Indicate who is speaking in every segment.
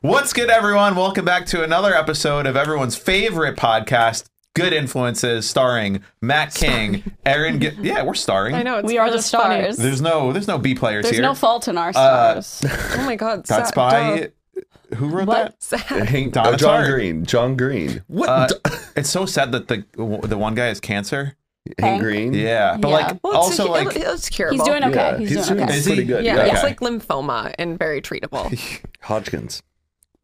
Speaker 1: What's good, everyone? Welcome back to another episode of everyone's favorite podcast, Good Influences, starring Matt King, Aaron. G- yeah, we're starring.
Speaker 2: I know it's
Speaker 3: we are the
Speaker 2: just funny.
Speaker 3: stars.
Speaker 1: There's no, Uh, there's no B players
Speaker 3: There's
Speaker 1: here.
Speaker 3: no fault in our stars.
Speaker 2: Oh my god,
Speaker 1: That's
Speaker 2: Sa-
Speaker 1: by
Speaker 2: duh.
Speaker 1: uh, who wrote
Speaker 3: What?
Speaker 2: Sad.
Speaker 4: Hank,
Speaker 1: Donna
Speaker 4: uh, John
Speaker 1: Tartt.
Speaker 4: Green. John Green. What?
Speaker 1: that?
Speaker 4: D-
Speaker 1: Uh, it's so sad that the the one guy has cancer.
Speaker 4: Hank
Speaker 3: Hank?
Speaker 4: Green.
Speaker 1: Yeah, but
Speaker 3: Yeah.
Speaker 1: like
Speaker 2: Well, it's
Speaker 1: also
Speaker 2: a,
Speaker 1: like
Speaker 2: it, it's curable.
Speaker 3: He's doing okay.
Speaker 4: Yeah,
Speaker 3: he's,
Speaker 4: he's
Speaker 3: doing
Speaker 4: doing
Speaker 3: okay.
Speaker 1: Is he?
Speaker 4: pretty good.
Speaker 2: Yeah,
Speaker 4: Yeah.
Speaker 2: it's
Speaker 1: Okay.
Speaker 2: like lymphoma and very treatable.
Speaker 4: Hodgkins.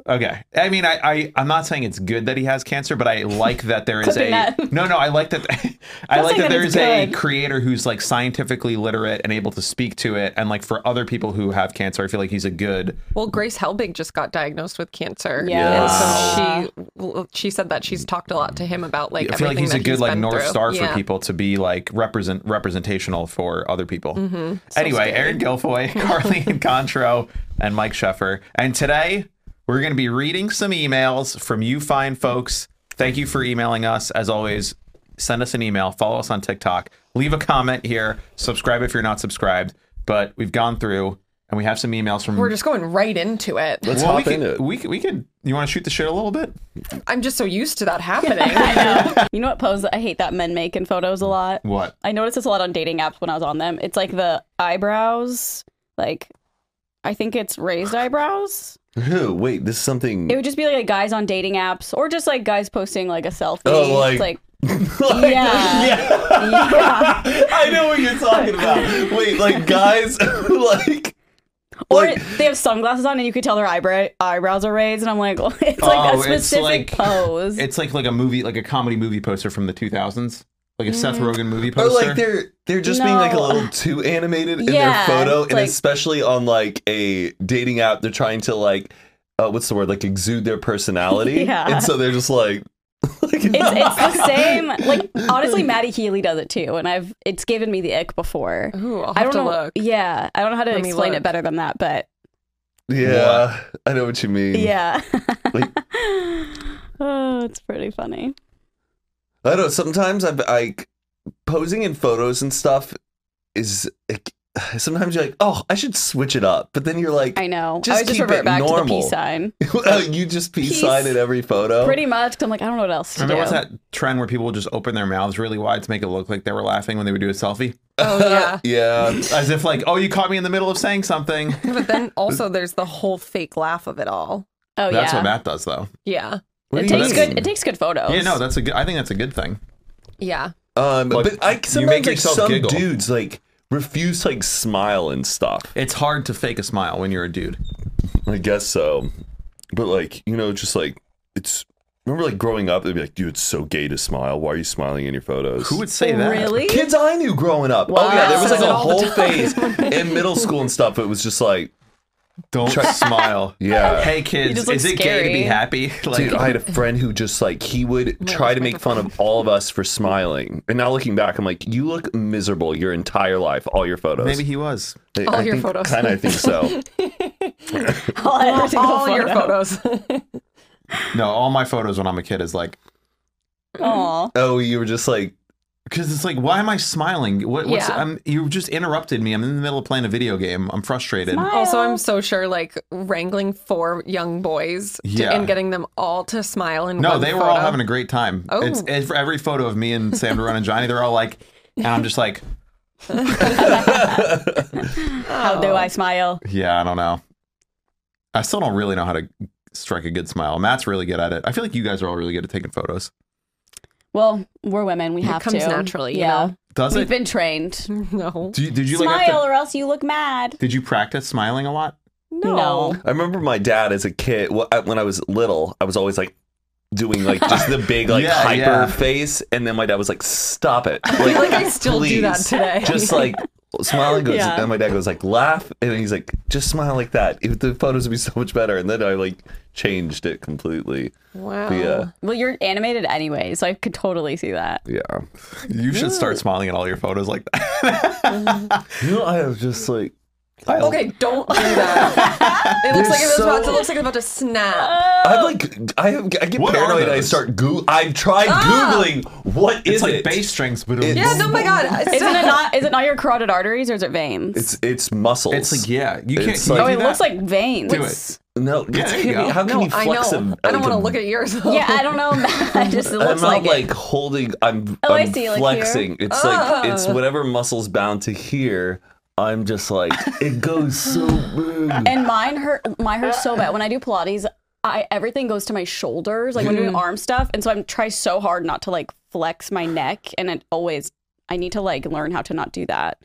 Speaker 1: Okay. I mean, I, I, I'm not saying it's good that he has cancer, but I like that there is a
Speaker 3: Clipping that.
Speaker 1: no, no. I like that. I
Speaker 3: Don't
Speaker 1: like
Speaker 3: say
Speaker 1: that
Speaker 3: that
Speaker 1: there is
Speaker 3: it's
Speaker 1: a
Speaker 3: good.
Speaker 1: creator who's like scientifically literate and able to speak to it. And like for other people who have cancer, I feel like he's a good.
Speaker 2: Well, Grace Helbig just got diagnosed with cancer.
Speaker 3: Yeah.
Speaker 2: And so she well, she said that she's talked a lot to him about like
Speaker 1: I feel like
Speaker 2: everything
Speaker 1: he's a
Speaker 2: that
Speaker 1: good like
Speaker 2: been
Speaker 1: north
Speaker 2: through.
Speaker 1: star
Speaker 2: Yeah.
Speaker 1: for people to be like represent representational for other people.
Speaker 2: Mm-hmm.
Speaker 1: anyway, Aaron Gilfoy, Carly Contro, and Mike Sheffer. And today we're going to be reading some emails from you fine folks. Thank you for emailing us. As always, send us an email, follow us on TikTok, leave a comment here, subscribe if you're not subscribed. But we've gone through and we have some emails from.
Speaker 2: We're just going right into it.
Speaker 4: Let's
Speaker 1: well, we
Speaker 4: hop
Speaker 1: could,
Speaker 4: into it.
Speaker 1: We could, we could. You want to shoot the shit a little bit?
Speaker 2: I'm just so used to that happening.
Speaker 3: I know. You know what pose I hate that men make in photos a lot?
Speaker 1: What?
Speaker 3: I noticed this a lot on dating apps when I was on them. It's like the eyebrows, like I think it's raised eyebrows.
Speaker 4: Who? Wait, this is something.
Speaker 3: It would just be like guys on dating apps or just like guys posting like a selfie.
Speaker 4: Oh, like-
Speaker 3: It's like yeah. Yeah.
Speaker 4: I know what you're talking about. Wait, like guys, like.
Speaker 3: Or
Speaker 4: Like-
Speaker 3: they have sunglasses on and you could tell their eyebrow- eyebrows are raised and I'm like, it's like
Speaker 1: Oh,
Speaker 3: a
Speaker 1: it's
Speaker 3: specific
Speaker 1: like-
Speaker 3: pose.
Speaker 1: It's like like a movie, like a comedy movie poster from the 2000s, like a Seth
Speaker 3: Mm-hmm.
Speaker 1: Rogen movie
Speaker 4: Or
Speaker 1: poster.
Speaker 4: Oh, like they're they're just being like a
Speaker 3: No.
Speaker 4: little too animated in
Speaker 3: Yeah,
Speaker 4: their photo,
Speaker 3: it's
Speaker 4: and
Speaker 3: like-
Speaker 4: especially on like a dating app, they're trying to like, uh, what's the word? Like exude their personality,
Speaker 3: Yeah.
Speaker 4: and so they're just like, like
Speaker 3: It's, it's the same. Like honestly, Maddie Healy does it too, and I've it's given me the ick before.
Speaker 2: Ooh, I'll have
Speaker 3: I don't
Speaker 2: to
Speaker 3: know.
Speaker 2: look.
Speaker 3: Yeah, I don't know how to
Speaker 2: Let me
Speaker 3: explain
Speaker 2: look.
Speaker 3: it better than that, but
Speaker 4: yeah. I know what you mean.
Speaker 3: yeah.
Speaker 4: Like-
Speaker 3: oh, it's pretty funny.
Speaker 4: I don't know. Sometimes I'm like posing in photos and stuff is like, sometimes you're like, oh, I should switch it up, but then you're like,
Speaker 3: I know.
Speaker 4: Just
Speaker 3: I would just
Speaker 4: keep
Speaker 3: revert
Speaker 4: it
Speaker 3: back to the
Speaker 4: normal.
Speaker 3: peace sign,
Speaker 4: you just peace,
Speaker 3: Peace.
Speaker 4: sign in every photo.
Speaker 3: pretty much. 'cause I'm like, I don't know what else to
Speaker 1: And there
Speaker 3: do.
Speaker 1: was Oh. that trend where people would just open their mouths really wide to make it look like they were laughing when they would do a selfie,
Speaker 2: Oh yeah.
Speaker 4: yeah.
Speaker 1: as if like, oh, you caught me in the middle of saying something.
Speaker 2: But then also there's the whole fake laugh of it all.
Speaker 3: oh
Speaker 1: That's
Speaker 3: yeah.
Speaker 1: what Matt does, though.
Speaker 2: Yeah.
Speaker 4: What
Speaker 3: it
Speaker 4: do you
Speaker 3: takes
Speaker 4: mean?
Speaker 3: good. It takes good photos.
Speaker 1: Yeah, no, that's a good. I think that's a good thing.
Speaker 2: Yeah.
Speaker 4: Um,
Speaker 1: Like,
Speaker 4: but I
Speaker 1: you
Speaker 4: sometimes
Speaker 1: make
Speaker 4: like
Speaker 1: yourself
Speaker 4: some
Speaker 1: giggle.
Speaker 4: dudes like refuse to like smile and stuff.
Speaker 1: It's hard to fake a smile when you're a dude.
Speaker 4: I guess so, but like you know, just like it's. Remember, like growing up, they'd be like, "Dude, it's so gay to smile. Why are you smiling in your photos?"
Speaker 1: Who would say that?
Speaker 3: Really?
Speaker 4: kids I knew growing up. Oh yeah, there was like
Speaker 2: Wow.
Speaker 4: a whole phase in middle school and stuff. It was just like,
Speaker 1: Don't smile.
Speaker 4: Yeah.
Speaker 1: Hey
Speaker 3: You
Speaker 1: kids,
Speaker 3: just look
Speaker 1: is it gay to be
Speaker 3: scary.
Speaker 1: happy? Like,
Speaker 4: dude, I had a friend who just like he would try to make fun of all of us for smiling. And now looking back, I'm like, you look miserable your entire life, all your photos.
Speaker 1: maybe he was.
Speaker 4: I,
Speaker 2: all
Speaker 4: I
Speaker 2: your
Speaker 4: think,
Speaker 2: photos.
Speaker 4: Kind of, I think so.
Speaker 3: all every single
Speaker 2: all your
Speaker 3: photo.
Speaker 2: photos.
Speaker 1: No, all my photos when I'm a kid is like,
Speaker 3: Aw.
Speaker 4: oh, you were just like,
Speaker 1: because it's like, why am I smiling? What, what's?
Speaker 2: Yeah.
Speaker 1: I'm, you just interrupted me. I'm in the middle of playing a video game. I'm frustrated.
Speaker 2: Also, I'm so sure like wrangling four young boys to,
Speaker 1: Yeah.
Speaker 2: and getting them all to smile and
Speaker 1: No, they were all having
Speaker 2: A-
Speaker 1: a great time.
Speaker 2: Oh.
Speaker 1: It's, it's for every photo of me and Sam Duran and Johnny. They're all like, and I'm just like,
Speaker 3: How do I smile?
Speaker 1: yeah, I don't know. I still don't really know how to strike a good smile. Matt's really good at it. I feel like you guys are all really good at taking photos.
Speaker 3: Well, we're women. We have
Speaker 2: comes
Speaker 3: to.
Speaker 2: naturally, you
Speaker 3: Yeah.
Speaker 2: know?
Speaker 1: Does
Speaker 3: We've
Speaker 1: it?
Speaker 3: been trained.
Speaker 2: Oh, no,
Speaker 1: Do you, did you like?
Speaker 3: Smile
Speaker 1: Have to,
Speaker 3: or else you look mad.
Speaker 1: did you practice smiling a lot?
Speaker 2: no,
Speaker 3: No.
Speaker 4: I remember my dad as a kid, well, I- when I was little, I was always like, Doing like just the big like
Speaker 1: Yeah,
Speaker 4: hyper
Speaker 1: yeah.
Speaker 4: face, and then my dad was like, "Stop it!"
Speaker 2: I feel like I still do that
Speaker 4: please.
Speaker 2: today.
Speaker 4: just like smile and goes
Speaker 3: Yeah.
Speaker 4: and my dad goes like laugh and he's like just smile like that It- the photos would be so much better and then i like changed it completely
Speaker 2: wow.
Speaker 4: But yeah
Speaker 3: Well, you're animated anyway, so I could totally see that.
Speaker 4: yeah
Speaker 1: You should start smiling at all your photos like that.
Speaker 4: you know i have just like
Speaker 2: Okay, don't do that. it looks
Speaker 4: They're
Speaker 2: like it's
Speaker 4: so-
Speaker 2: about. It looks like it's about to snap.
Speaker 4: i'm like i have i get
Speaker 1: What are
Speaker 4: paranoid and i
Speaker 1: those?
Speaker 4: start goo i've tried
Speaker 2: Ah!
Speaker 4: googling what
Speaker 1: It's
Speaker 4: is
Speaker 1: like
Speaker 4: it
Speaker 1: bass strings, but
Speaker 4: It's-
Speaker 2: yeah. No, Oh my God. Stop.
Speaker 3: Isn't it not? Is it not your carotid arteries or is it veins?
Speaker 4: it's it's muscles
Speaker 1: it's like yeah, you can't.
Speaker 4: It's
Speaker 1: can you
Speaker 4: like-
Speaker 3: oh,
Speaker 1: do
Speaker 3: it
Speaker 1: that?
Speaker 3: looks like veins.
Speaker 1: Do it.
Speaker 4: No,
Speaker 1: Yeah, there you
Speaker 4: Tammy,
Speaker 1: go.
Speaker 4: how can
Speaker 2: no,
Speaker 4: you
Speaker 2: I
Speaker 4: flex
Speaker 2: know.
Speaker 4: them?
Speaker 2: I don't
Speaker 4: like
Speaker 2: want
Speaker 4: a
Speaker 2: to look at yours. though.
Speaker 3: Yeah, I don't know. it just it
Speaker 4: I'm
Speaker 3: looks
Speaker 4: not
Speaker 3: like,
Speaker 4: like,
Speaker 3: it.
Speaker 4: holding. I'm,
Speaker 3: Oh, I
Speaker 4: I'm
Speaker 3: see, like
Speaker 4: flexing. It's like it's
Speaker 2: Oh.
Speaker 4: whatever muscle's bound to here. I'm just like it goes so big.
Speaker 3: And mine hurt. Mine hurts so bad when I do Pilates. I everything goes to my shoulders, like when
Speaker 2: Mm-hmm.
Speaker 3: doing arm stuff, and so I'm try so hard not to like flex my neck, and it always I need to like learn how to not do that.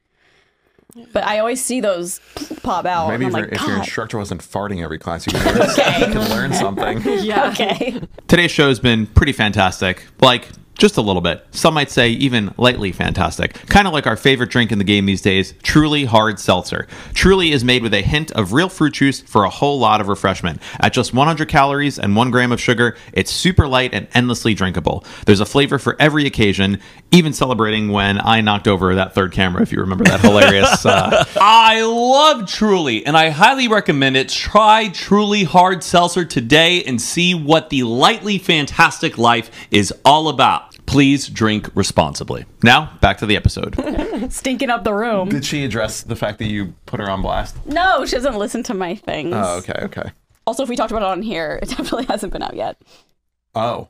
Speaker 3: But I always see those pop out,
Speaker 1: Maybe if,
Speaker 3: Oh, and
Speaker 1: your-
Speaker 3: I'm like,
Speaker 1: if your
Speaker 3: God,
Speaker 1: instructor wasn't farting every class, you could learn, you could learn something.
Speaker 2: Yeah.
Speaker 3: okay.
Speaker 5: Today's show has been pretty fantastic. Like, just a little bit. Some might say even lightly fantastic. Kind of like our favorite drink in the game these days, Truly Hard Seltzer. Truly is made with a hint of real fruit juice for a whole lot of refreshment. At just 100 calories and 1 gram of sugar, it's super light and endlessly drinkable. There's a flavor for every occasion, even celebrating when I knocked over that third camera, if you remember that hilarious. Uh,
Speaker 6: I love Truly, and I highly recommend it. Try Truly Hard Seltzer today and see what the lightly fantastic life is all about. Please drink responsibly.
Speaker 5: now, back to the episode.
Speaker 3: stinking up the room.
Speaker 1: Did she address the fact that you put her on blast?
Speaker 3: No, she doesn't listen to my things.
Speaker 1: Oh, okay, okay.
Speaker 3: Also, if we talked about it on here, it definitely hasn't been out yet.
Speaker 1: Oh,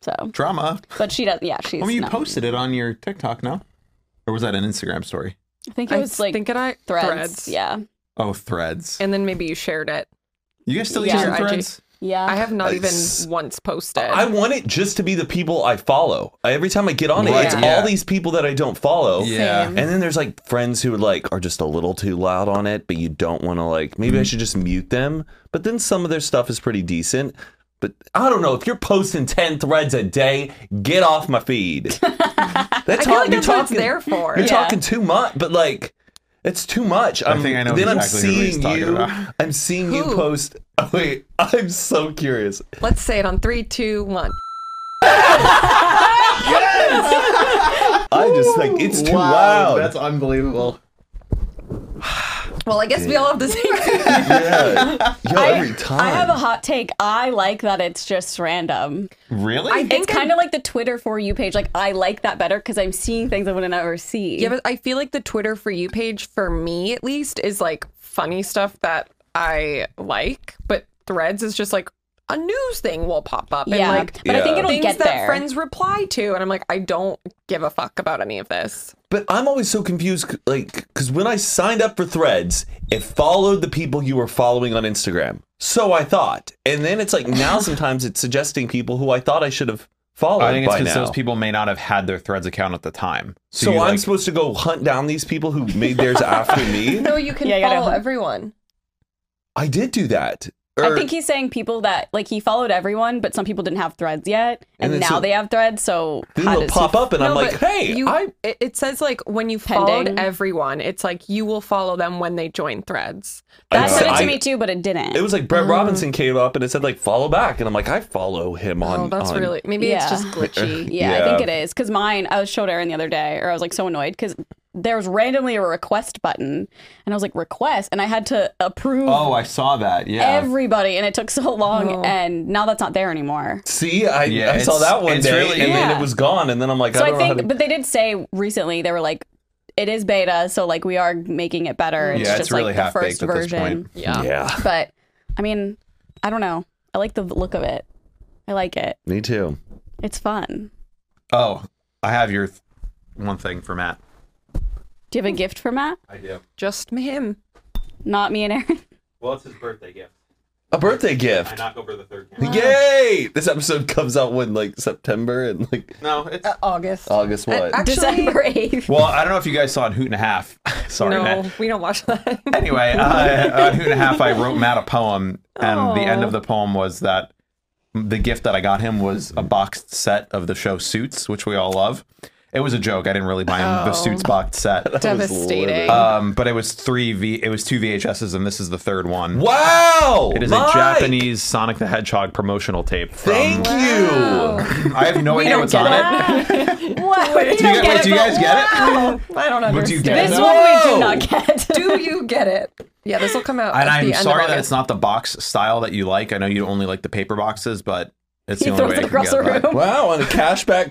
Speaker 3: So,
Speaker 1: drama.
Speaker 3: but she does. Yeah, she's.
Speaker 1: Well, you
Speaker 3: no.
Speaker 1: posted it on your TikTok, no? Or was that an Instagram story?
Speaker 3: I think it
Speaker 2: I
Speaker 3: was like
Speaker 2: think it I
Speaker 3: threads.
Speaker 2: threads.
Speaker 3: Yeah,
Speaker 1: Oh, threads.
Speaker 2: And then maybe you shared it.
Speaker 1: You guys still
Speaker 3: Yeah.
Speaker 1: using
Speaker 2: Your IG.
Speaker 1: threads?
Speaker 3: yeah.
Speaker 2: I have not even
Speaker 4: Nice.
Speaker 2: once posted.
Speaker 4: I want it just to be the people I follow. I, every time I get on it, it's
Speaker 1: Right, yeah.
Speaker 4: all these people that I don't follow.
Speaker 1: Yeah.
Speaker 4: And then there's like friends who like are just a little too loud on it, but you don't want to like. Maybe I should just mute them. But then some of their stuff is pretty decent. But I don't know if you're posting ten threads a day. Get off my feed.
Speaker 2: I
Speaker 4: That's
Speaker 2: feel
Speaker 4: all
Speaker 2: like that's what
Speaker 4: you're
Speaker 2: it's
Speaker 4: talking.
Speaker 2: there for.
Speaker 4: You're
Speaker 3: Yeah.
Speaker 4: talking too much, but like it's too much. I'm,
Speaker 1: think I know
Speaker 4: then
Speaker 1: exactly
Speaker 4: I'm
Speaker 1: who he's
Speaker 4: seeing
Speaker 1: talking
Speaker 4: you.
Speaker 1: about.
Speaker 4: I'm seeing you
Speaker 2: Who?
Speaker 4: post. Oh, wait, I'm so curious.
Speaker 2: Let's say it on three, two, one.
Speaker 4: I just think it's too loud.
Speaker 1: That's unbelievable.
Speaker 2: Well, I guess we all have the same.
Speaker 4: yeah. Yo, every time.
Speaker 3: I have a hot take. I like that it's just random.
Speaker 1: Really?
Speaker 2: I think I-
Speaker 3: It's kind of like the Twitter for you page. Like I like that better because I'm seeing things I wouldn't ever see.
Speaker 2: Yeah, but I feel like the Twitter for you page, for me at least, is like funny stuff that I like, but threads is just like a news thing will pop up. And
Speaker 3: Yeah,
Speaker 2: like
Speaker 3: but I think
Speaker 4: Yeah.
Speaker 3: it'll
Speaker 2: things
Speaker 3: get
Speaker 2: that
Speaker 3: there.
Speaker 2: friends reply to. And I'm like, I don't give a fuck about any of this.
Speaker 4: But I'm always so confused, c- like, because when I signed up for Threads, it followed the people you were following on Instagram. So I thought, and then it's like now sometimes it's suggesting people who I thought I should have followed
Speaker 1: I think it's
Speaker 4: by
Speaker 1: because
Speaker 4: now.
Speaker 1: those people may not have had their threads account at the time.
Speaker 4: so
Speaker 1: you,
Speaker 4: I'm
Speaker 1: like-
Speaker 4: supposed to go hunt down these people who made theirs after me.
Speaker 2: No, you can
Speaker 3: Yeah, you gotta-
Speaker 2: follow everyone.
Speaker 4: I did do that. Er,
Speaker 3: I
Speaker 4: Or-
Speaker 3: think he's saying people that like he followed everyone, but some people didn't have threads yet, and,
Speaker 4: And then
Speaker 3: now
Speaker 4: so-
Speaker 3: they have threads. So
Speaker 4: then
Speaker 3: how
Speaker 4: they'll
Speaker 3: does
Speaker 4: pop
Speaker 3: he-
Speaker 4: up, and I'm
Speaker 2: No,
Speaker 4: like,
Speaker 2: but
Speaker 4: hey,
Speaker 2: you,
Speaker 4: I
Speaker 2: it, it says like when you
Speaker 3: Pending.
Speaker 2: followed everyone, it's like you will follow them when they join threads.
Speaker 4: I
Speaker 3: That
Speaker 4: know.
Speaker 3: said it to
Speaker 4: I-
Speaker 3: me too, but it didn't.
Speaker 4: It was like Brett Robinson came up and it said like follow back, and I'm like I follow him on.
Speaker 2: oh, that's
Speaker 4: on-
Speaker 2: really maybe it's
Speaker 3: Yeah.
Speaker 2: just glitchy.
Speaker 3: yeah,
Speaker 4: yeah.
Speaker 3: I think it is because mine. I was showed Aaron the other day, or I was like so annoyed because there was randomly a request button, and I was like request, and I had to approve
Speaker 1: Oh, I saw that. Yeah.
Speaker 3: everybody, and it took so long,
Speaker 2: Oh.
Speaker 3: and now that's not there anymore.
Speaker 4: See, I,
Speaker 1: Yeah,
Speaker 4: I saw
Speaker 1: it's-
Speaker 4: that one
Speaker 1: it's
Speaker 4: day,
Speaker 1: really-
Speaker 4: and then
Speaker 3: Yeah.
Speaker 4: it was gone, and then I'm like,
Speaker 3: So I,
Speaker 4: I don't know
Speaker 3: think,
Speaker 4: how to
Speaker 3: but they did say recently they were like, it is beta, so like we are making it better. It's
Speaker 1: Yeah, it's
Speaker 3: just
Speaker 1: really
Speaker 3: like the
Speaker 1: half-baked
Speaker 3: first
Speaker 1: at this
Speaker 3: version.
Speaker 1: point.
Speaker 2: Yeah.
Speaker 4: Yeah.
Speaker 3: But I mean, I don't know. I like the look of it. I like it.
Speaker 4: Me too.
Speaker 3: It's fun.
Speaker 1: Oh, I have your th- one thing for Matt.
Speaker 3: Do you have a gift for Matt?
Speaker 1: I do.
Speaker 2: Just him.
Speaker 3: Not me and Aaron.
Speaker 5: Well, it's his birthday gift.
Speaker 4: A birthday gift.
Speaker 5: knock over the third camera.
Speaker 4: Yay! This episode comes out when like September and like
Speaker 5: No, it's
Speaker 2: Uh, August.
Speaker 4: August what?
Speaker 2: I-
Speaker 3: December eighth.
Speaker 1: Well, I don't know if you guys saw in Hoot and a Half. Sorry,
Speaker 2: no,
Speaker 1: Matt.
Speaker 2: we don't watch that.
Speaker 1: Anyway, uh, on Hoot and a Half, I wrote Matt a poem, and the end of the poem was that the gift that I got him was a boxed set of the show Suits, which we all love. It was a joke. I didn't really buy him
Speaker 2: Oh.
Speaker 1: the Suits boxed set,
Speaker 2: Devastating.
Speaker 1: um, but it was three v. It was two VHSs, and this is the third one.
Speaker 4: wow!
Speaker 1: It is
Speaker 4: Mike!
Speaker 1: a Japanese Sonic the Hedgehog promotional tape. From,
Speaker 4: Thank you.
Speaker 1: I have no idea
Speaker 2: don't
Speaker 1: what's
Speaker 2: get
Speaker 1: on it.
Speaker 3: What? We
Speaker 1: Do you,
Speaker 3: don't
Speaker 1: guys-
Speaker 3: get
Speaker 1: wait,
Speaker 3: it,
Speaker 1: do you
Speaker 3: but
Speaker 1: guys get it?
Speaker 2: I don't
Speaker 1: What
Speaker 2: understand.
Speaker 1: do you get?
Speaker 3: This
Speaker 1: No.
Speaker 3: one we
Speaker 4: Whoa!
Speaker 3: do not get.
Speaker 2: Do you get it? Yeah, this will come out.
Speaker 1: And
Speaker 2: at the
Speaker 1: I'm
Speaker 2: end of
Speaker 1: sorry that
Speaker 2: August.
Speaker 1: it's not the box style that you like. I know you only like the paper boxes, but It's
Speaker 3: He
Speaker 1: the only
Speaker 3: throws
Speaker 1: way
Speaker 3: it
Speaker 1: I can
Speaker 3: across
Speaker 1: get
Speaker 3: the
Speaker 1: by.
Speaker 3: room.
Speaker 4: Wow, on a cashback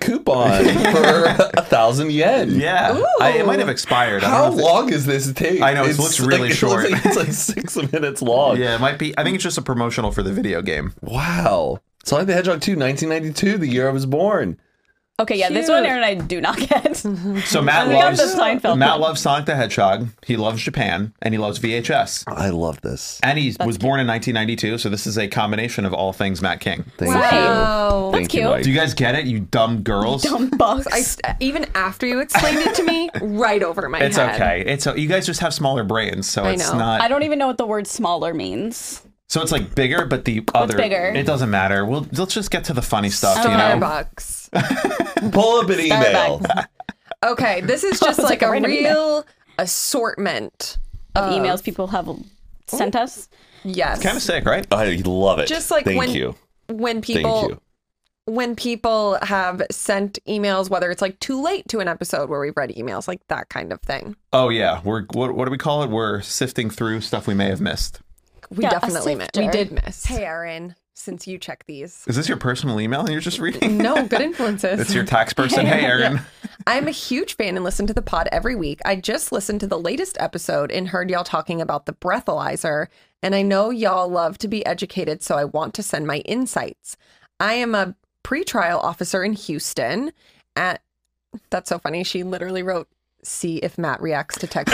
Speaker 4: coupon for a thousand yen.
Speaker 1: Yeah, I, it might have expired. I don't
Speaker 4: How
Speaker 1: know if it-
Speaker 4: long is this take?
Speaker 1: I know, it looks really
Speaker 4: like-
Speaker 1: short.
Speaker 4: It looks like, it's like six minutes long.
Speaker 1: Yeah, it might be. I think it's just a promotional for the video game.
Speaker 4: Wow. Sonic the Hedgehog 2, 1992, the year I was born.
Speaker 3: Okay, yeah, this
Speaker 2: Cute.
Speaker 3: one Aaron and I do not get. Um,
Speaker 1: So Matt
Speaker 3: We got
Speaker 1: loves
Speaker 3: the Seinfeld
Speaker 1: Matt
Speaker 3: one.
Speaker 1: loves Sonic the Hedgehog. He loves Japan and he loves VHS.
Speaker 4: I love this.
Speaker 1: And he was born in 1992, so this is a combination of all things Matt King.
Speaker 4: Thank
Speaker 2: Wow.
Speaker 4: Thank you,
Speaker 3: cute.
Speaker 4: Mike.
Speaker 1: Do you guys get it, you dumb girls?
Speaker 3: Dumb bucks.
Speaker 2: I st- even after you explained it to me, right over my
Speaker 1: It's
Speaker 2: head.
Speaker 1: okay. It's you guys just have smaller brains, so
Speaker 2: I
Speaker 1: it's
Speaker 2: know.
Speaker 1: not.
Speaker 3: I don't even know what the word smaller means.
Speaker 1: So it's like bigger, but the other
Speaker 3: bigger?
Speaker 1: It doesn't matter. We'll let's just get to the funny stuff. You know,
Speaker 2: Starbucks.
Speaker 4: Pull up an email.
Speaker 3: Starbucks.
Speaker 2: Okay, this is just like,
Speaker 3: like a
Speaker 2: a,
Speaker 3: random email.
Speaker 2: real assortment.
Speaker 3: Of emails people have sent us.
Speaker 2: Yes.
Speaker 1: kind of sick, right?
Speaker 4: I love it.
Speaker 2: Just like
Speaker 4: Thank
Speaker 2: when
Speaker 4: you.
Speaker 2: when
Speaker 4: Thank
Speaker 2: people
Speaker 4: you.
Speaker 2: when people have sent emails, whether it's like too late to an episode where we've read emails, like that kind of thing.
Speaker 1: Oh yeah, we're what, what do we call it? We're sifting through stuff we may have missed.
Speaker 2: We
Speaker 3: Yeah, a
Speaker 2: definitely miss. We
Speaker 3: sifter.
Speaker 2: did miss. Hey, Erin, since you check these.
Speaker 1: Is this your personal email and you're just reading?
Speaker 2: No, good influences.
Speaker 1: It's your tax person. Hey, Aaron.
Speaker 2: I'm a huge fan and listen to the pod every week. I just listened to the latest episode and heard y'all talking about the breathalyzer. And I know y'all love to be educated, so I want to send my insights. I am a pretrial officer in Houston. At that's so funny. She literally wrote, "See if Matt reacts to text."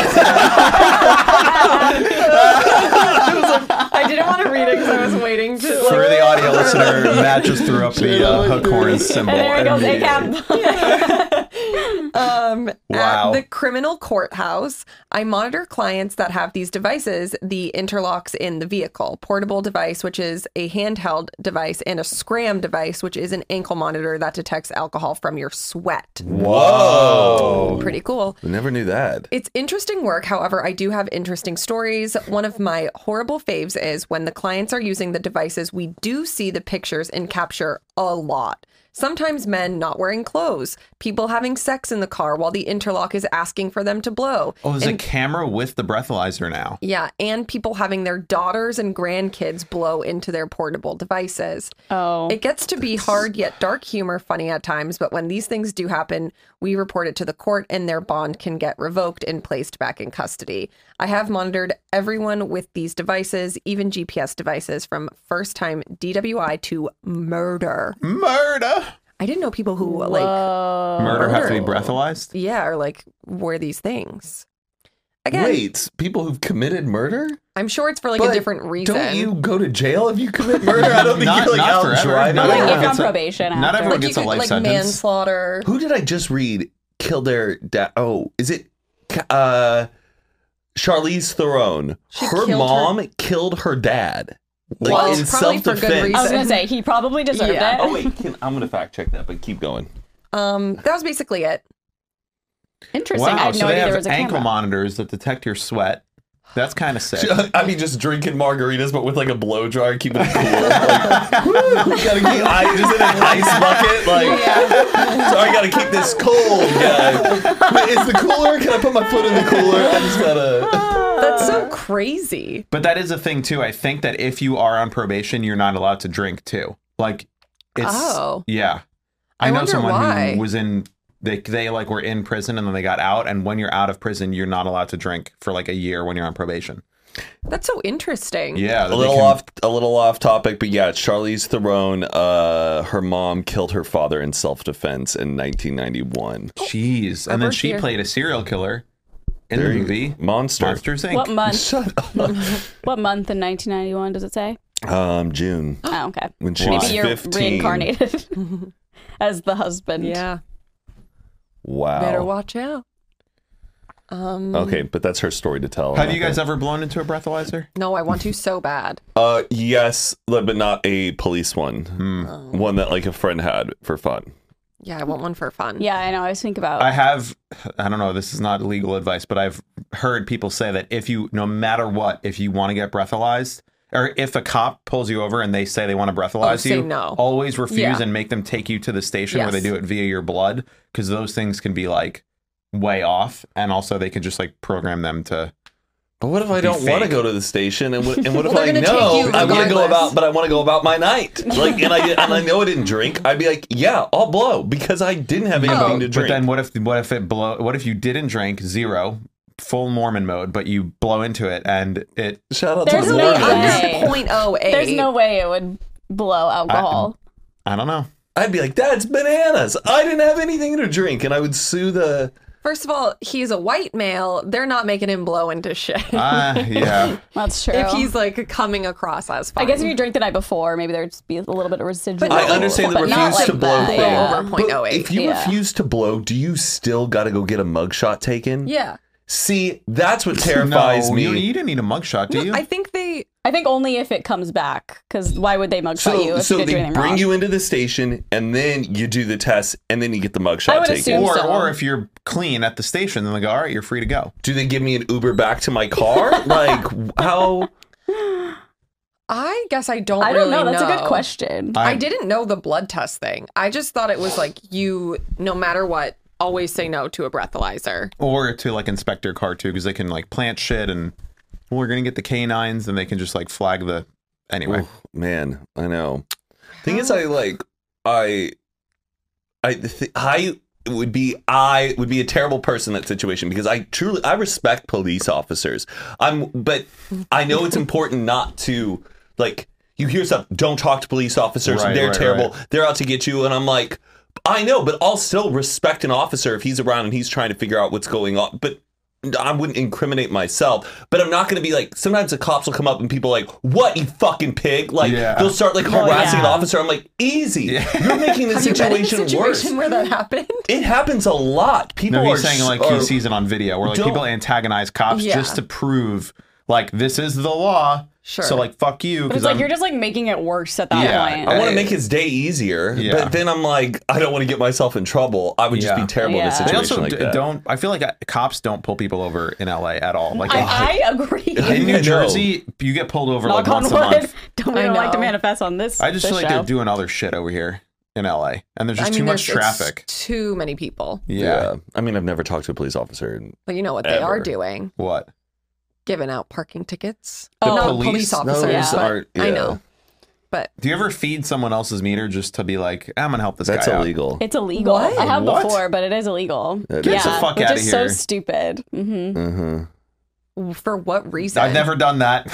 Speaker 2: I didn't want to read it because I was waiting to.
Speaker 1: For the audio listener, Matt just threw up the uh, hook horn symbol.
Speaker 3: And there it goes,
Speaker 1: immediately.
Speaker 3: ACAB.
Speaker 2: Um,
Speaker 1: Wow.
Speaker 2: At the criminal courthouse, I monitor clients that have these devices, the interlocks in the vehicle, portable device, which is a handheld device, and a scram device, which is an ankle monitor that detects alcohol from your sweat.
Speaker 4: Whoa.
Speaker 2: Pretty cool.
Speaker 4: I never knew that.
Speaker 2: It's interesting work. However, I do have interesting stories. One of my horrible faves is when the clients are using the devices, we do see the pictures and capture a lot. Sometimes men not wearing clothes, people having sex in the car while the interlock is asking for them to blow.
Speaker 1: Oh, there's a
Speaker 2: And-
Speaker 1: camera with the breathalyzer now.
Speaker 2: yeah, and people having their daughters and grandkids blow into their portable devices.
Speaker 3: Oh.
Speaker 2: It gets to be hard yet dark humor funny at times, but when these things do happen, we report it to the court and their bond can get revoked and placed back in custody. I have monitored everyone with these devices, even GPS devices, from first time DWI to murder.
Speaker 1: Murder.
Speaker 2: I didn't know people who like
Speaker 1: Murder have to be
Speaker 3: Oh.
Speaker 2: Murder.
Speaker 1: breathalyzed.
Speaker 2: yeah, or like wore these things. Again,
Speaker 4: Wait, people who've committed murder?
Speaker 2: I'm sure it's for like a
Speaker 4: But
Speaker 2: different reason.
Speaker 4: Don't you go to jail if you commit murder? I don't think
Speaker 1: Not-
Speaker 4: you're like
Speaker 1: not
Speaker 4: out
Speaker 1: forever.
Speaker 4: driving.
Speaker 1: Not
Speaker 3: Like,
Speaker 1: everyone
Speaker 3: if
Speaker 1: gets
Speaker 3: on
Speaker 1: a-
Speaker 3: probation after.
Speaker 1: not everyone
Speaker 2: like you
Speaker 1: gets a
Speaker 2: could
Speaker 1: life
Speaker 2: like
Speaker 1: sentence.
Speaker 2: manslaughter.
Speaker 4: Who did I just read killed their dad? Oh, is it Ca- uh Charlize Theron?
Speaker 2: She
Speaker 4: her
Speaker 2: killed her-
Speaker 4: mom killed her dad. Like
Speaker 2: Well,
Speaker 4: in
Speaker 2: it's probably for good
Speaker 4: self-defense.
Speaker 3: I
Speaker 2: reason.
Speaker 3: was going to say, he probably deserved
Speaker 2: Yeah.
Speaker 3: it.
Speaker 4: Oh wait, can, I'm gonna fact check that, but keep going.
Speaker 2: Um, that was basically it.
Speaker 3: Interesting. I
Speaker 1: Wow,
Speaker 3: had no
Speaker 1: so they
Speaker 3: idea
Speaker 1: have
Speaker 3: there was a
Speaker 1: ankle
Speaker 3: camera.
Speaker 1: monitors that detect your sweat. That's kind of sick.
Speaker 4: I mean, just drinking margaritas, but with like a blow dryer, keeping it cool. Like, woo, gotta keep I, just in an ice bucket. Like, so I gotta keep this cold, guy. Wait, is the cooler? Can I put my foot in the cooler? I just gotta.
Speaker 2: That's so crazy.
Speaker 1: But that is a thing too. I think that if you are on probation, you're not allowed to drink too. Like it's
Speaker 2: Oh.
Speaker 1: yeah.
Speaker 2: I
Speaker 1: know
Speaker 2: wonder
Speaker 1: someone
Speaker 2: why.
Speaker 1: who was in they they like were in prison and then they got out and when you're out of prison, you're not allowed to drink for like a year when you're on probation.
Speaker 2: That's so interesting.
Speaker 1: Yeah,
Speaker 4: A little off, a little off topic, but yeah, Charlize Theron. Uh, her mom killed her father in self-defense in 1991.
Speaker 1: Jeez, and then
Speaker 2: Robert
Speaker 1: she
Speaker 2: here.
Speaker 1: played a serial killer in the movie
Speaker 4: Monster.
Speaker 1: Monsters Inc.
Speaker 3: What month?
Speaker 4: Shut up.
Speaker 3: What month in 1991 does it say?
Speaker 4: Um, June
Speaker 3: Oh, okay.
Speaker 4: when she
Speaker 1: Maybe
Speaker 4: was
Speaker 3: Maybe you're
Speaker 4: 15.
Speaker 3: reincarnated as the husband.
Speaker 2: Yeah.
Speaker 4: Wow.
Speaker 2: Better watch out.
Speaker 4: Okay, but that's her story to tell.
Speaker 1: Have you guys ever blown into a breathalyzer?
Speaker 2: No, I want to so bad.
Speaker 4: Uh, yes, but but not a police one. One that like a friend had for fun.
Speaker 2: Yeah, I want one for fun.
Speaker 3: Yeah, I know. I was thinking about.
Speaker 1: I have, I don't know, this is not legal advice, but I've heard people say that if you, no matter what, if you want to get breathalyzed, or if a cop pulls you over and they say they want to breathalyze
Speaker 2: Oh, say
Speaker 1: you,
Speaker 2: no.
Speaker 1: always refuse
Speaker 2: Yeah.
Speaker 1: and make them take you to the station where they
Speaker 2: Yes.
Speaker 1: do it via your blood, because those things can be like way off, and also they can just like program them to
Speaker 4: But what if I don't want to
Speaker 1: fake.
Speaker 4: go to the station? And what, and
Speaker 2: Well,
Speaker 4: what if
Speaker 2: they're
Speaker 4: I
Speaker 2: gonna take
Speaker 4: know
Speaker 2: you
Speaker 4: I want to go
Speaker 2: regardless.
Speaker 4: about, but I want to go about my night, like, and I and I know I didn't drink. I'd be like, yeah, I'll blow because I didn't have anything to
Speaker 1: Oh. But
Speaker 4: drink.
Speaker 1: then what if what if it blow what if you didn't drink zero full Mormon mode, but you blow into it and it
Speaker 4: Shout out
Speaker 3: There's
Speaker 4: to the
Speaker 3: no
Speaker 4: Mormons.
Speaker 3: way.
Speaker 2: Under point oh eight.
Speaker 3: There's no way it would blow alcohol.
Speaker 1: I don't know.
Speaker 4: I'd be like, that's bananas. I didn't have anything to drink, and I would sue the.
Speaker 2: First of all, he's a white male. They're not making him blow into shit.
Speaker 1: Uh, yeah.
Speaker 3: That's true.
Speaker 2: if he's like coming across as fine.
Speaker 3: I guess if you drink the night before, maybe there'd be a little bit of residual.
Speaker 2: But
Speaker 4: I understand the
Speaker 2: But not
Speaker 4: refuse
Speaker 2: like
Speaker 4: to blow
Speaker 2: that,
Speaker 4: thing.
Speaker 3: yeah.
Speaker 2: Over
Speaker 4: But
Speaker 2: 0.08.
Speaker 4: if you
Speaker 3: yeah.
Speaker 4: refuse to blow, do you still got to go get a mugshot taken?
Speaker 2: yeah.
Speaker 4: See, that's what terrifies
Speaker 1: No,
Speaker 4: me.
Speaker 1: You, you didn't need a mugshot, do you?
Speaker 2: I think they
Speaker 3: I think only if it comes back, because why would they mugshot you
Speaker 4: so,
Speaker 3: if
Speaker 4: so
Speaker 3: you did do
Speaker 4: they
Speaker 3: anything
Speaker 4: bring
Speaker 3: wrong?
Speaker 4: you into the station, and then you do the test, and then you get the
Speaker 3: I
Speaker 4: mugshot
Speaker 3: would
Speaker 4: taken.
Speaker 3: assume-
Speaker 1: or
Speaker 3: so.
Speaker 1: or if you're clean at the station, then they go, all right, you're free to go.
Speaker 4: Do they give me an Uber back to my car? like how?
Speaker 2: I guess I don't
Speaker 3: I don't know.
Speaker 2: really
Speaker 3: That's a good question.
Speaker 2: I didn't know the blood test thing. I just thought it was like you no matter what always say no to a breathalyzer.
Speaker 1: Or to like inspect your car too, because they can like plant shit and well, we're gonna get the canines and they can just like flag the anyway.
Speaker 4: Ooh, man, I know. Thing is, I like I, I th- I would be I would be a terrible person in that situation because I truly I respect police officers. I'm, but I know it's important not to like you hear stuff. Don't talk to police officers.
Speaker 1: Right,
Speaker 4: They're
Speaker 1: right,
Speaker 4: terrible.
Speaker 1: right.
Speaker 4: They're out to get you. And I'm like, I know, but I'll still respect an officer if he's around and he's trying to figure out what's going on. But I wouldn't incriminate myself, but I'm not going to be like. Sometimes the cops will come up and people are like, "What you fucking pig!" Like
Speaker 1: Yeah.
Speaker 4: they'll start like harassing an
Speaker 3: yeah.
Speaker 4: officer. I'm like, "Easy, you're making the
Speaker 2: Oh, Have you been in a
Speaker 4: situation,
Speaker 2: situation
Speaker 4: worse."
Speaker 2: where that happened?
Speaker 4: It happens a lot. People
Speaker 1: No,
Speaker 4: are
Speaker 1: he's saying like
Speaker 4: are,
Speaker 1: he sees it on video where like
Speaker 4: Oh. Don't-
Speaker 1: people antagonize cops
Speaker 2: Yeah.
Speaker 1: just to prove like this is the law.
Speaker 2: Sure.
Speaker 1: So like fuck you.
Speaker 3: But it's like you're just like making it worse at that
Speaker 1: Yeah,
Speaker 3: point.
Speaker 4: I want
Speaker 1: Right.
Speaker 4: to make his day easier,
Speaker 1: Yeah.
Speaker 4: but then I'm like, I don't want to get myself in trouble. I would just
Speaker 1: Yeah.
Speaker 4: be terrible in a
Speaker 3: Yeah.
Speaker 1: they
Speaker 4: situation
Speaker 1: also
Speaker 4: like
Speaker 1: d-
Speaker 4: that.
Speaker 1: don't. I feel like uh, cops don't pull people over in LA at all. Like
Speaker 3: I, I agree.
Speaker 1: in
Speaker 4: I
Speaker 1: New
Speaker 4: know.
Speaker 1: Jersey, you get pulled over like
Speaker 3: Knock on
Speaker 1: once a
Speaker 3: wood.
Speaker 1: month.
Speaker 3: Don't we
Speaker 2: I
Speaker 3: don't like to
Speaker 2: know.
Speaker 3: manifest on this.
Speaker 1: I just
Speaker 3: this
Speaker 1: feel like
Speaker 3: show.
Speaker 1: they're doing other shit over here in LA, and there's just
Speaker 2: I mean,
Speaker 1: too much
Speaker 2: there's- it's
Speaker 1: traffic.
Speaker 2: Too many people.
Speaker 1: Yeah.
Speaker 4: Yeah. I mean, I've never talked to a police officer. and-
Speaker 2: But you know what they
Speaker 4: Ever.
Speaker 2: are doing?
Speaker 1: What?
Speaker 2: Giving out parking tickets.
Speaker 1: The
Speaker 2: Not
Speaker 1: police?
Speaker 2: police officers.
Speaker 4: Those
Speaker 2: but
Speaker 4: aren't-
Speaker 2: I
Speaker 4: yeah.
Speaker 2: know. But
Speaker 1: Do you ever feed someone else's meter just to be like, I'm gonna help this
Speaker 4: That's
Speaker 1: guy
Speaker 4: illegal.
Speaker 3: It's illegal.
Speaker 2: What?
Speaker 3: I have
Speaker 1: What?
Speaker 3: before, but it is illegal.
Speaker 4: That
Speaker 1: is. Get the fuck
Speaker 3: which
Speaker 1: outta
Speaker 3: is so
Speaker 1: here.
Speaker 3: stupid. hmm
Speaker 4: Uh-huh.
Speaker 2: for what reason?
Speaker 1: out? I've never done that.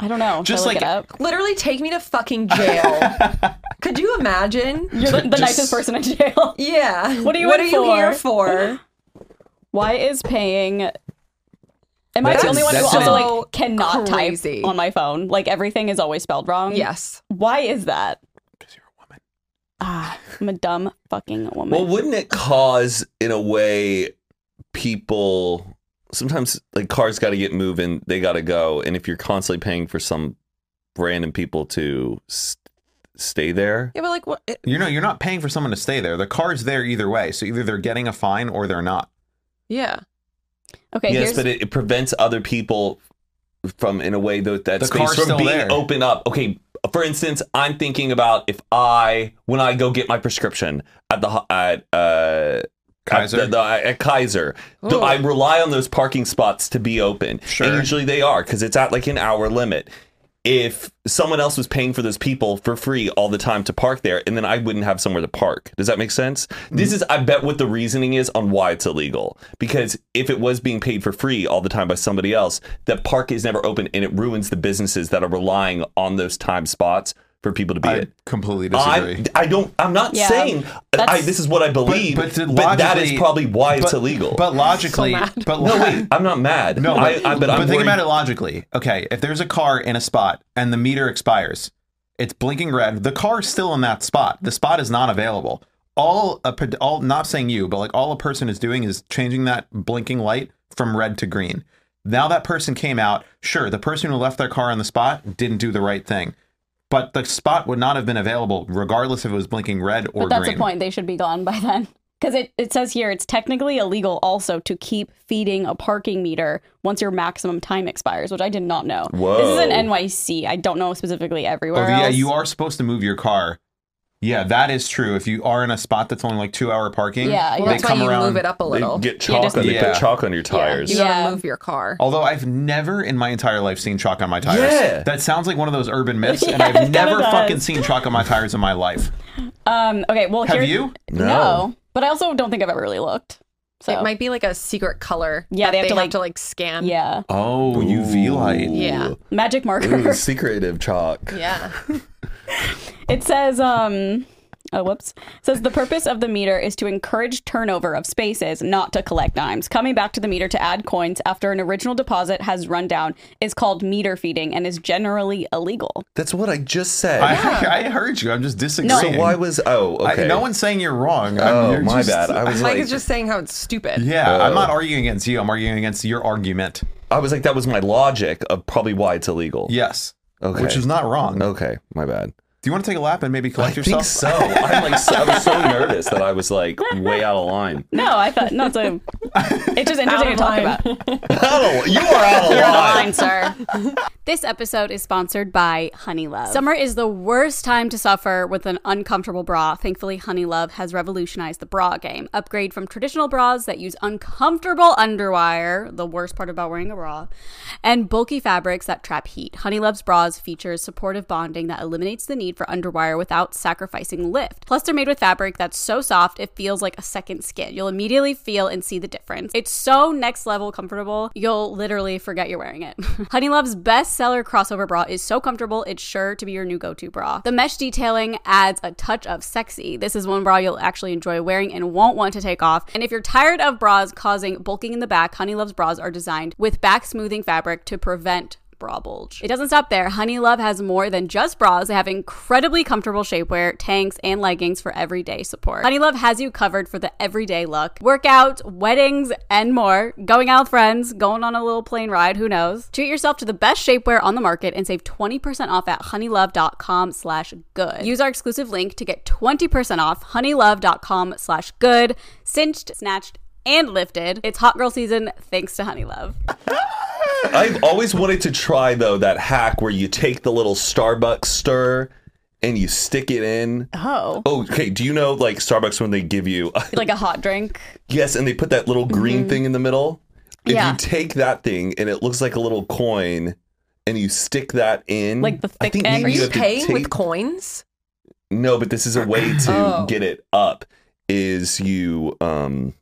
Speaker 3: I don't know. Should
Speaker 1: Just
Speaker 3: I
Speaker 1: like-
Speaker 3: look it up.
Speaker 2: Literally take me to fucking jail. Could you imagine?
Speaker 3: You're the, the
Speaker 4: just-
Speaker 3: nicest person in jail.
Speaker 2: Yeah.
Speaker 3: What are you
Speaker 2: What
Speaker 3: in
Speaker 2: are you
Speaker 3: for?
Speaker 2: here for?
Speaker 3: Why is paying? Am I
Speaker 4: That's
Speaker 3: the only one who
Speaker 4: that's
Speaker 3: also
Speaker 2: so
Speaker 3: like cannot
Speaker 2: crazy.
Speaker 3: type on my phone? Like everything is always spelled wrong.
Speaker 2: Yes.
Speaker 3: Why is that? Ah, I'm a dumb fucking woman.
Speaker 4: Well, wouldn't it cause, in a way, people sometimes like cars got to get moving, they got to go, and if you're constantly paying for some random people to s stay there,
Speaker 2: Yeah, but like, what?
Speaker 1: you know, you're not paying for someone to stay there. The car's there either way, so either they're getting a fine or they're not.
Speaker 2: yeah.
Speaker 3: okay,
Speaker 4: yes,
Speaker 3: here's
Speaker 4: but it, it prevents other people from, in a way, that that
Speaker 1: The
Speaker 4: space
Speaker 1: car's
Speaker 4: from
Speaker 1: still
Speaker 4: being
Speaker 1: there.
Speaker 4: open up. Okay, for instance, I'm thinking about if I when I go get my prescription at the ho- at uh.
Speaker 1: Kaiser?
Speaker 4: At, the, the- at Kaiser. Th-
Speaker 2: Ooh.
Speaker 4: I rely on those parking spots to be open.
Speaker 1: Sure.
Speaker 4: And usually they are because it's at like an hour limit. If someone else was paying for those people for free all the time to park there, and then I wouldn't have somewhere to park. Does that make sense?
Speaker 1: Mm.
Speaker 4: This is, I bet, what the reasoning is on why it's illegal. Because if it was being paid for free all the time by somebody else, that park is never open and it ruins the businesses that are relying on those time spots for people to be
Speaker 1: I
Speaker 4: at.
Speaker 1: completely disagree.
Speaker 4: I, I don't. I'm not
Speaker 3: Yeah,
Speaker 4: saying I,
Speaker 3: that's-
Speaker 4: this is what I believe, but,
Speaker 1: to
Speaker 4: that is
Speaker 1: logically-
Speaker 4: probably why it's
Speaker 1: but-
Speaker 4: illegal.
Speaker 1: But logically, but
Speaker 4: no, wait, I'm not mad.
Speaker 1: No,
Speaker 4: I, I, but, I'm
Speaker 1: think
Speaker 4: worried-
Speaker 1: about it logically. Okay, if there's a car in a spot and the meter expires, it's blinking red. The car's still in that spot. The spot is not available. All a ped- all not saying you, but like all a person is doing is changing that blinking light from red to green. Now that person came out. Sure, the person who left their car on the spot didn't do the right thing, but the spot would not have been available regardless if it was blinking red or
Speaker 3: But that's
Speaker 1: green.
Speaker 3: the point. They should be gone by then. Because it, it says here it's technically illegal also to keep feeding a parking meter once your maximum time expires, which I did not know. This is
Speaker 4: Whoa.
Speaker 3: an NYC. I don't know specifically everywhere.
Speaker 1: Oh, yeah,
Speaker 3: else.
Speaker 1: you are supposed to move your car Yeah, that is true. If you are in a spot that's only like two hour parking,
Speaker 3: Yeah,
Speaker 1: they
Speaker 3: yeah.
Speaker 2: Well, that's why
Speaker 1: come
Speaker 2: you
Speaker 1: around.
Speaker 2: move it up a
Speaker 4: They
Speaker 2: little.
Speaker 4: get chalk
Speaker 3: just-
Speaker 4: on. They
Speaker 1: Yeah.
Speaker 4: put chalk on your tires.
Speaker 2: You gotta
Speaker 3: Yeah.
Speaker 2: move your car.
Speaker 1: Although I've never in my entire life seen chalk on my tires.
Speaker 4: Yeah.
Speaker 1: That sounds like one of those urban myths, and
Speaker 3: it
Speaker 1: I've
Speaker 3: kinda
Speaker 1: never
Speaker 3: does.
Speaker 1: fucking seen chalk on my tires in my life.
Speaker 3: Um, okay, well,
Speaker 1: Have
Speaker 3: here,
Speaker 1: you?
Speaker 3: No.
Speaker 4: No.
Speaker 3: but I also don't think I've ever really looked. So
Speaker 2: It might be like a secret color.
Speaker 3: Yeah,
Speaker 2: that
Speaker 3: they have to, like-
Speaker 2: scan.
Speaker 3: yeah,
Speaker 1: Oh, UV light.
Speaker 2: Yeah.
Speaker 3: magic marker.
Speaker 4: Ooh, secretive chalk.
Speaker 2: Yeah.
Speaker 3: It says, um, oh, whoops. It says the purpose of the meter is to encourage turnover of spaces, not to collect dimes. Coming back to the meter to add coins after an original deposit has run down is called meter feeding and is generally illegal.
Speaker 4: That's what I just said.
Speaker 1: I, I heard you. I'm just disagreeing.
Speaker 4: so why was oh
Speaker 1: I-
Speaker 4: okay?
Speaker 1: no one's saying you're wrong. I'm-
Speaker 4: Oh
Speaker 1: you're
Speaker 4: my
Speaker 1: just-
Speaker 4: bad. I was
Speaker 2: Mike
Speaker 4: like,
Speaker 2: is just saying how it's stupid.
Speaker 1: Yeah, I'm
Speaker 4: Oh.
Speaker 1: not arguing against you. I'm arguing against your argument.
Speaker 4: I was like, that was my logic of probably why it's illegal.
Speaker 1: Yes.
Speaker 4: Okay.
Speaker 1: Which is not wrong.
Speaker 4: Okay, my bad.
Speaker 1: Do you want to take a lap and maybe
Speaker 4: I
Speaker 1: collect
Speaker 4: think
Speaker 1: yourself?
Speaker 4: so. I'm like, so, I was so nervous that I was like way out of line.
Speaker 3: No, I thought not so. It's just interesting to talk about.
Speaker 4: Out of, you are out of line.
Speaker 3: sir.
Speaker 7: This episode is sponsored by Honeylove. Summer is the worst time to suffer with an uncomfortable bra. Thankfully, Honeylove has revolutionized the bra game. Upgrade from traditional bras that use uncomfortable underwire, the worst part about wearing a bra, and bulky fabrics that trap heat. Honeylove's bras features supportive bonding that eliminates the need for underwire without sacrificing lift. Plus, they're made with fabric that's so soft it feels like a second skin. You'll immediately feel and see the difference. It's so next level comfortable, you'll literally forget you're wearing it. Honeylove's bestseller crossover bra is so comfortable, it's sure to be your new go to bra. The mesh detailing adds a touch of sexy. This is one bra you'll actually enjoy wearing and won't want to take off. And if you're tired of bras causing bulking in the back, Honeylove's bras are designed with back smoothing fabric to prevent bra bulge. It doesn't stop there. Honeylove has more than just bras. They have incredibly comfortable shapewear, tanks, and leggings for everyday support. Honeylove has you covered for the everyday look. Workouts, weddings, and more. Going out with friends, going on a little plane ride, who knows? Treat yourself to the best shapewear on the market and save 20% off at honeylove.com slash good. Use our exclusive link to get 20% off honeylove.com slash good. Cinched, snatched, and lifted. It's hot girl season thanks to Honeylove.
Speaker 4: I've always wanted to try though that hack where you take the little Starbucks stir and you stick it in.
Speaker 3: Oh,
Speaker 4: Oh, okay. Do you know like Starbucks when they give you
Speaker 3: like a hot drink.
Speaker 4: yes, and they put that little
Speaker 2: Mm-hmm.
Speaker 4: green thing in the middle? If
Speaker 3: Yeah.
Speaker 4: you take that thing and it looks like a little coin and you stick that in,
Speaker 3: Like the
Speaker 4: I
Speaker 3: thick
Speaker 4: think
Speaker 3: end?
Speaker 4: maybe
Speaker 2: Are you
Speaker 4: have to
Speaker 2: paying
Speaker 4: take-
Speaker 2: with coins?
Speaker 4: No, but this is a way to
Speaker 2: Oh.
Speaker 4: get it up. Is you um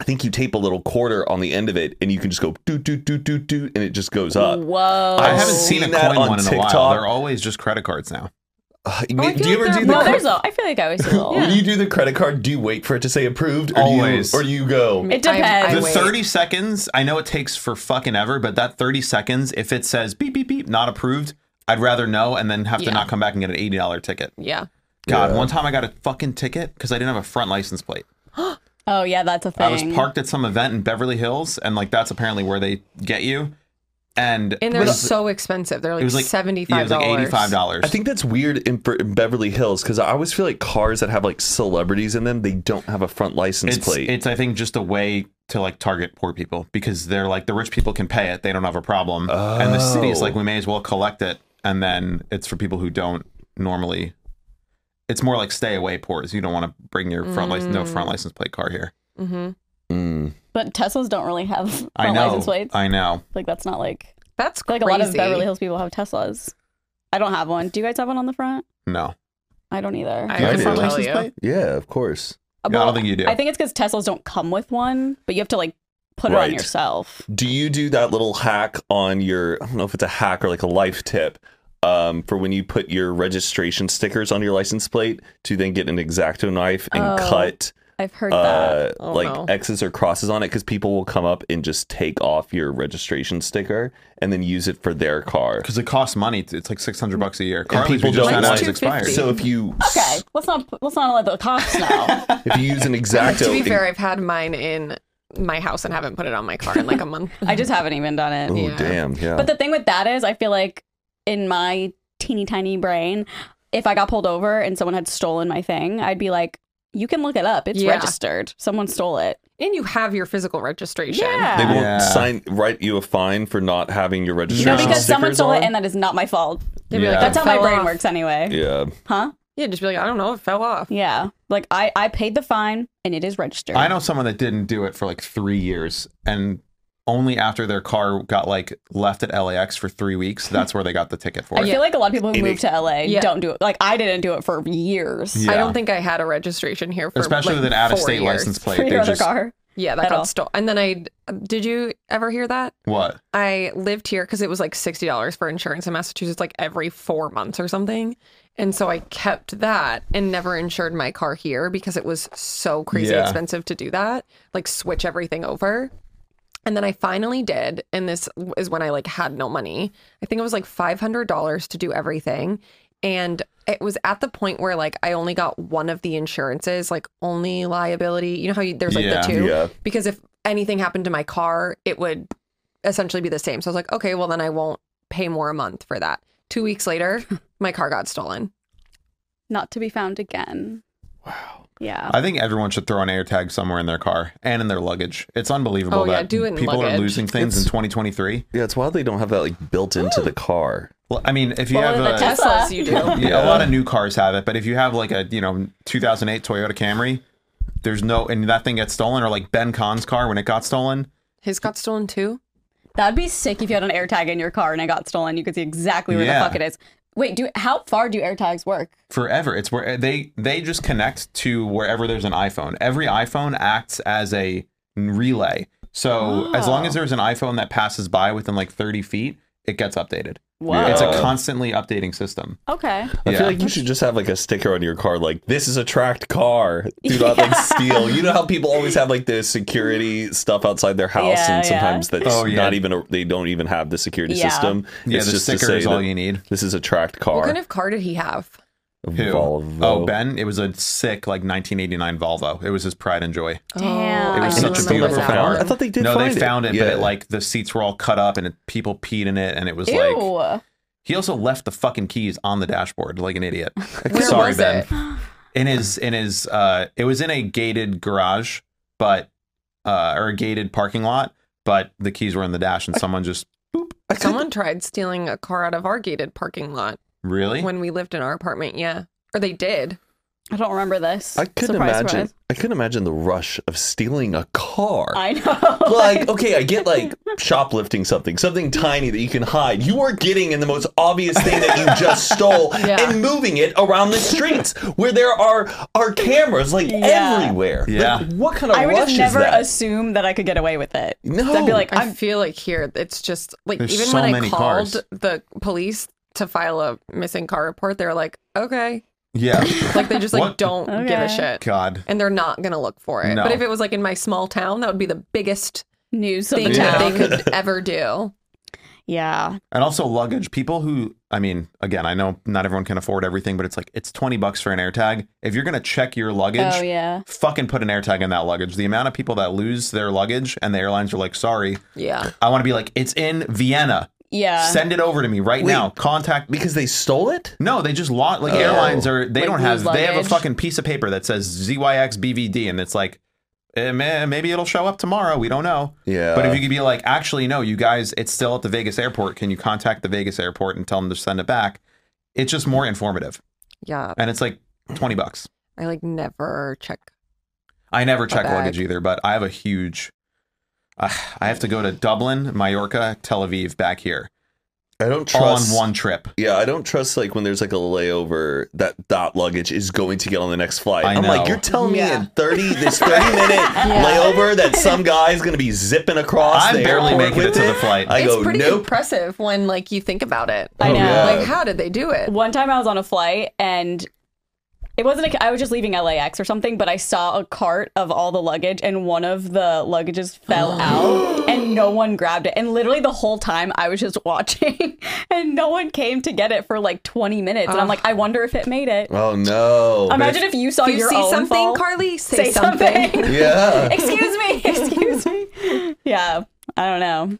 Speaker 4: I think you tape a little quarter on the end of it and you can just go doot doot doot doot doot and it just goes up.
Speaker 3: Whoa.
Speaker 1: I haven't seen a
Speaker 4: Seen that
Speaker 1: coin
Speaker 4: on
Speaker 1: one in a while.
Speaker 4: TikTok.
Speaker 1: They're always just credit cards now.
Speaker 4: Uh, you
Speaker 2: Oh, I
Speaker 4: mean-
Speaker 2: feel
Speaker 4: do you
Speaker 2: like
Speaker 4: ever
Speaker 2: they're
Speaker 4: do
Speaker 2: more-
Speaker 3: Well,
Speaker 4: the
Speaker 3: there's a. I feel like I always do. a little.
Speaker 4: when you do the credit card, do you wait for it to say approved? Or
Speaker 1: Always.
Speaker 4: Do you, or do you go?
Speaker 3: It
Speaker 2: I-
Speaker 3: depends.
Speaker 2: I
Speaker 1: the
Speaker 2: wait.
Speaker 1: 30 seconds, I know it takes for fucking ever, but that 30 seconds, if it says beep, beep, beep, not approved, I'd rather know and then have to
Speaker 2: Yeah.
Speaker 1: not come back and get an $80 ticket.
Speaker 2: Yeah.
Speaker 1: God, one time I got a fucking ticket because I didn't have a front license plate.
Speaker 3: oh yeah, that's a thing.
Speaker 1: I was parked at some event in Beverly Hills, and like that's apparently where they get you. And
Speaker 2: And they're so expensive. They're
Speaker 1: it
Speaker 2: like,
Speaker 1: was like
Speaker 2: $75.
Speaker 1: yeah, It was like eighty-five dollars.
Speaker 4: I think that's weird in, for, in Beverly Hills because I always feel like cars that have like celebrities in them, they don't have a front license
Speaker 1: it's
Speaker 4: plate.
Speaker 1: it's I think just a way to like target poor people because they're like the rich people can pay it; they don't have a problem, and the city is
Speaker 4: Oh.
Speaker 1: like we may as well collect it, and then it's for people who don't normally. It's more like stay away poors. You don't want to bring your front license,
Speaker 3: Mm.
Speaker 1: no front license plate car here.
Speaker 3: Mm-hmm.
Speaker 4: Mm.
Speaker 3: but Teslas don't really have front
Speaker 1: I know.
Speaker 3: license plates.
Speaker 1: I know.
Speaker 3: like that's not like
Speaker 2: That's
Speaker 3: Like
Speaker 2: crazy.
Speaker 3: a lot of Beverly Hills people have Teslas. I don't have one. Do you guys have one on the front?
Speaker 1: No,
Speaker 3: I don't either. Uh,
Speaker 2: I
Speaker 4: Yeah, I
Speaker 2: couldn't
Speaker 4: do.
Speaker 2: tell you.
Speaker 4: Yeah, of course.
Speaker 1: Yeah, I don't think you do.
Speaker 3: I think it's because Teslas don't come with one, but you have to like put it
Speaker 4: Right.
Speaker 3: on yourself.
Speaker 4: Do you do that little hack on your? I don't know if it's a hack or like a life tip. Um, for when you put your registration stickers on your license plate to then get an exacto knife and
Speaker 3: Oh,
Speaker 4: cut
Speaker 3: I've heard that.
Speaker 4: uh,
Speaker 2: Oh,
Speaker 4: like
Speaker 2: no.
Speaker 4: X's or crosses on it because people will come up and just take off your registration sticker and then use it for their car.
Speaker 1: because it costs money. It's like six hundred bucks a year. Car
Speaker 4: people
Speaker 1: people
Speaker 4: don't
Speaker 1: don't
Speaker 4: want-
Speaker 1: is expired.
Speaker 4: So if you
Speaker 3: Okay, let's not let's not let the cops know.
Speaker 4: if you use an exacto,
Speaker 2: To be fair, I've had mine in my house and haven't put it on my car in like a month.
Speaker 3: I just haven't even done it.
Speaker 4: oh
Speaker 2: yeah.
Speaker 4: damn, yeah.
Speaker 3: But the thing with that is, I feel like in my teeny tiny brain, if I got pulled over and someone had stolen my thing, I'd be like, "You can look it up. It's
Speaker 2: Yeah.
Speaker 3: registered. Someone stole it."
Speaker 2: and you have your physical registration.
Speaker 4: they
Speaker 3: Yeah.
Speaker 4: won't
Speaker 1: Yeah.
Speaker 4: sign write you a fine for not having your registration.
Speaker 3: No, because someone
Speaker 4: stickers
Speaker 3: stole it,
Speaker 4: on?
Speaker 3: and that is not my fault.
Speaker 2: They'd be
Speaker 1: Yeah.
Speaker 2: like,
Speaker 3: That's how my
Speaker 2: "Fell
Speaker 3: brain
Speaker 2: off."
Speaker 3: works, anyway.
Speaker 4: yeah,
Speaker 3: Huh?
Speaker 2: Yeah, just be like, I don't know, it fell off.
Speaker 3: Yeah. Like I, I paid the fine and it is registered.
Speaker 1: I know someone that didn't do it for like three years, and only after their car got like left at LAX for three weeks, that's where they got the ticket for
Speaker 3: I
Speaker 1: it.
Speaker 3: feel like a lot of people who move to LA
Speaker 2: Yeah.
Speaker 3: don't do it. Like I didn't do it for years.
Speaker 2: I
Speaker 1: Yeah.
Speaker 2: don't think I had a registration here for
Speaker 1: Especially
Speaker 2: like,
Speaker 1: with an out of
Speaker 2: four
Speaker 1: state
Speaker 2: years.
Speaker 1: license plate.
Speaker 3: for
Speaker 1: they
Speaker 3: your other
Speaker 1: just-
Speaker 3: car.
Speaker 2: Yeah, that
Speaker 3: at
Speaker 2: got
Speaker 3: all.
Speaker 2: stolen. And then I did you ever hear that?
Speaker 1: What?
Speaker 2: I lived here because it was like sixty dollars for insurance in Massachusetts, like every four months or something. And so I kept that and never insured my car here because it was so crazy
Speaker 1: Yeah.
Speaker 2: expensive to do that, like switch everything over. And then I finally did, and this is when I like had no money. I think it was like five hundred dollars to do everything, and it was at the point where like I only got one of the insurances, like only liability. You know how you, there's like
Speaker 1: Yeah.
Speaker 2: the two,
Speaker 4: Yeah.
Speaker 2: because if anything happened to my car, it would essentially be the same. So I was like, okay, well then I won't pay more a month for that. Two weeks later, my car got stolen.
Speaker 7: Not to be found again. Wow. Yeah.
Speaker 1: I think everyone should throw an air tag somewhere in their car and in their luggage. It's unbelievable
Speaker 2: Oh, yeah,
Speaker 1: that
Speaker 2: do it in
Speaker 1: people are
Speaker 2: luggage.
Speaker 1: losing things in 2023.
Speaker 4: Yeah, it's wild they don't have that like built into the car.
Speaker 1: Well, I mean, if you
Speaker 3: Well, the
Speaker 1: have a,
Speaker 3: Tesla.
Speaker 2: Teslas, you do.
Speaker 1: yeah, a lot of new cars have it, but if you have like a you know 2008 Toyota Camry, there's no and that thing gets stolen or like Ben Kahn's car when it got stolen.
Speaker 2: His got stolen too.
Speaker 3: That'd be sick if you had an air tag in your car and it got stolen. You could see exactly where
Speaker 1: Yeah.
Speaker 3: the fuck it is. Wait, do how far do air tags work?
Speaker 1: forever. It's where they they just connect to wherever there's an iPhone. Every iPhone acts as a relay. So oh, as long
Speaker 6: Oh.
Speaker 1: as there's an iPhone that passes by within like 30 feet, it gets updated.
Speaker 3: Wow.
Speaker 1: It's a
Speaker 4: Yeah.
Speaker 1: constantly updating system.
Speaker 7: Okay.
Speaker 4: I
Speaker 1: Yeah.
Speaker 4: feel like you should just have like a sticker on your car, like "This is a tracked car. Do not like steal." You know how people always have like the security stuff outside their house,
Speaker 3: Yeah,
Speaker 4: and sometimes that's
Speaker 1: Oh, yeah.
Speaker 4: not even a, they don't even have the security
Speaker 3: Yeah.
Speaker 4: system.
Speaker 1: Yeah,
Speaker 4: it's
Speaker 1: the
Speaker 4: just to
Speaker 1: sticker is
Speaker 4: say
Speaker 1: all
Speaker 4: that
Speaker 1: you need.
Speaker 4: This is a tracked car.
Speaker 2: What kind of car did he have?
Speaker 1: Who?
Speaker 4: Volvo.
Speaker 1: Oh, Ben. It was a sick like 1989 Volvo. It was his pride and joy.
Speaker 7: Damn.
Speaker 2: Oh,
Speaker 1: It was
Speaker 2: I
Speaker 1: such a
Speaker 2: remember
Speaker 1: beautiful
Speaker 2: that
Speaker 1: car.
Speaker 2: one.
Speaker 4: I thought they did.
Speaker 1: no,
Speaker 4: find
Speaker 1: they found it, but
Speaker 4: Yeah.
Speaker 1: it, like the seats were all cut up and it, people peed in it, and it was
Speaker 3: Ew.
Speaker 1: like he also left the fucking keys on the dashboard like an idiot.
Speaker 2: Where
Speaker 1: Sorry,
Speaker 2: was
Speaker 1: Ben.
Speaker 2: it?
Speaker 1: in his in his uh it was in a gated garage but uh or a gated parking lot but the keys were in the dash and someone just
Speaker 2: Someone tried stealing a car out of our gated parking lot
Speaker 1: really
Speaker 2: when we lived in our apartment. Yeah, or they did.
Speaker 3: I don't remember this.
Speaker 4: I couldn't
Speaker 3: Surprise,
Speaker 4: imagine.
Speaker 3: surprise.
Speaker 4: I couldn't imagine the rush of stealing a car.
Speaker 3: I know.
Speaker 4: like, okay, I get like shoplifting something, something tiny that you can hide. You are getting in the most obvious thing that you just stole
Speaker 2: Yeah.
Speaker 4: and moving it around the streets where there are are cameras like everywhere. Like,
Speaker 1: Yeah.
Speaker 4: what kind of
Speaker 3: I would
Speaker 4: rush
Speaker 3: just never
Speaker 4: is that?
Speaker 3: assume that I could get away with it.
Speaker 4: No.
Speaker 3: I'd be like,
Speaker 2: I
Speaker 3: I'm
Speaker 2: feel like here it's just like
Speaker 1: There's
Speaker 2: even
Speaker 1: so
Speaker 2: when I
Speaker 1: many
Speaker 2: called
Speaker 1: cars.
Speaker 2: the police to file a missing car report, they're like, okay,
Speaker 1: yeah
Speaker 2: like they just like
Speaker 1: What?
Speaker 2: don't give a
Speaker 3: Okay.
Speaker 2: shit,
Speaker 1: god
Speaker 2: and they're not gonna look for it.
Speaker 1: No.
Speaker 2: But if it was like in my small town, that would be the biggest
Speaker 3: new
Speaker 2: thing
Speaker 3: something.
Speaker 2: that
Speaker 3: Yeah.
Speaker 2: they could ever do.
Speaker 3: yeah.
Speaker 1: and also luggage people who i mean again i know not everyone can afford everything but it's like it's 20 bucks for an airtag if you're gonna check your luggage
Speaker 3: Oh yeah.
Speaker 1: fucking put an airtag in that luggage the amount of people that lose their luggage and the airlines are like sorry
Speaker 2: Yeah,
Speaker 1: i want to be like it's in vienna
Speaker 3: Yeah.
Speaker 1: send it over to me right
Speaker 4: Wait.
Speaker 1: now contact
Speaker 4: because they stole it?
Speaker 1: No, they just lost. Like airlines are, they
Speaker 2: Like,
Speaker 1: don't have.
Speaker 2: lose
Speaker 1: They have a
Speaker 2: luggage.
Speaker 1: fucking piece of paper that says ZYXBVD, and it's like, eh, ma- maybe it'll show up tomorrow. We don't know.
Speaker 4: Yeah.
Speaker 1: But if you could be like, actually, no, you guys, it's still at the Vegas airport. Can you contact the Vegas airport and tell them to send it back? It's just more informative,
Speaker 2: yeah.
Speaker 1: and it's like twenty bucks.
Speaker 2: I like never check.
Speaker 1: I never check
Speaker 2: bag.
Speaker 1: luggage either, but I have a huge. Uh, I have to go to Dublin, Mallorca, Tel Aviv, back here,
Speaker 4: I don't
Speaker 1: all on one trip.
Speaker 4: Yeah, I don't trust like when there's like a layover that that luggage is going to get on the next flight.
Speaker 1: I
Speaker 4: I'm
Speaker 1: know.
Speaker 4: like, you're telling
Speaker 3: Yeah.
Speaker 4: me in thirty this thirty minute layover that some guy's gonna be zipping across.
Speaker 1: I'm
Speaker 4: the
Speaker 1: barely
Speaker 4: airport
Speaker 1: making it
Speaker 4: with
Speaker 1: to the flight.
Speaker 4: I
Speaker 2: it's
Speaker 4: go,
Speaker 2: pretty
Speaker 4: nope.
Speaker 2: impressive when like you think about it.
Speaker 1: Oh,
Speaker 3: I know.
Speaker 4: yeah.
Speaker 2: Like, how did they do it?
Speaker 3: One time I was on a flight and it wasn't a, I was just leaving LAX or something, but I saw a cart of all the luggage and one of the luggages fell out and no one grabbed it. And literally the whole time I was just watching and no one came to get it for like 20 minutes. And I'm like, I wonder if it made it.
Speaker 4: Oh no.
Speaker 3: Imagine if you saw
Speaker 2: If you
Speaker 3: your
Speaker 2: see
Speaker 3: own
Speaker 2: something,
Speaker 3: fall.
Speaker 2: Carly, say,
Speaker 3: say
Speaker 2: something.
Speaker 3: something.
Speaker 4: Yeah.
Speaker 3: excuse me, excuse me. Yeah, I don't know.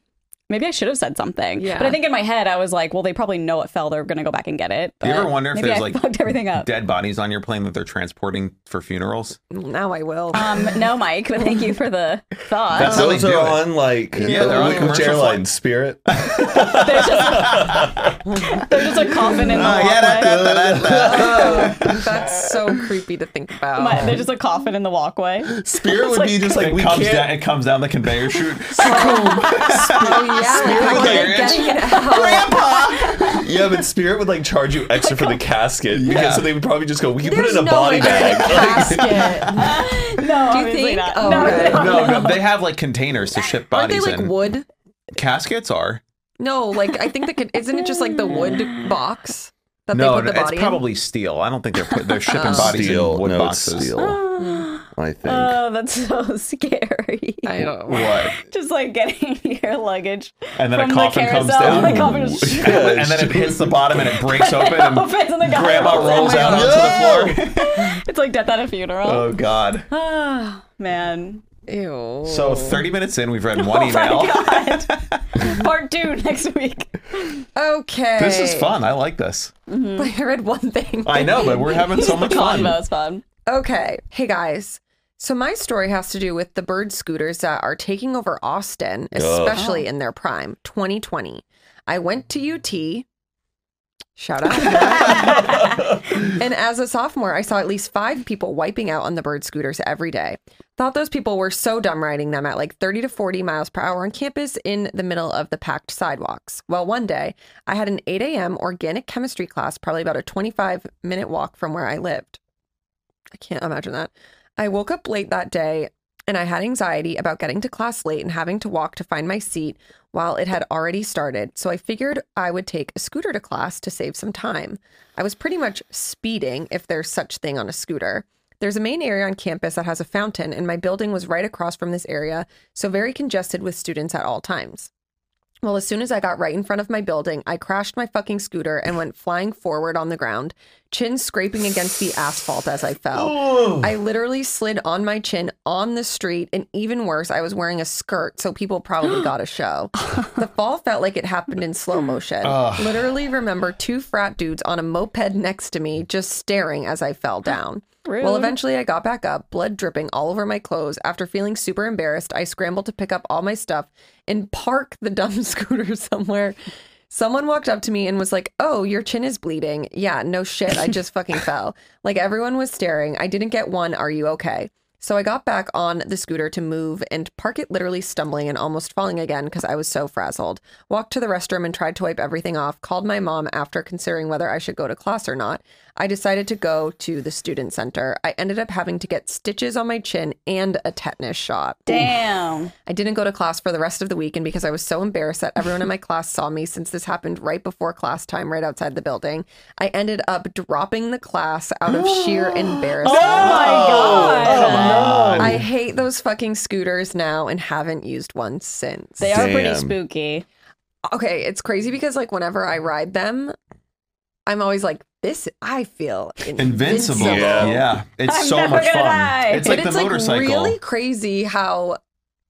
Speaker 3: Maybe I should have said something.
Speaker 2: Yeah.
Speaker 3: But I think in my head I was like, well, they probably know it fell. They're gonna go back and get it.
Speaker 1: Do you
Speaker 3: But
Speaker 1: ever wonder if
Speaker 3: Uh, maybe
Speaker 1: there's
Speaker 3: I
Speaker 1: like
Speaker 3: fucked everything up.
Speaker 1: dead bodies on your plane that they're transporting for funerals?
Speaker 2: Now I will.
Speaker 3: Um, no, Mike, but thank you for the thought.
Speaker 1: That's how
Speaker 4: Those
Speaker 1: they
Speaker 4: are
Speaker 1: do it.
Speaker 4: on like
Speaker 1: Yeah, they're on
Speaker 4: which
Speaker 1: commercial
Speaker 4: airline?
Speaker 1: flights.
Speaker 4: Spirit.
Speaker 3: They're just, they're just a coffin in the
Speaker 1: Uh,
Speaker 3: walkway.
Speaker 1: yeah, da, da, da, da, da.
Speaker 2: That's so creepy to think about.
Speaker 3: My- there's just a coffin in the walkway.
Speaker 4: Spirit would be just like
Speaker 1: It
Speaker 4: we
Speaker 1: comes
Speaker 4: can't.
Speaker 1: down. It comes down the conveyor chute.
Speaker 2: oh yeah, like, how are they
Speaker 1: carriage.
Speaker 2: getting it out?
Speaker 4: Yeah, but Spirit would like charge you extra for the casket
Speaker 1: Yeah.
Speaker 4: because so they would probably just go. We can put it
Speaker 2: There's
Speaker 4: in a
Speaker 2: no
Speaker 4: body
Speaker 2: way they're
Speaker 4: bag.
Speaker 2: gonna casket.
Speaker 3: No,
Speaker 2: Do you
Speaker 3: obviously
Speaker 2: think?
Speaker 3: not.
Speaker 2: Oh,
Speaker 3: no,
Speaker 2: okay.
Speaker 1: no, they have like containers to ship
Speaker 2: Aren't they
Speaker 1: bodies
Speaker 2: like
Speaker 1: in.
Speaker 2: wood?
Speaker 1: Caskets are.
Speaker 2: No, like I think the con- isn't it just like the wood box that
Speaker 1: no,
Speaker 2: they put the
Speaker 1: it's
Speaker 2: body
Speaker 1: probably steel. I don't think they're put, they're shipping bodies
Speaker 4: Steel,
Speaker 1: in wood
Speaker 4: no, it's
Speaker 1: boxes.
Speaker 4: steel. I think.
Speaker 3: Oh, that's so scary.
Speaker 2: in? I don't.
Speaker 1: What?
Speaker 3: Just like getting your luggage
Speaker 1: And then
Speaker 3: from
Speaker 1: a coffin
Speaker 3: the
Speaker 1: comes
Speaker 3: carousel,
Speaker 1: down.
Speaker 3: The coffin just
Speaker 1: and, and then it hits the bottom and it breaks open and
Speaker 3: opens and the guy
Speaker 1: grandma
Speaker 3: rolls in.
Speaker 1: rolls out onto the floor.
Speaker 3: It's like death at a funeral.
Speaker 1: oh god. Uh,
Speaker 3: Ah, man. Oh,
Speaker 2: Ew.
Speaker 1: So 30 minutes in, we've read one email.
Speaker 3: Part two next week.
Speaker 2: okay.
Speaker 1: This is fun. I like this.
Speaker 2: I read one thing.
Speaker 1: I know, but we're having so much fun.
Speaker 3: Convo is fun.
Speaker 2: Okay. Hey guys. So my story has to do with the bird scooters that are taking over Austin, especially in their prime, 2020. I went to UT. Shout out. and as a sophomore, I saw at least five people wiping out on the bird scooters every day. Thought those people were so dumb riding them at like 30 to 40 miles per hour on campus in the middle of the packed sidewalks. Well, one day I had an 8 a.m. organic chemistry class, probably about a 25 minute walk from where I lived. I can't imagine that. I woke up late that day and I had anxiety about getting to class late and having to walk to find my seat while it had already started. So I figured I would take a scooter to class to save some time. I was pretty much speeding if there's such thing on a scooter. There's a main area on campus that has a fountain and my building was right across from this area, so very congested with students at all times. Well, as soon as I got right in front of my building, I crashed my fucking scooter and went flying forward on the ground, chin scraping against the asphalt as I fell. I literally slid on my chin on the street, and even worse, I was wearing a skirt, so people probably got a show. The fall felt like it happened in slow motion. Literally remember two frat dudes on a moped next to me just staring as I fell down. Well, eventually I got back up, blood dripping all over my clothes. After feeling super embarrassed, I scrambled to pick up all my stuff and park the dumb scooter somewhere. Someone walked up to me and was like, Oh, your chin is bleeding. Yeah, no shit. I just fucking fell. Like everyone was staring. I didn't get one. Are you okay? So I got back on the scooter to move and park it literally stumbling and almost falling again because I was so frazzled. Walked to the restroom and tried to wipe everything off. Called my mom after considering whether I should go to class or not. I decided to go to the student center. I ended up having to get stitches on my chin and a tetanus shot.
Speaker 3: Damn.
Speaker 2: I didn't go to class for the rest of the week, and because I was so embarrassed that everyone in my class saw me since this happened right before class time, right outside the building, I ended up dropping the class out of sheer embarrassment.
Speaker 3: God.
Speaker 1: Uh,
Speaker 3: Oh.
Speaker 2: I hate those fucking scooters now and haven't used one since.
Speaker 3: They are pretty
Speaker 4: Damn.
Speaker 3: spooky.
Speaker 2: okay, it's crazy because, like, whenever I ride them, I'm always like, this, I feel
Speaker 1: Invincible.
Speaker 2: invincible.
Speaker 1: Yeah.
Speaker 4: Yeah.
Speaker 1: It's
Speaker 3: I'm
Speaker 1: so
Speaker 3: never
Speaker 1: much
Speaker 3: gonna
Speaker 1: fun.
Speaker 3: die.
Speaker 1: It's like
Speaker 2: but
Speaker 1: the
Speaker 2: it's
Speaker 1: motorcycle.
Speaker 2: like really crazy how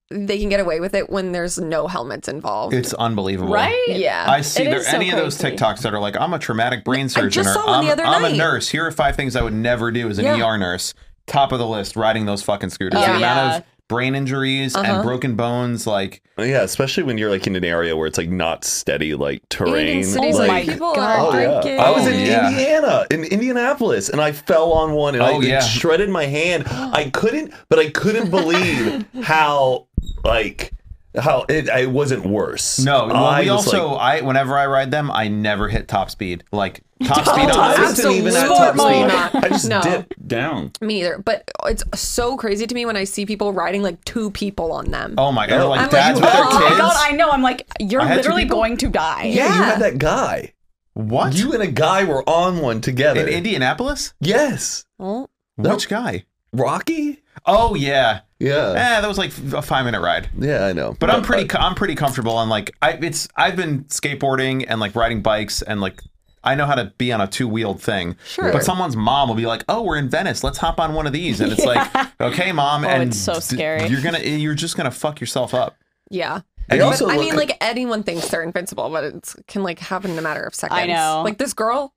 Speaker 2: they can get away with it when there's no helmets involved.
Speaker 1: It's unbelievable.
Speaker 3: Right?
Speaker 2: yeah.
Speaker 1: I see
Speaker 3: It
Speaker 1: there
Speaker 3: is so
Speaker 1: any of those
Speaker 3: crazy.
Speaker 1: TikToks that are like, I'm a traumatic brain surgeon
Speaker 2: just
Speaker 1: or
Speaker 2: saw one
Speaker 1: I'm,
Speaker 2: the other
Speaker 1: I'm a
Speaker 2: night."
Speaker 1: nurse. Here are five things I would never do as an
Speaker 2: Yeah.
Speaker 1: ER nurse. Top of the list, riding those fucking scooters.
Speaker 2: Oh,
Speaker 1: the amount
Speaker 3: yeah.
Speaker 1: of brain injuries
Speaker 2: Uh-huh.
Speaker 1: and broken bones, like
Speaker 4: Oh, Yeah, especially when you're like in an area where it's like not steady like terrain.
Speaker 2: in cities
Speaker 3: like-
Speaker 2: like,
Speaker 3: my
Speaker 2: people
Speaker 3: God.
Speaker 2: are
Speaker 4: Oh, yeah.
Speaker 2: drinking.
Speaker 4: I was in
Speaker 1: Yeah.
Speaker 4: Indiana, in Indianapolis, and I fell on one and
Speaker 1: Oh,
Speaker 4: I
Speaker 1: yeah.
Speaker 4: it shredded my hand. I couldn't, but I couldn't believe how like how it, it wasn't worse.
Speaker 1: No, well,
Speaker 4: I
Speaker 1: we
Speaker 4: was
Speaker 1: also
Speaker 4: like,
Speaker 1: I whenever I ride them, I never hit top speed. Like top speed on
Speaker 4: I
Speaker 1: this.
Speaker 4: wasn't even at top
Speaker 2: absolutely
Speaker 4: speed.
Speaker 2: not.
Speaker 4: I just
Speaker 2: No.
Speaker 4: dipped.
Speaker 6: Down.
Speaker 2: Me either. But it's so crazy to me when I see people riding like two people on them.
Speaker 1: Oh my god, they're like
Speaker 2: I'm like,
Speaker 1: dads with
Speaker 3: Oh
Speaker 1: their
Speaker 3: my
Speaker 1: kids.
Speaker 3: god, I know. I'm like, you're
Speaker 1: I had two
Speaker 3: literally
Speaker 1: people-
Speaker 3: going to die.
Speaker 4: Yeah, you
Speaker 2: Yeah.
Speaker 4: had that guy.
Speaker 1: what?
Speaker 4: You and a guy were on one
Speaker 1: in
Speaker 4: together.
Speaker 1: Indianapolis?
Speaker 4: yes,
Speaker 2: Well,
Speaker 1: Which guy?
Speaker 4: Rocky.
Speaker 1: Oh yeah.
Speaker 4: Yeah,
Speaker 1: Eh, that was like a five minute ride.
Speaker 4: yeah, I know.
Speaker 1: But I'm pretty co- I'm pretty comfortable on like I it's I've been skateboarding and like riding bikes and like I know how to be on a two wheeled thing.
Speaker 2: Sure.
Speaker 1: But someone's mom will be like, "Oh, we're in Venice. Let's hop on one of these." And it's like, "Okay, mom."
Speaker 3: Oh,
Speaker 1: and
Speaker 3: it's so
Speaker 1: d-
Speaker 3: scary.
Speaker 1: you're gonna you're just gonna fuck yourself up.
Speaker 2: yeah.
Speaker 4: They
Speaker 2: But,
Speaker 4: also
Speaker 2: I
Speaker 4: look-
Speaker 2: mean, like anyone thinks they're invincible, but it can like happen in a matter of seconds.
Speaker 3: know.
Speaker 2: Like this girl,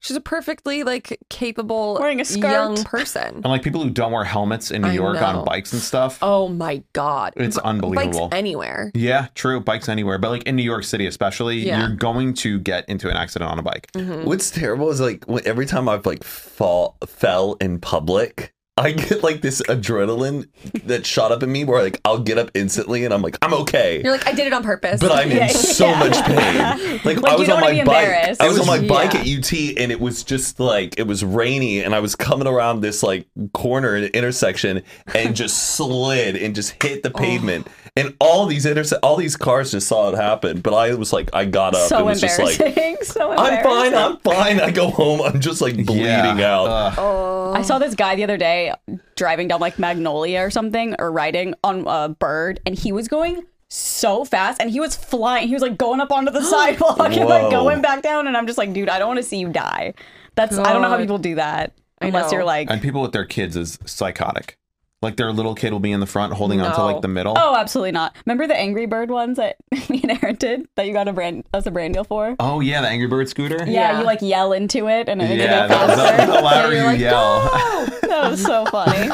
Speaker 2: She's a perfectly like capable
Speaker 3: Wearing a skirt.
Speaker 2: young person.
Speaker 1: And like people who don't wear helmets in New
Speaker 2: I
Speaker 1: York
Speaker 2: know.
Speaker 1: on bikes and stuff.
Speaker 2: Oh my god.
Speaker 1: It's unbelievable.
Speaker 2: Bikes anywhere.
Speaker 1: Yeah, true. Bikes anywhere, but like in New York City, especially,
Speaker 2: Yeah.
Speaker 1: you're going to get into an accident on a bike.
Speaker 4: uh, What's terrible is like when, every time I've like fall fell in public, I get like this adrenaline that shot up in me where like I'll get up instantly and I'm like I'm okay.
Speaker 2: You're like, I did it on purpose.
Speaker 4: but I'm
Speaker 3: Yeah.
Speaker 4: in so much pain. Like,
Speaker 3: Like,
Speaker 4: I
Speaker 3: you
Speaker 4: was
Speaker 3: don't wanna
Speaker 4: on my
Speaker 3: be
Speaker 4: bike.
Speaker 3: embarrassed.
Speaker 4: I was on my
Speaker 2: Yeah.
Speaker 4: bike at UT, and it was just like it was rainy, and I was coming around this like corner and intersection, and just slid and just hit
Speaker 3: Oh.
Speaker 4: the pavement. And all these interse- all these cars just saw it happen. But I was like, I got up.
Speaker 3: so
Speaker 4: and was just
Speaker 3: embarrassing.
Speaker 4: like,
Speaker 3: so
Speaker 4: I'm
Speaker 3: embarrassing.
Speaker 4: fine. I'm fine. I go home. I'm just like bleeding
Speaker 1: Yeah.
Speaker 4: out.
Speaker 1: Ugh.
Speaker 3: I saw this guy the other day driving down like Magnolia or something or riding on a bird and he was going so fast and he was flying. He was like going up onto the sidewalk and
Speaker 4: Whoa.
Speaker 3: like going back down and I'm just like, dude, I don't want to see you die. That's I don't know how
Speaker 2: God.
Speaker 3: people do that. Unless
Speaker 2: know.
Speaker 3: you're like
Speaker 1: And people with their kids is psychotic. Like their little kid will be in the front holding on to
Speaker 2: No.
Speaker 1: like the middle.
Speaker 3: Oh, absolutely not. Remember the Angry Bird ones that we inherited that you got a brand us a brand deal for?
Speaker 1: Oh, yeah, the Angry Bird scooter.
Speaker 3: Yeah,
Speaker 2: Yeah.
Speaker 3: you like yell into it and it
Speaker 1: Yeah,
Speaker 3: yeah,
Speaker 1: that was that was the louder
Speaker 2: you're
Speaker 1: you
Speaker 2: like,
Speaker 3: "Ah!"
Speaker 1: yell.
Speaker 3: "Oh, that was so funny.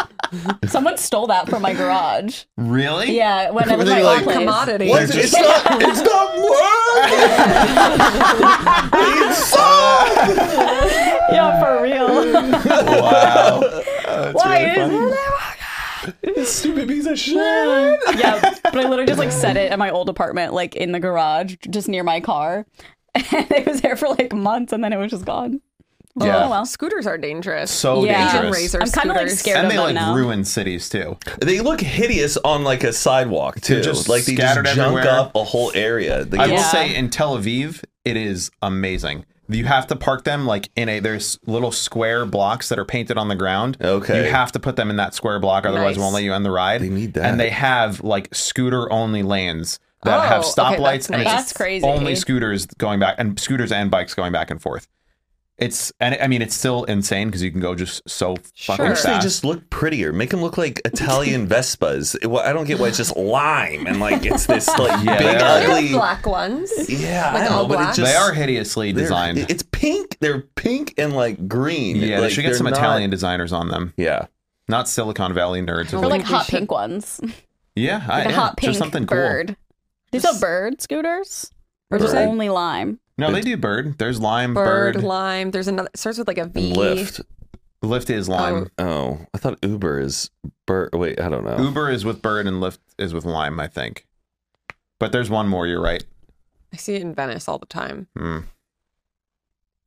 Speaker 3: Someone stole that from my garage.
Speaker 1: Really?
Speaker 3: Yeah, when I was
Speaker 4: They
Speaker 3: my
Speaker 4: like-
Speaker 3: old
Speaker 4: Please.
Speaker 2: commodity.
Speaker 4: What? It's not. It's not working. it's
Speaker 3: Yeah, for real.
Speaker 1: Wow.
Speaker 3: Why is it?
Speaker 4: stupid piece of shit.
Speaker 3: yeah, but I literally just like set it at my old apartment, like in the garage, just near my car. And it was there for like months and then it was just gone.
Speaker 1: Yeah.
Speaker 3: Oh, well.
Speaker 2: Scooters are dangerous.
Speaker 1: So
Speaker 3: Yeah.
Speaker 2: Even
Speaker 1: dangerous.
Speaker 2: razor
Speaker 3: I'm kind of like
Speaker 2: scooters.
Speaker 3: scared
Speaker 1: and
Speaker 3: of
Speaker 1: they
Speaker 3: them
Speaker 1: like
Speaker 3: now.
Speaker 1: ruin cities too.
Speaker 4: They look hideous on like a sidewalk too.
Speaker 1: just
Speaker 4: like they just
Speaker 1: scattered
Speaker 4: junk
Speaker 1: everywhere.
Speaker 4: up a whole area. They
Speaker 1: I will
Speaker 4: get-
Speaker 3: Yeah.
Speaker 1: say in Tel Aviv, it is amazing. You have to park them like in a there's little square blocks that are painted on the ground.
Speaker 4: Okay.
Speaker 1: You have to put them in that square block, otherwise it
Speaker 3: Nice.
Speaker 1: won't let you on the ride.
Speaker 4: They need that.
Speaker 1: And they have like scooter only lanes that
Speaker 2: Oh,
Speaker 1: have
Speaker 2: okay,
Speaker 1: stoplights
Speaker 2: that's
Speaker 1: and it's
Speaker 2: nice.
Speaker 3: That's crazy.
Speaker 1: only scooters going back and scooters and bikes going back and forth. It's and I mean it's still insane because you can go just so fucking
Speaker 2: Sure.
Speaker 4: Why don't they
Speaker 1: fast.
Speaker 4: just look prettier? Make them look like Italian Vespas. It- well, I don't get why it's just lime and like it's this like
Speaker 1: Yeah,
Speaker 4: big
Speaker 1: they are.
Speaker 2: They're
Speaker 4: ugly.
Speaker 2: black ones.
Speaker 4: Yeah,
Speaker 2: Like
Speaker 4: I don't know,
Speaker 2: all
Speaker 4: but
Speaker 2: black?
Speaker 4: it just
Speaker 1: they are hideously
Speaker 4: they're-
Speaker 1: designed.
Speaker 4: It's pink. They're pink and like green.
Speaker 1: yeah,
Speaker 4: like,
Speaker 1: they should get
Speaker 4: they're
Speaker 1: some
Speaker 4: not-
Speaker 1: Italian designers on them,
Speaker 4: Yeah,
Speaker 1: not Silicon Valley nerds.
Speaker 3: Or like
Speaker 2: think we
Speaker 3: hot
Speaker 2: should-
Speaker 3: pink ones.
Speaker 1: Yeah, I,
Speaker 3: Like a
Speaker 1: yeah,
Speaker 3: hot
Speaker 1: just
Speaker 3: pink
Speaker 1: something
Speaker 3: bird. These are bird scooters? Or just
Speaker 4: Bird.
Speaker 3: only lime?
Speaker 1: cool. No, they do bird. There's lime,
Speaker 2: Bird,
Speaker 1: bird.
Speaker 2: lime. There's another starts with like a
Speaker 4: and
Speaker 2: V.
Speaker 4: Lyft.
Speaker 1: Lyft is lime.
Speaker 4: Oh, I thought Uber is. Bur- wait, I don't know.
Speaker 3: Oh.
Speaker 1: Uber is with bird and Lyft is with lime, I think. But there's one more. You're right.
Speaker 2: I see it in Venice all the time.
Speaker 1: Mm.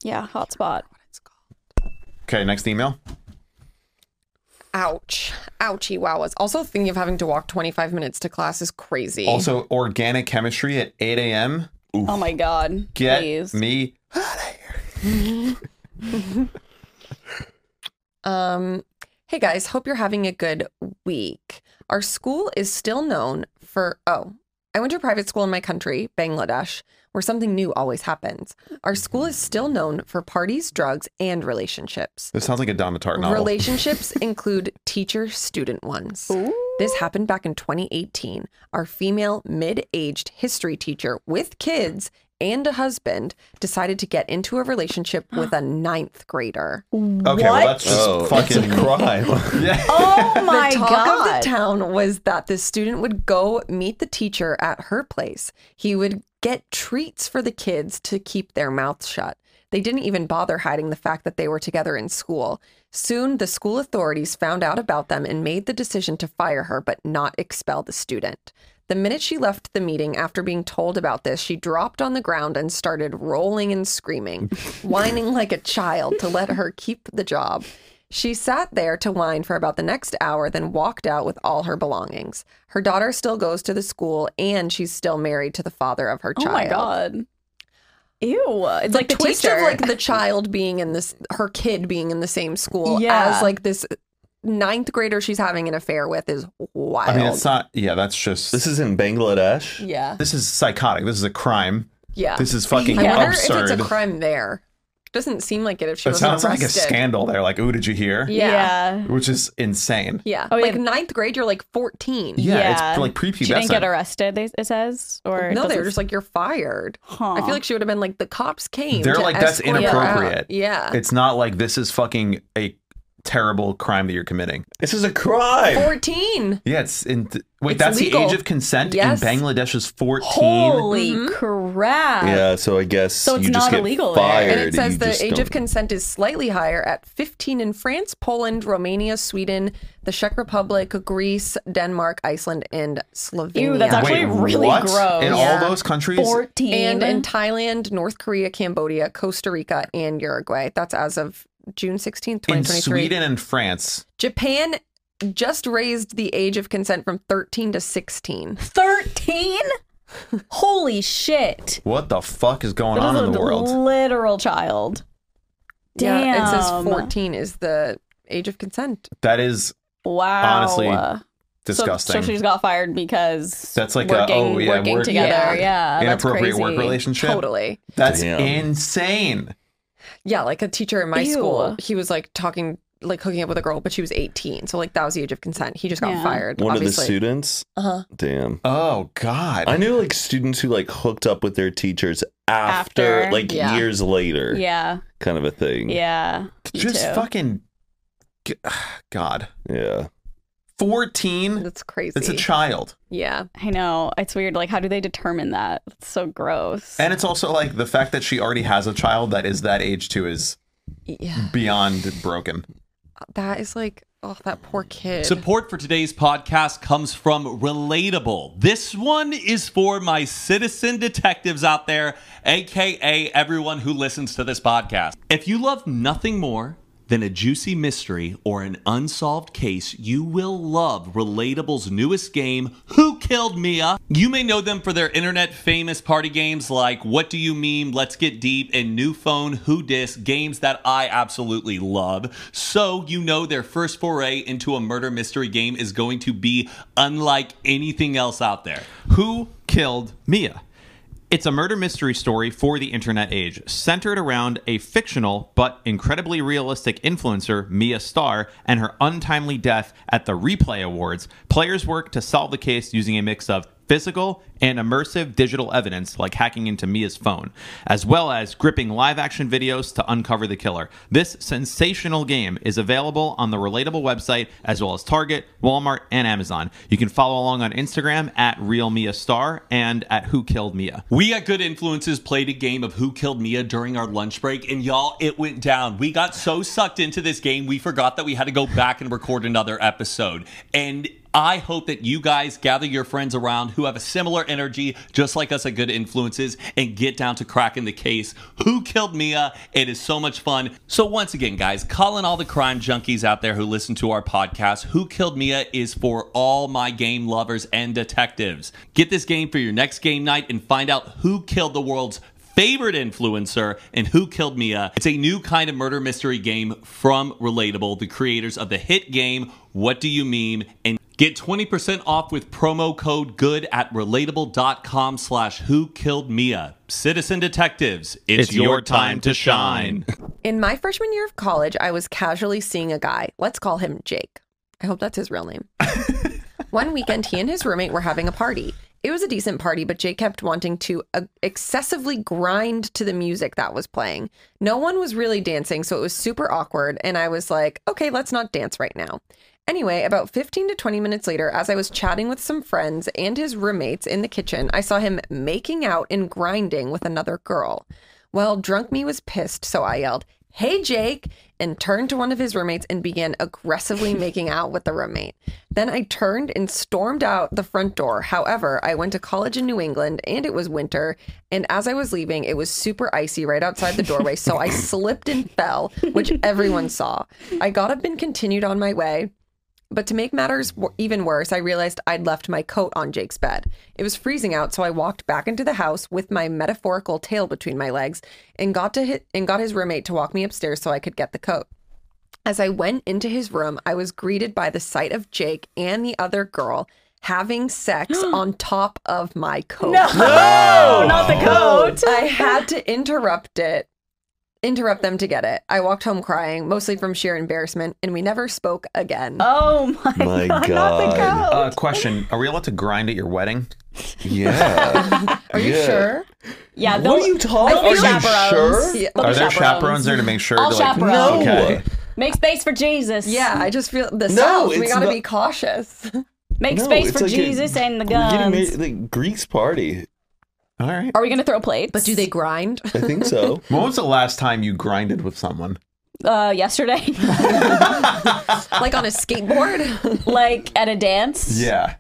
Speaker 3: Yeah, hot spot.
Speaker 1: Okay, next email.
Speaker 2: Ouch. Ouchie wowas. Also thinking of having to walk 25 minutes to class is crazy.
Speaker 1: Also, organic chemistry at 8 a.m.
Speaker 3: Oh my god.
Speaker 1: Get
Speaker 3: Please.
Speaker 1: me.
Speaker 2: Um, hey guys, hope you're having a good week. Our school is still known for oh, I went to a private school in my country, Bangladesh, where something new always happens. Our school is still known for parties, drugs, and relationships.
Speaker 1: This sounds like a Donna Tartt novel.
Speaker 2: Relationships include teacher student ones. This happened back in 2018. Our female mid aged history teacher with kids and a husband decided to get into a relationship with a ninth grader.
Speaker 1: okay, well that's just
Speaker 4: oh,
Speaker 1: fucking.
Speaker 4: that's a crime.
Speaker 3: Oh my
Speaker 2: the talk
Speaker 3: god.
Speaker 2: of the town was that the student would go meet the teacher at her place. He would get treats for the kids to keep their mouths shut. They didn't even bother hiding the fact that they were together in school. Soon, the school authorities found out about them and made the decision to fire her but not expel the student. The minute she left the meeting after being told about this, she dropped on the ground and started rolling and screaming, whining like a child to let her keep the job. She sat there to whine for about the next hour, then walked out with all her belongings. Her daughter still goes to the school and she's still married to the father of her
Speaker 3: Oh
Speaker 2: child.
Speaker 3: my god. Ew. It's like the
Speaker 2: Twist
Speaker 3: teacher.
Speaker 2: of like the child being in this, her kid being in the same school
Speaker 3: Yeah.
Speaker 2: as like this ninth grader she's having an affair with is wild.
Speaker 1: I mean, it's not. Yeah, that's just.
Speaker 4: this is in Bangladesh.
Speaker 3: yeah.
Speaker 1: this is psychotic. This is a crime.
Speaker 2: yeah.
Speaker 1: This is fucking
Speaker 2: I wonder if
Speaker 1: absurd.
Speaker 2: it's a crime there. doesn't seem like it if she
Speaker 1: It
Speaker 2: wasn't
Speaker 1: sounds
Speaker 2: arrested.
Speaker 1: like a scandal. They're like, ooh, did you hear?
Speaker 2: Yeah.
Speaker 1: Which is insane.
Speaker 2: Yeah.
Speaker 3: Oh, yeah.
Speaker 2: Like ninth grade, you're like 14.
Speaker 1: Yeah,
Speaker 3: Yeah.
Speaker 1: it's like prepubescent.
Speaker 3: She didn't get arrested. They, it says, or it
Speaker 2: No, they
Speaker 3: doesn't-
Speaker 2: were just like, you're fired. I feel like she would have been like, the cops came.
Speaker 1: They're
Speaker 2: to
Speaker 1: like, that's
Speaker 2: escort her out."
Speaker 1: inappropriate.
Speaker 2: Yeah.
Speaker 1: It's not like this is fucking a terrible crime that you're committing.
Speaker 4: This is a crime.
Speaker 2: 14.
Speaker 1: Yeah, it's in. Th- wait,
Speaker 2: It's
Speaker 1: that's
Speaker 2: legal.
Speaker 1: the age of consent
Speaker 2: Yes.
Speaker 1: in Bangladesh is 14.
Speaker 3: holy
Speaker 2: Mm-hmm.
Speaker 3: crap.
Speaker 4: Yeah, so I guess
Speaker 3: So it's
Speaker 4: you just
Speaker 3: not
Speaker 4: get
Speaker 3: illegal there.
Speaker 4: fired.
Speaker 2: And it says
Speaker 4: you
Speaker 2: the
Speaker 4: just
Speaker 2: age of
Speaker 4: don't-
Speaker 2: consent is slightly higher at 15 in France, Poland, Romania, Sweden, the Czech Republic, Greece, Denmark, Iceland, and Slovenia.
Speaker 3: Ew, that's
Speaker 1: Wait,
Speaker 3: actually really
Speaker 1: what?
Speaker 3: gross.
Speaker 1: In all those countries?
Speaker 3: 14.
Speaker 2: and in Thailand, North Korea, Cambodia, Costa Rica, and Uruguay. That's as of June 16th,
Speaker 1: in
Speaker 2: 2023.
Speaker 1: Sweden and France.
Speaker 2: Japan just raised the age of consent from 13 to 16.
Speaker 3: 13? Holy shit.
Speaker 1: What the fuck is going
Speaker 3: That
Speaker 1: on
Speaker 3: is
Speaker 1: in
Speaker 3: a
Speaker 1: the world?
Speaker 3: literal child. Damn.
Speaker 2: Yeah, it says 14 is the age of consent.
Speaker 1: That is
Speaker 3: Wow.
Speaker 1: Honestly,
Speaker 3: So-
Speaker 1: disgusting.
Speaker 3: So, she just got fired because
Speaker 1: That's like a,
Speaker 3: working,
Speaker 1: oh, yeah,
Speaker 3: working
Speaker 1: work-
Speaker 3: together.
Speaker 2: yeah.
Speaker 3: Yeah. that's
Speaker 1: inappropriate work
Speaker 3: crazy.
Speaker 1: relationship.
Speaker 2: Totally.
Speaker 1: That's
Speaker 4: Damn.
Speaker 1: insane.
Speaker 2: Yeah, like a teacher in my
Speaker 3: Ew.
Speaker 2: school, he was like talking, like hooking up with a girl, but she was 18. So, like, that was the age of consent. He just got
Speaker 3: Yeah.
Speaker 2: fired.
Speaker 4: One of the
Speaker 2: obviously.
Speaker 4: students.
Speaker 2: Uh-huh.
Speaker 4: Damn.
Speaker 1: Oh God.
Speaker 4: I knew like students who like hooked up with their teachers after,
Speaker 3: After,
Speaker 4: like
Speaker 2: yeah.
Speaker 4: years later,
Speaker 3: Yeah.
Speaker 4: kind of a thing.
Speaker 3: Yeah. Me
Speaker 1: Just
Speaker 3: too.
Speaker 1: fucking g- God.
Speaker 4: Yeah.
Speaker 1: Fourteen.
Speaker 2: That's crazy.
Speaker 1: It's a child,
Speaker 2: yeah.
Speaker 3: I know. It's weird. Like, how do they determine that? It's so gross.
Speaker 1: and it's also like the fact that she already has a child that is that age too is
Speaker 6: Hmm.
Speaker 2: Yeah.
Speaker 1: beyond broken.
Speaker 2: That is like, oh, that poor kid.
Speaker 6: Support for today's podcast comes from Relatable. This one is for my citizen detectives out there, aka everyone who listens to this podcast. If you love nothing more than a juicy mystery or an unsolved case, you will love Relatable's newest game, Who Killed Mia? You may know them for their internet famous party games like What Do You Meme, Let's Get Deep, and New Phone Who Dis, games that I absolutely love. So you know their first foray into a murder mystery game is going to be unlike anything else out there.
Speaker 5: Who killed Mia? It's a murder mystery story for the internet age, centered around a fictional but incredibly realistic influencer, Mia Starr, and her untimely death at the Replay Awards. Players work to solve the case using a mix of physical and immersive digital evidence, like hacking into Mia's phone, as well as gripping live action videos to uncover the killer. This sensational game is available on the Relatable website, as well as Target, Walmart, and Amazon. You can follow along on Instagram at RealMiaStar and at Who Killed Mia.
Speaker 6: We at Good Influences played a game of Who Killed Mia during our lunch break, and y'all, it went down. We got so sucked into this game, we forgot that we had to go back and record another episode. And I hope that you guys gather your friends around who have a similar energy, just like us at Good Influences, and get down to cracking the case. Who killed Mia? It is so much fun. So, once again, guys, calling all the crime junkies out there who listen to our podcast, Who Killed Mia is for all my game lovers and detectives. Get this game for your next game night and find out who killed the world's favorite influencer and who killed mia it's a new kind of murder mystery game from relatable the creators of the hit game what do you meme and get 20% off with promo code good at relatable.com slash who killed mia citizen detectives it's, your time to shine
Speaker 2: In my freshman year of college, I was casually seeing a guy. Let's call him Jake. I hope that's his real name. One weekend, he and his roommate were having a party. It was a decent party, but Jake kept wanting to uh, excessively grind to the music that was playing. No one was really dancing, so it was super awkward. And I was like, okay, let's not dance right now. Anyway, about 15 to 20 minutes later, as I was chatting with some friends and his roommates in the kitchen, I saw him making out and grinding with another girl. Well, drunk me was pissed, so I yelled, Hey, Jake, and turned to one of his roommates and began aggressively making out with the roommate. Then I turned and stormed out the front door. However, I went to college in New England and it was winter. And as I was leaving, it was super icy right outside the doorway. So I slipped and fell, which everyone saw. I got up and continued on my way. But to make matters w- even worse, I realized I'd left my coat on Jake's bed. It was freezing out, so I walked back into the house with my metaphorical tail between my legs and got to hit, and got his roommate to walk me upstairs so I could get the coat. As I went into his room, I was greeted by the sight of Jake and the other girl having sex on top of my coat.
Speaker 3: No, not the coat.
Speaker 2: I had to interrupt it interrupt them to get it. I walked home crying, mostly from sheer embarrassment, and we never spoke again.
Speaker 3: Oh my,
Speaker 4: My
Speaker 3: god, not the
Speaker 4: God.
Speaker 3: goat.
Speaker 1: Uh, question: Are we allowed to grind at your wedding?
Speaker 4: Yeah.
Speaker 2: Are you
Speaker 4: yeah.
Speaker 2: sure?
Speaker 3: yeah,
Speaker 4: What
Speaker 3: the-
Speaker 4: are you talking?
Speaker 3: They'll
Speaker 4: Are
Speaker 3: be
Speaker 4: you
Speaker 3: chaperones.
Speaker 4: sure?
Speaker 2: Yeah.
Speaker 3: They'll
Speaker 1: Are
Speaker 3: be
Speaker 1: there
Speaker 3: chaperones.
Speaker 1: chaperones there to make sure?
Speaker 3: All
Speaker 1: they're like,
Speaker 3: chaperones.
Speaker 4: No.
Speaker 1: Okay.
Speaker 3: Make space for Jesus.
Speaker 2: Yeah, I just feel the
Speaker 4: Mm. No,
Speaker 2: South. We
Speaker 4: it's
Speaker 2: gotta
Speaker 4: not-
Speaker 2: be cautious.
Speaker 3: Make
Speaker 4: No,
Speaker 3: space
Speaker 4: it's
Speaker 3: for
Speaker 4: like a-
Speaker 3: Jesus and the
Speaker 4: We're getting married
Speaker 3: guns.
Speaker 4: at the Greek's party.
Speaker 1: All right.
Speaker 3: Are we gonna throw plates?
Speaker 2: But do they grind?
Speaker 4: I think so.
Speaker 1: When was the last time you grinded with someone?
Speaker 3: Uh, yesterday,
Speaker 2: like on a skateboard?
Speaker 3: like at a dance.
Speaker 1: Yeah.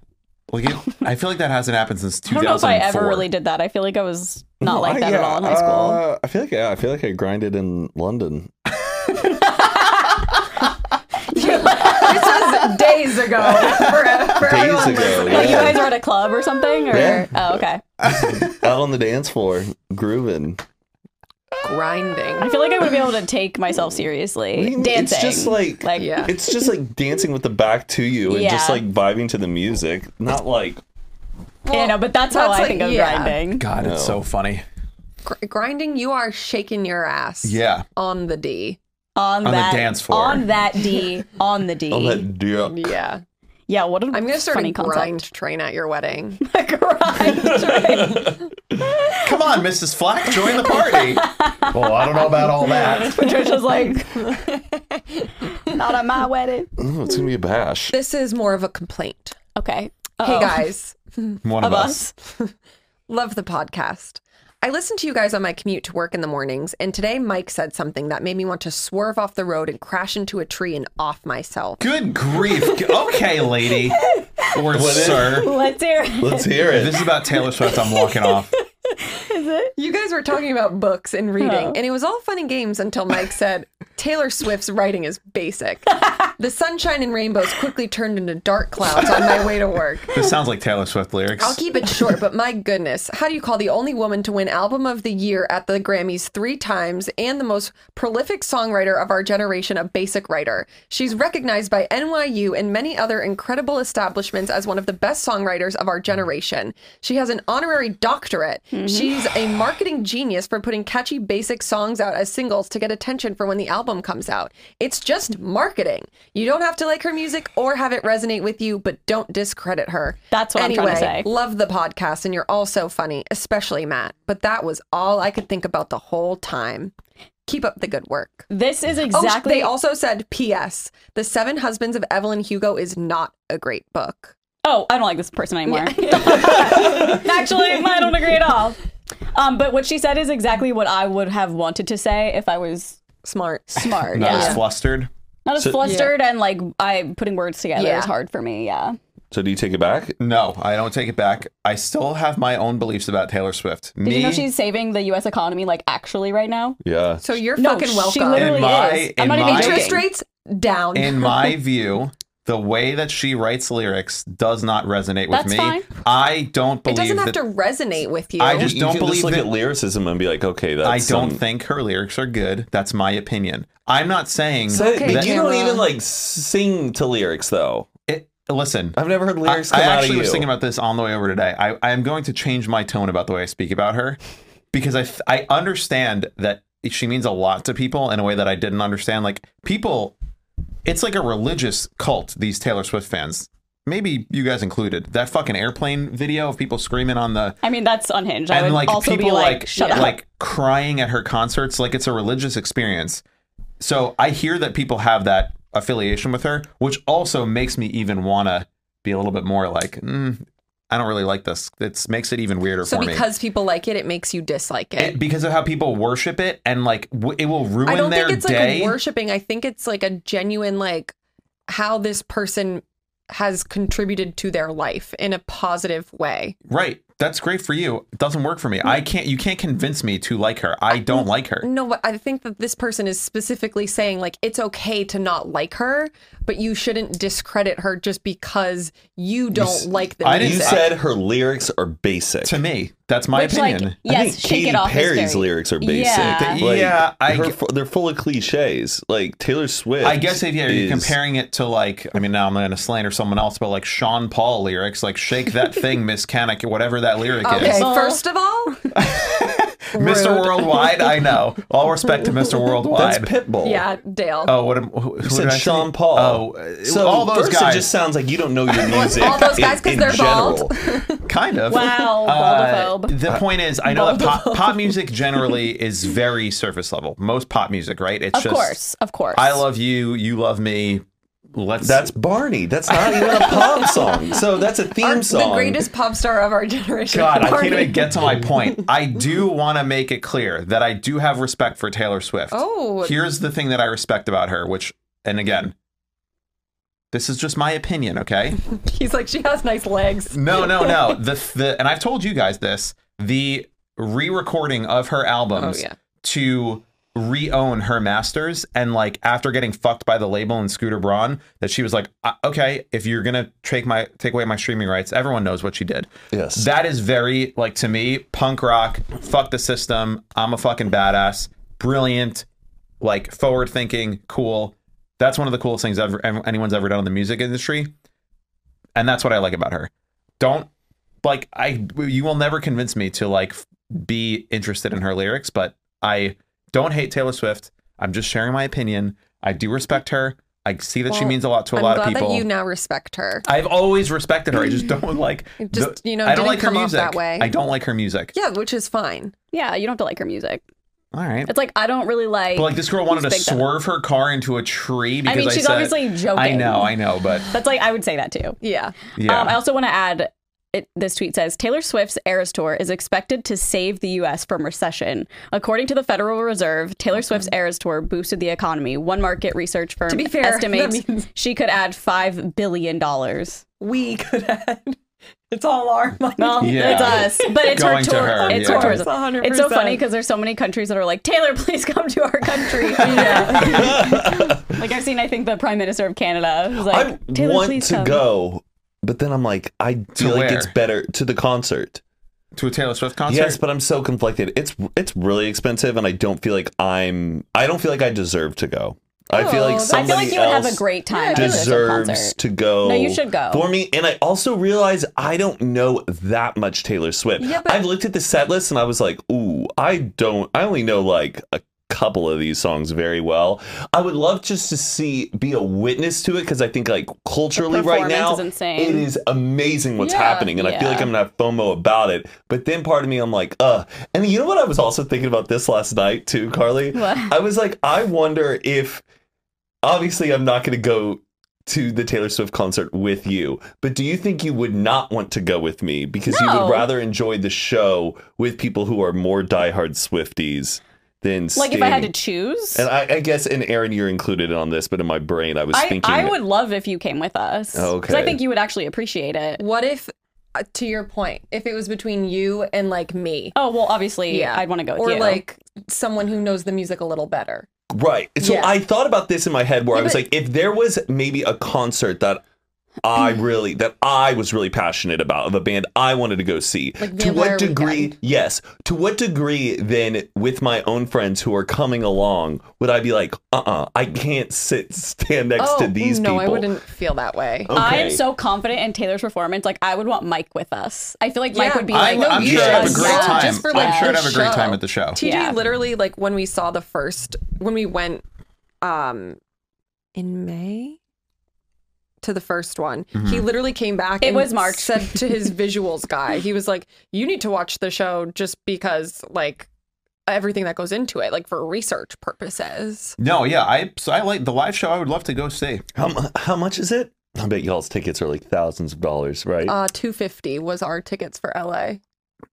Speaker 1: Like it, I feel like that hasn't happened since
Speaker 3: I
Speaker 1: 2004.
Speaker 3: don't know if I ever really did that. I feel like I was not
Speaker 4: Oh,
Speaker 3: like that at all in high school.
Speaker 4: Uh, I feel like yeah, I feel like I grinded in London. uh,
Speaker 2: this was days ago. For, for
Speaker 4: Days
Speaker 2: everyone
Speaker 4: ago,
Speaker 2: listening.
Speaker 4: yeah.
Speaker 3: Like you guys were at a club or something, or
Speaker 4: Yeah.
Speaker 3: oh okay.
Speaker 4: Out on the dance floor, grooving.
Speaker 3: I
Speaker 2: Grinding.
Speaker 3: feel like I would be able to take myself seriously
Speaker 4: mean, Mm, it's
Speaker 3: dancing.
Speaker 4: just like-
Speaker 3: like
Speaker 2: Yeah.
Speaker 4: It's just like dancing with the back to you and just
Speaker 3: Yeah.
Speaker 4: like vibing to the music. Not like
Speaker 3: you know, but that's, how
Speaker 2: That's
Speaker 3: I
Speaker 2: like-
Speaker 3: think of
Speaker 2: yeah.
Speaker 3: grinding.
Speaker 1: God, it's so funny.
Speaker 2: Gr- grinding, you are shaking your ass.
Speaker 1: Yeah.
Speaker 2: On the D.
Speaker 3: On,
Speaker 1: the
Speaker 3: that
Speaker 1: dance floor.
Speaker 3: on that D, on the D.
Speaker 4: on oh, that duck.
Speaker 2: Yeah.
Speaker 3: yeah, what a
Speaker 2: I'm gonna start
Speaker 3: funny
Speaker 2: a grind train at your wedding.
Speaker 3: concept. grind.
Speaker 1: Come on, Mrs. Flack, join the party. well, I don't know about all that.
Speaker 3: Patricia's like, not at my wedding.
Speaker 4: Oh, it's gonna be a bash.
Speaker 2: This is more of a complaint.
Speaker 3: Okay.
Speaker 2: Hey
Speaker 3: Uh-oh.
Speaker 2: guys,
Speaker 1: One of,
Speaker 3: Of
Speaker 1: us.
Speaker 3: us.
Speaker 2: love the podcast. I listen to you guys on my commute to work in the mornings, and today Mike said something that made me want to swerve off the road and crash into a tree and off myself.
Speaker 1: Good grief. Okay, lady. Or sir.
Speaker 3: Let's hear it.
Speaker 4: Let's hear
Speaker 1: If
Speaker 4: it.
Speaker 1: this is about Taylor Swift, I'm walking off.
Speaker 2: You guys were talking about books and reading,
Speaker 3: Oh.
Speaker 2: and it was all fun and games until Mike said, Taylor Swift's writing is basic. the sunshine and rainbows quickly turned into dark clouds on my way to work.
Speaker 1: This sounds like Taylor Swift lyrics.
Speaker 2: I'll keep it short, but my goodness, how do you call the only woman to win Album of the Year at the Grammys three times and the most prolific songwriter of our generation a basic writer? She's recognized by NYU and many other incredible establishments as one of the best songwriters of our generation. She has an honorary doctorate. She's a marketing genius for putting catchy basic songs out as singles to get attention for when the album comes out. It's just marketing. You don't have to like her music or have it resonate with you, but don't discredit her.
Speaker 3: That's what I'm
Speaker 2: anyway,
Speaker 3: trying to say.
Speaker 2: Love the podcast, and you're all so funny, especially Matt. But that was all I could think about the whole time. Keep up the good work.
Speaker 3: This is
Speaker 2: Oh, sh-
Speaker 3: exactly.
Speaker 2: they also said, P.S. The Seven Husbands of Evelyn Hugo is not a great book.
Speaker 3: Oh, I don't like this person anymore. Actually, I don't agree at all. Um, but what she said is exactly what I would have wanted to say if I was
Speaker 2: Smart.
Speaker 3: smart.
Speaker 1: Not
Speaker 3: yeah.
Speaker 1: as flustered.
Speaker 3: Not as flustered and like I putting words together
Speaker 2: Yeah.
Speaker 3: is hard for me. Yeah.
Speaker 4: So do you take it back?
Speaker 1: No, I don't take it back. I still have my own beliefs about Taylor Swift.
Speaker 3: Did
Speaker 1: Me
Speaker 3: you know she's saving the U.S. economy like actually right now?
Speaker 4: Yeah.
Speaker 2: So you're
Speaker 3: No,
Speaker 2: fucking
Speaker 3: She
Speaker 2: welcome.
Speaker 3: literally
Speaker 1: In my-
Speaker 3: is. I'm
Speaker 1: in
Speaker 3: not
Speaker 1: my-
Speaker 3: even
Speaker 2: Interest
Speaker 3: joking.
Speaker 2: rates down.
Speaker 1: in my view, the way that she writes lyrics does not resonate with
Speaker 3: That's
Speaker 1: me.
Speaker 3: fine.
Speaker 1: I don't
Speaker 2: it
Speaker 1: believe
Speaker 2: doesn't
Speaker 1: that
Speaker 2: have to resonate with you.
Speaker 1: I just
Speaker 4: You
Speaker 1: don't
Speaker 4: can
Speaker 1: believe
Speaker 4: just look
Speaker 1: that-
Speaker 4: at lyricism and be like, okay, that's
Speaker 1: I don't
Speaker 4: some-
Speaker 1: think her lyrics are good. That's my opinion. I'm not saying
Speaker 4: So,
Speaker 2: Okay,
Speaker 4: but you don't
Speaker 3: uh,
Speaker 2: Tamara.
Speaker 4: even like sing to lyrics though.
Speaker 1: it, listen.
Speaker 4: I've never heard lyrics
Speaker 1: I, I
Speaker 4: come out of
Speaker 1: actually
Speaker 4: you.
Speaker 1: was thinking about this on the way over today. I, I am going to change my tone about the way I speak about her because I f- I understand that she means a lot to people in a way that I didn't understand. Like people, it's like a religious cult. These Taylor Swift fans, maybe you guys included. That fucking airplane video of people screaming on the
Speaker 3: I mean, that's unhinged. I
Speaker 1: and
Speaker 3: would
Speaker 1: like
Speaker 3: also
Speaker 1: people
Speaker 3: be like,
Speaker 1: like
Speaker 3: shut up.
Speaker 1: like crying at her concerts like it's a religious experience so i hear that people have that affiliation with her which also makes me even want to be a little bit more like mm, i don't really like this it makes it even weirder
Speaker 2: so
Speaker 1: for me
Speaker 2: because people like it, it makes you dislike it.
Speaker 1: It- because of how people worship it and like w- it will ruin
Speaker 2: I don't
Speaker 1: their
Speaker 2: think it's
Speaker 1: day
Speaker 2: like worshiping. I think it's like a genuine like how this person has contributed to their life in a positive way.
Speaker 1: right that's great for you it doesn't work for me i can't you can't convince me to like her i don't like her
Speaker 2: No, but I think that this person is specifically saying like it's okay to not like her, but you shouldn't discredit her just because you don't like the
Speaker 1: I
Speaker 2: music.
Speaker 1: didn't
Speaker 4: You said her lyrics are basic.
Speaker 1: to me that's my
Speaker 3: Which,
Speaker 1: opinion
Speaker 3: like,
Speaker 4: I
Speaker 3: yes,
Speaker 4: think
Speaker 3: shake
Speaker 4: Katy
Speaker 3: it off. is
Speaker 4: Perry's
Speaker 3: very-
Speaker 4: lyrics are basic.
Speaker 3: Yeah.
Speaker 1: They- Yeah, I
Speaker 4: her
Speaker 1: g-
Speaker 4: fu- they're full of cliches. Like Taylor Swift.
Speaker 1: I guess if yeah, you're
Speaker 4: is-
Speaker 1: comparing it to like, I mean, now I'm going to slander someone else, but like Sean Paul lyrics, like "Shake That Thing, Miss Canic," whatever that lyric
Speaker 2: Okay,
Speaker 1: is.
Speaker 3: Oh.
Speaker 2: first of all,
Speaker 1: Mr. Worldwide, I know. All respect to Mr.
Speaker 4: That's
Speaker 1: Worldwide.
Speaker 4: Pitbull.
Speaker 2: Yeah, Dale.
Speaker 1: oh, what am who, who
Speaker 4: You said
Speaker 1: did I say?
Speaker 4: Sean Paul.
Speaker 1: Oh, uh,
Speaker 4: so
Speaker 1: all those
Speaker 4: first
Speaker 1: guys.
Speaker 4: It just sounds like you don't know your music.
Speaker 2: all those guys 'cause
Speaker 4: in- in
Speaker 2: they're
Speaker 4: general.
Speaker 2: bald.
Speaker 1: kind of.
Speaker 3: Wow,
Speaker 1: Uh,
Speaker 3: baldophobe.
Speaker 1: the point is, I know that pop, pop music generally is very surface level. Most pop music, right? It's
Speaker 3: Of
Speaker 1: just
Speaker 3: course, of course.
Speaker 1: I love you, you love me. Let's
Speaker 4: That's Barney. That's not even a pop song. So that's a theme
Speaker 2: Our-
Speaker 4: song.
Speaker 2: The greatest pop star of our generation.
Speaker 1: God, I can't
Speaker 2: Barney.
Speaker 1: even get to my point. I do want to make it clear that I do have respect for Taylor Swift.
Speaker 2: Oh.
Speaker 1: here's the thing that I respect about her, which, and again, this is just my opinion, okay?
Speaker 2: He's like, she has nice legs.
Speaker 1: No, no, no. The the and I've told you guys this. The re-recording of her albums
Speaker 2: Oh, yeah.
Speaker 1: to re-own her masters and like after getting fucked by the label and Scooter Braun that she was like "I- okay if you're gonna take my take away my streaming rights everyone knows what she did
Speaker 4: Yes.
Speaker 1: that is very like to me punk rock fuck the system I'm a fucking badass brilliant like forward thinking cool that's one of the coolest things ever anyone's ever done in the music industry and that's what I like about her. Don't like I you will never convince me to like f- be interested in her lyrics, but I don't hate Taylor Swift. I'm just sharing my opinion. I do respect her. I see that she
Speaker 2: Well,
Speaker 1: means a lot to a
Speaker 2: I'm
Speaker 1: lot
Speaker 2: glad
Speaker 1: of people.
Speaker 2: that you now respect her.
Speaker 1: I've always respected her. I just don't like
Speaker 2: It just, you know,
Speaker 1: I don't
Speaker 2: didn't
Speaker 1: like her
Speaker 2: come off
Speaker 1: music.
Speaker 2: that way.
Speaker 1: I don't like her music.
Speaker 2: Yeah, which is fine.
Speaker 3: Yeah, you don't have to like her music.
Speaker 1: All right.
Speaker 3: It's like I don't really like.
Speaker 1: But like this girl wanted to
Speaker 3: Big Dog.
Speaker 1: swerve her car into a tree because I,
Speaker 3: mean, she's
Speaker 1: said,
Speaker 3: obviously joking.
Speaker 1: I know, I know, but
Speaker 3: That's like I would say that too.
Speaker 2: Yeah.
Speaker 1: yeah.
Speaker 3: Um, I also want to add. It, this tweet says Taylor Swift's Eras Tour is expected to save the U.S. from recession. According to the Federal Reserve, Taylor Swift's Eras Tour boosted the economy. One market research firm
Speaker 2: To be fair, that
Speaker 3: estimates
Speaker 2: means-
Speaker 3: she could add five billion dollars.
Speaker 2: We could add. It's all our money.
Speaker 3: Well,
Speaker 1: Yeah.
Speaker 3: it's us, but it's
Speaker 1: Going
Speaker 3: her
Speaker 1: to
Speaker 3: tour.
Speaker 1: her,
Speaker 3: it's
Speaker 1: yeah.
Speaker 3: her
Speaker 1: Of
Speaker 3: tourism.
Speaker 2: course, 100%.
Speaker 3: It's so funny because there's so many countries that are like Taylor, please come to our country. like I've seen, I think the Prime Minister of Canada was
Speaker 4: I
Speaker 3: like, Taylor,
Speaker 4: want
Speaker 3: please
Speaker 4: to
Speaker 3: come.
Speaker 4: go, but then I'm like, I feel like
Speaker 1: where?
Speaker 4: it's better to the concert.
Speaker 1: to a Taylor Swift concert.
Speaker 4: Yes, but I'm so conflicted. It's it's really expensive, and I don't feel like I'm. I don't feel like I deserve to go. I feel like
Speaker 2: Oh,
Speaker 3: I
Speaker 4: somebody
Speaker 3: feel like you would
Speaker 4: else
Speaker 3: have a great time. at this
Speaker 4: deserves
Speaker 3: concert.
Speaker 4: to go.
Speaker 3: No, you should go.
Speaker 4: for me. And I also realize I don't know that much Taylor Swift.
Speaker 2: Yeah, but-
Speaker 4: I've looked at the set list and I was like, ooh, I don't. I only know like a couple of these songs very well. I would love just to see be a witness to it because I think like culturally right
Speaker 3: performance
Speaker 4: now
Speaker 3: is insane.
Speaker 4: it is amazing what's
Speaker 3: Yeah,
Speaker 4: happening and I feel
Speaker 3: yeah.
Speaker 4: like I'm gonna have FOMO about it. But then part of me I'm like, uh and you know what I was also thinking about this last night too, Carly?
Speaker 3: What?
Speaker 4: I was like, I wonder if obviously I'm not going to go to the Taylor Swift concert with you, but do you think you would not want to go with me because you
Speaker 3: No.
Speaker 4: would rather enjoy the show with people who are more diehard Swifties than
Speaker 3: Like if I had to
Speaker 4: staying-
Speaker 3: choose,
Speaker 4: And I, I guess, and Aaron, you're included on this, but in my brain, I was
Speaker 3: I,
Speaker 4: thinking,
Speaker 3: I would love if you came with us. Because I
Speaker 4: Okay.
Speaker 3: think you would actually appreciate it.
Speaker 2: What if, uh, to your point, if it was between you and like me?
Speaker 3: Oh well, obviously I'd want to go with
Speaker 2: or
Speaker 3: you.
Speaker 2: like someone who knows the music a little better.
Speaker 4: right. So
Speaker 2: Yeah.
Speaker 4: I thought about this in my head where
Speaker 2: Yeah,
Speaker 4: I was
Speaker 2: but-
Speaker 4: like, if there was maybe a concert that I
Speaker 2: Mm.
Speaker 4: really that I was really passionate about of a band I wanted to go see.
Speaker 2: Like
Speaker 4: to what
Speaker 2: Vampire
Speaker 4: degree?
Speaker 2: Weekend.
Speaker 4: Yes. To what degree then with my own friends who are coming along would I be like, uh-uh, I can't sit stand next
Speaker 2: oh
Speaker 4: to these
Speaker 2: no,
Speaker 4: people.
Speaker 2: I wouldn't feel that way.
Speaker 4: Okay.
Speaker 3: I am so confident in Taylor's performance. Like I would want Mike with us. I feel like Mike
Speaker 2: Yeah.
Speaker 3: would be
Speaker 1: I,
Speaker 3: like,
Speaker 2: no,
Speaker 1: am
Speaker 2: you
Speaker 1: sure I'd have a
Speaker 2: should.
Speaker 1: great
Speaker 2: Yeah,
Speaker 1: time.
Speaker 2: just for, like,
Speaker 1: I'm sure I'd
Speaker 2: the
Speaker 1: have a great
Speaker 2: show.
Speaker 1: time at the
Speaker 4: Oh.
Speaker 1: show.
Speaker 2: TJ
Speaker 3: Yeah.
Speaker 2: literally like when we saw the first when we went um in May to the first one. He
Speaker 4: Mm-hmm.
Speaker 2: literally came back
Speaker 3: It
Speaker 2: and
Speaker 3: was March.
Speaker 2: said to his visuals guy, he was like, You need to watch the show just because like everything that goes into it, like for research purposes.
Speaker 1: No, yeah, I so I like the live show. I would love to go see.
Speaker 4: how, mu- how much is it? I bet y'all's tickets are like thousands of dollars, right?
Speaker 2: Uh two fifty was our tickets for LA.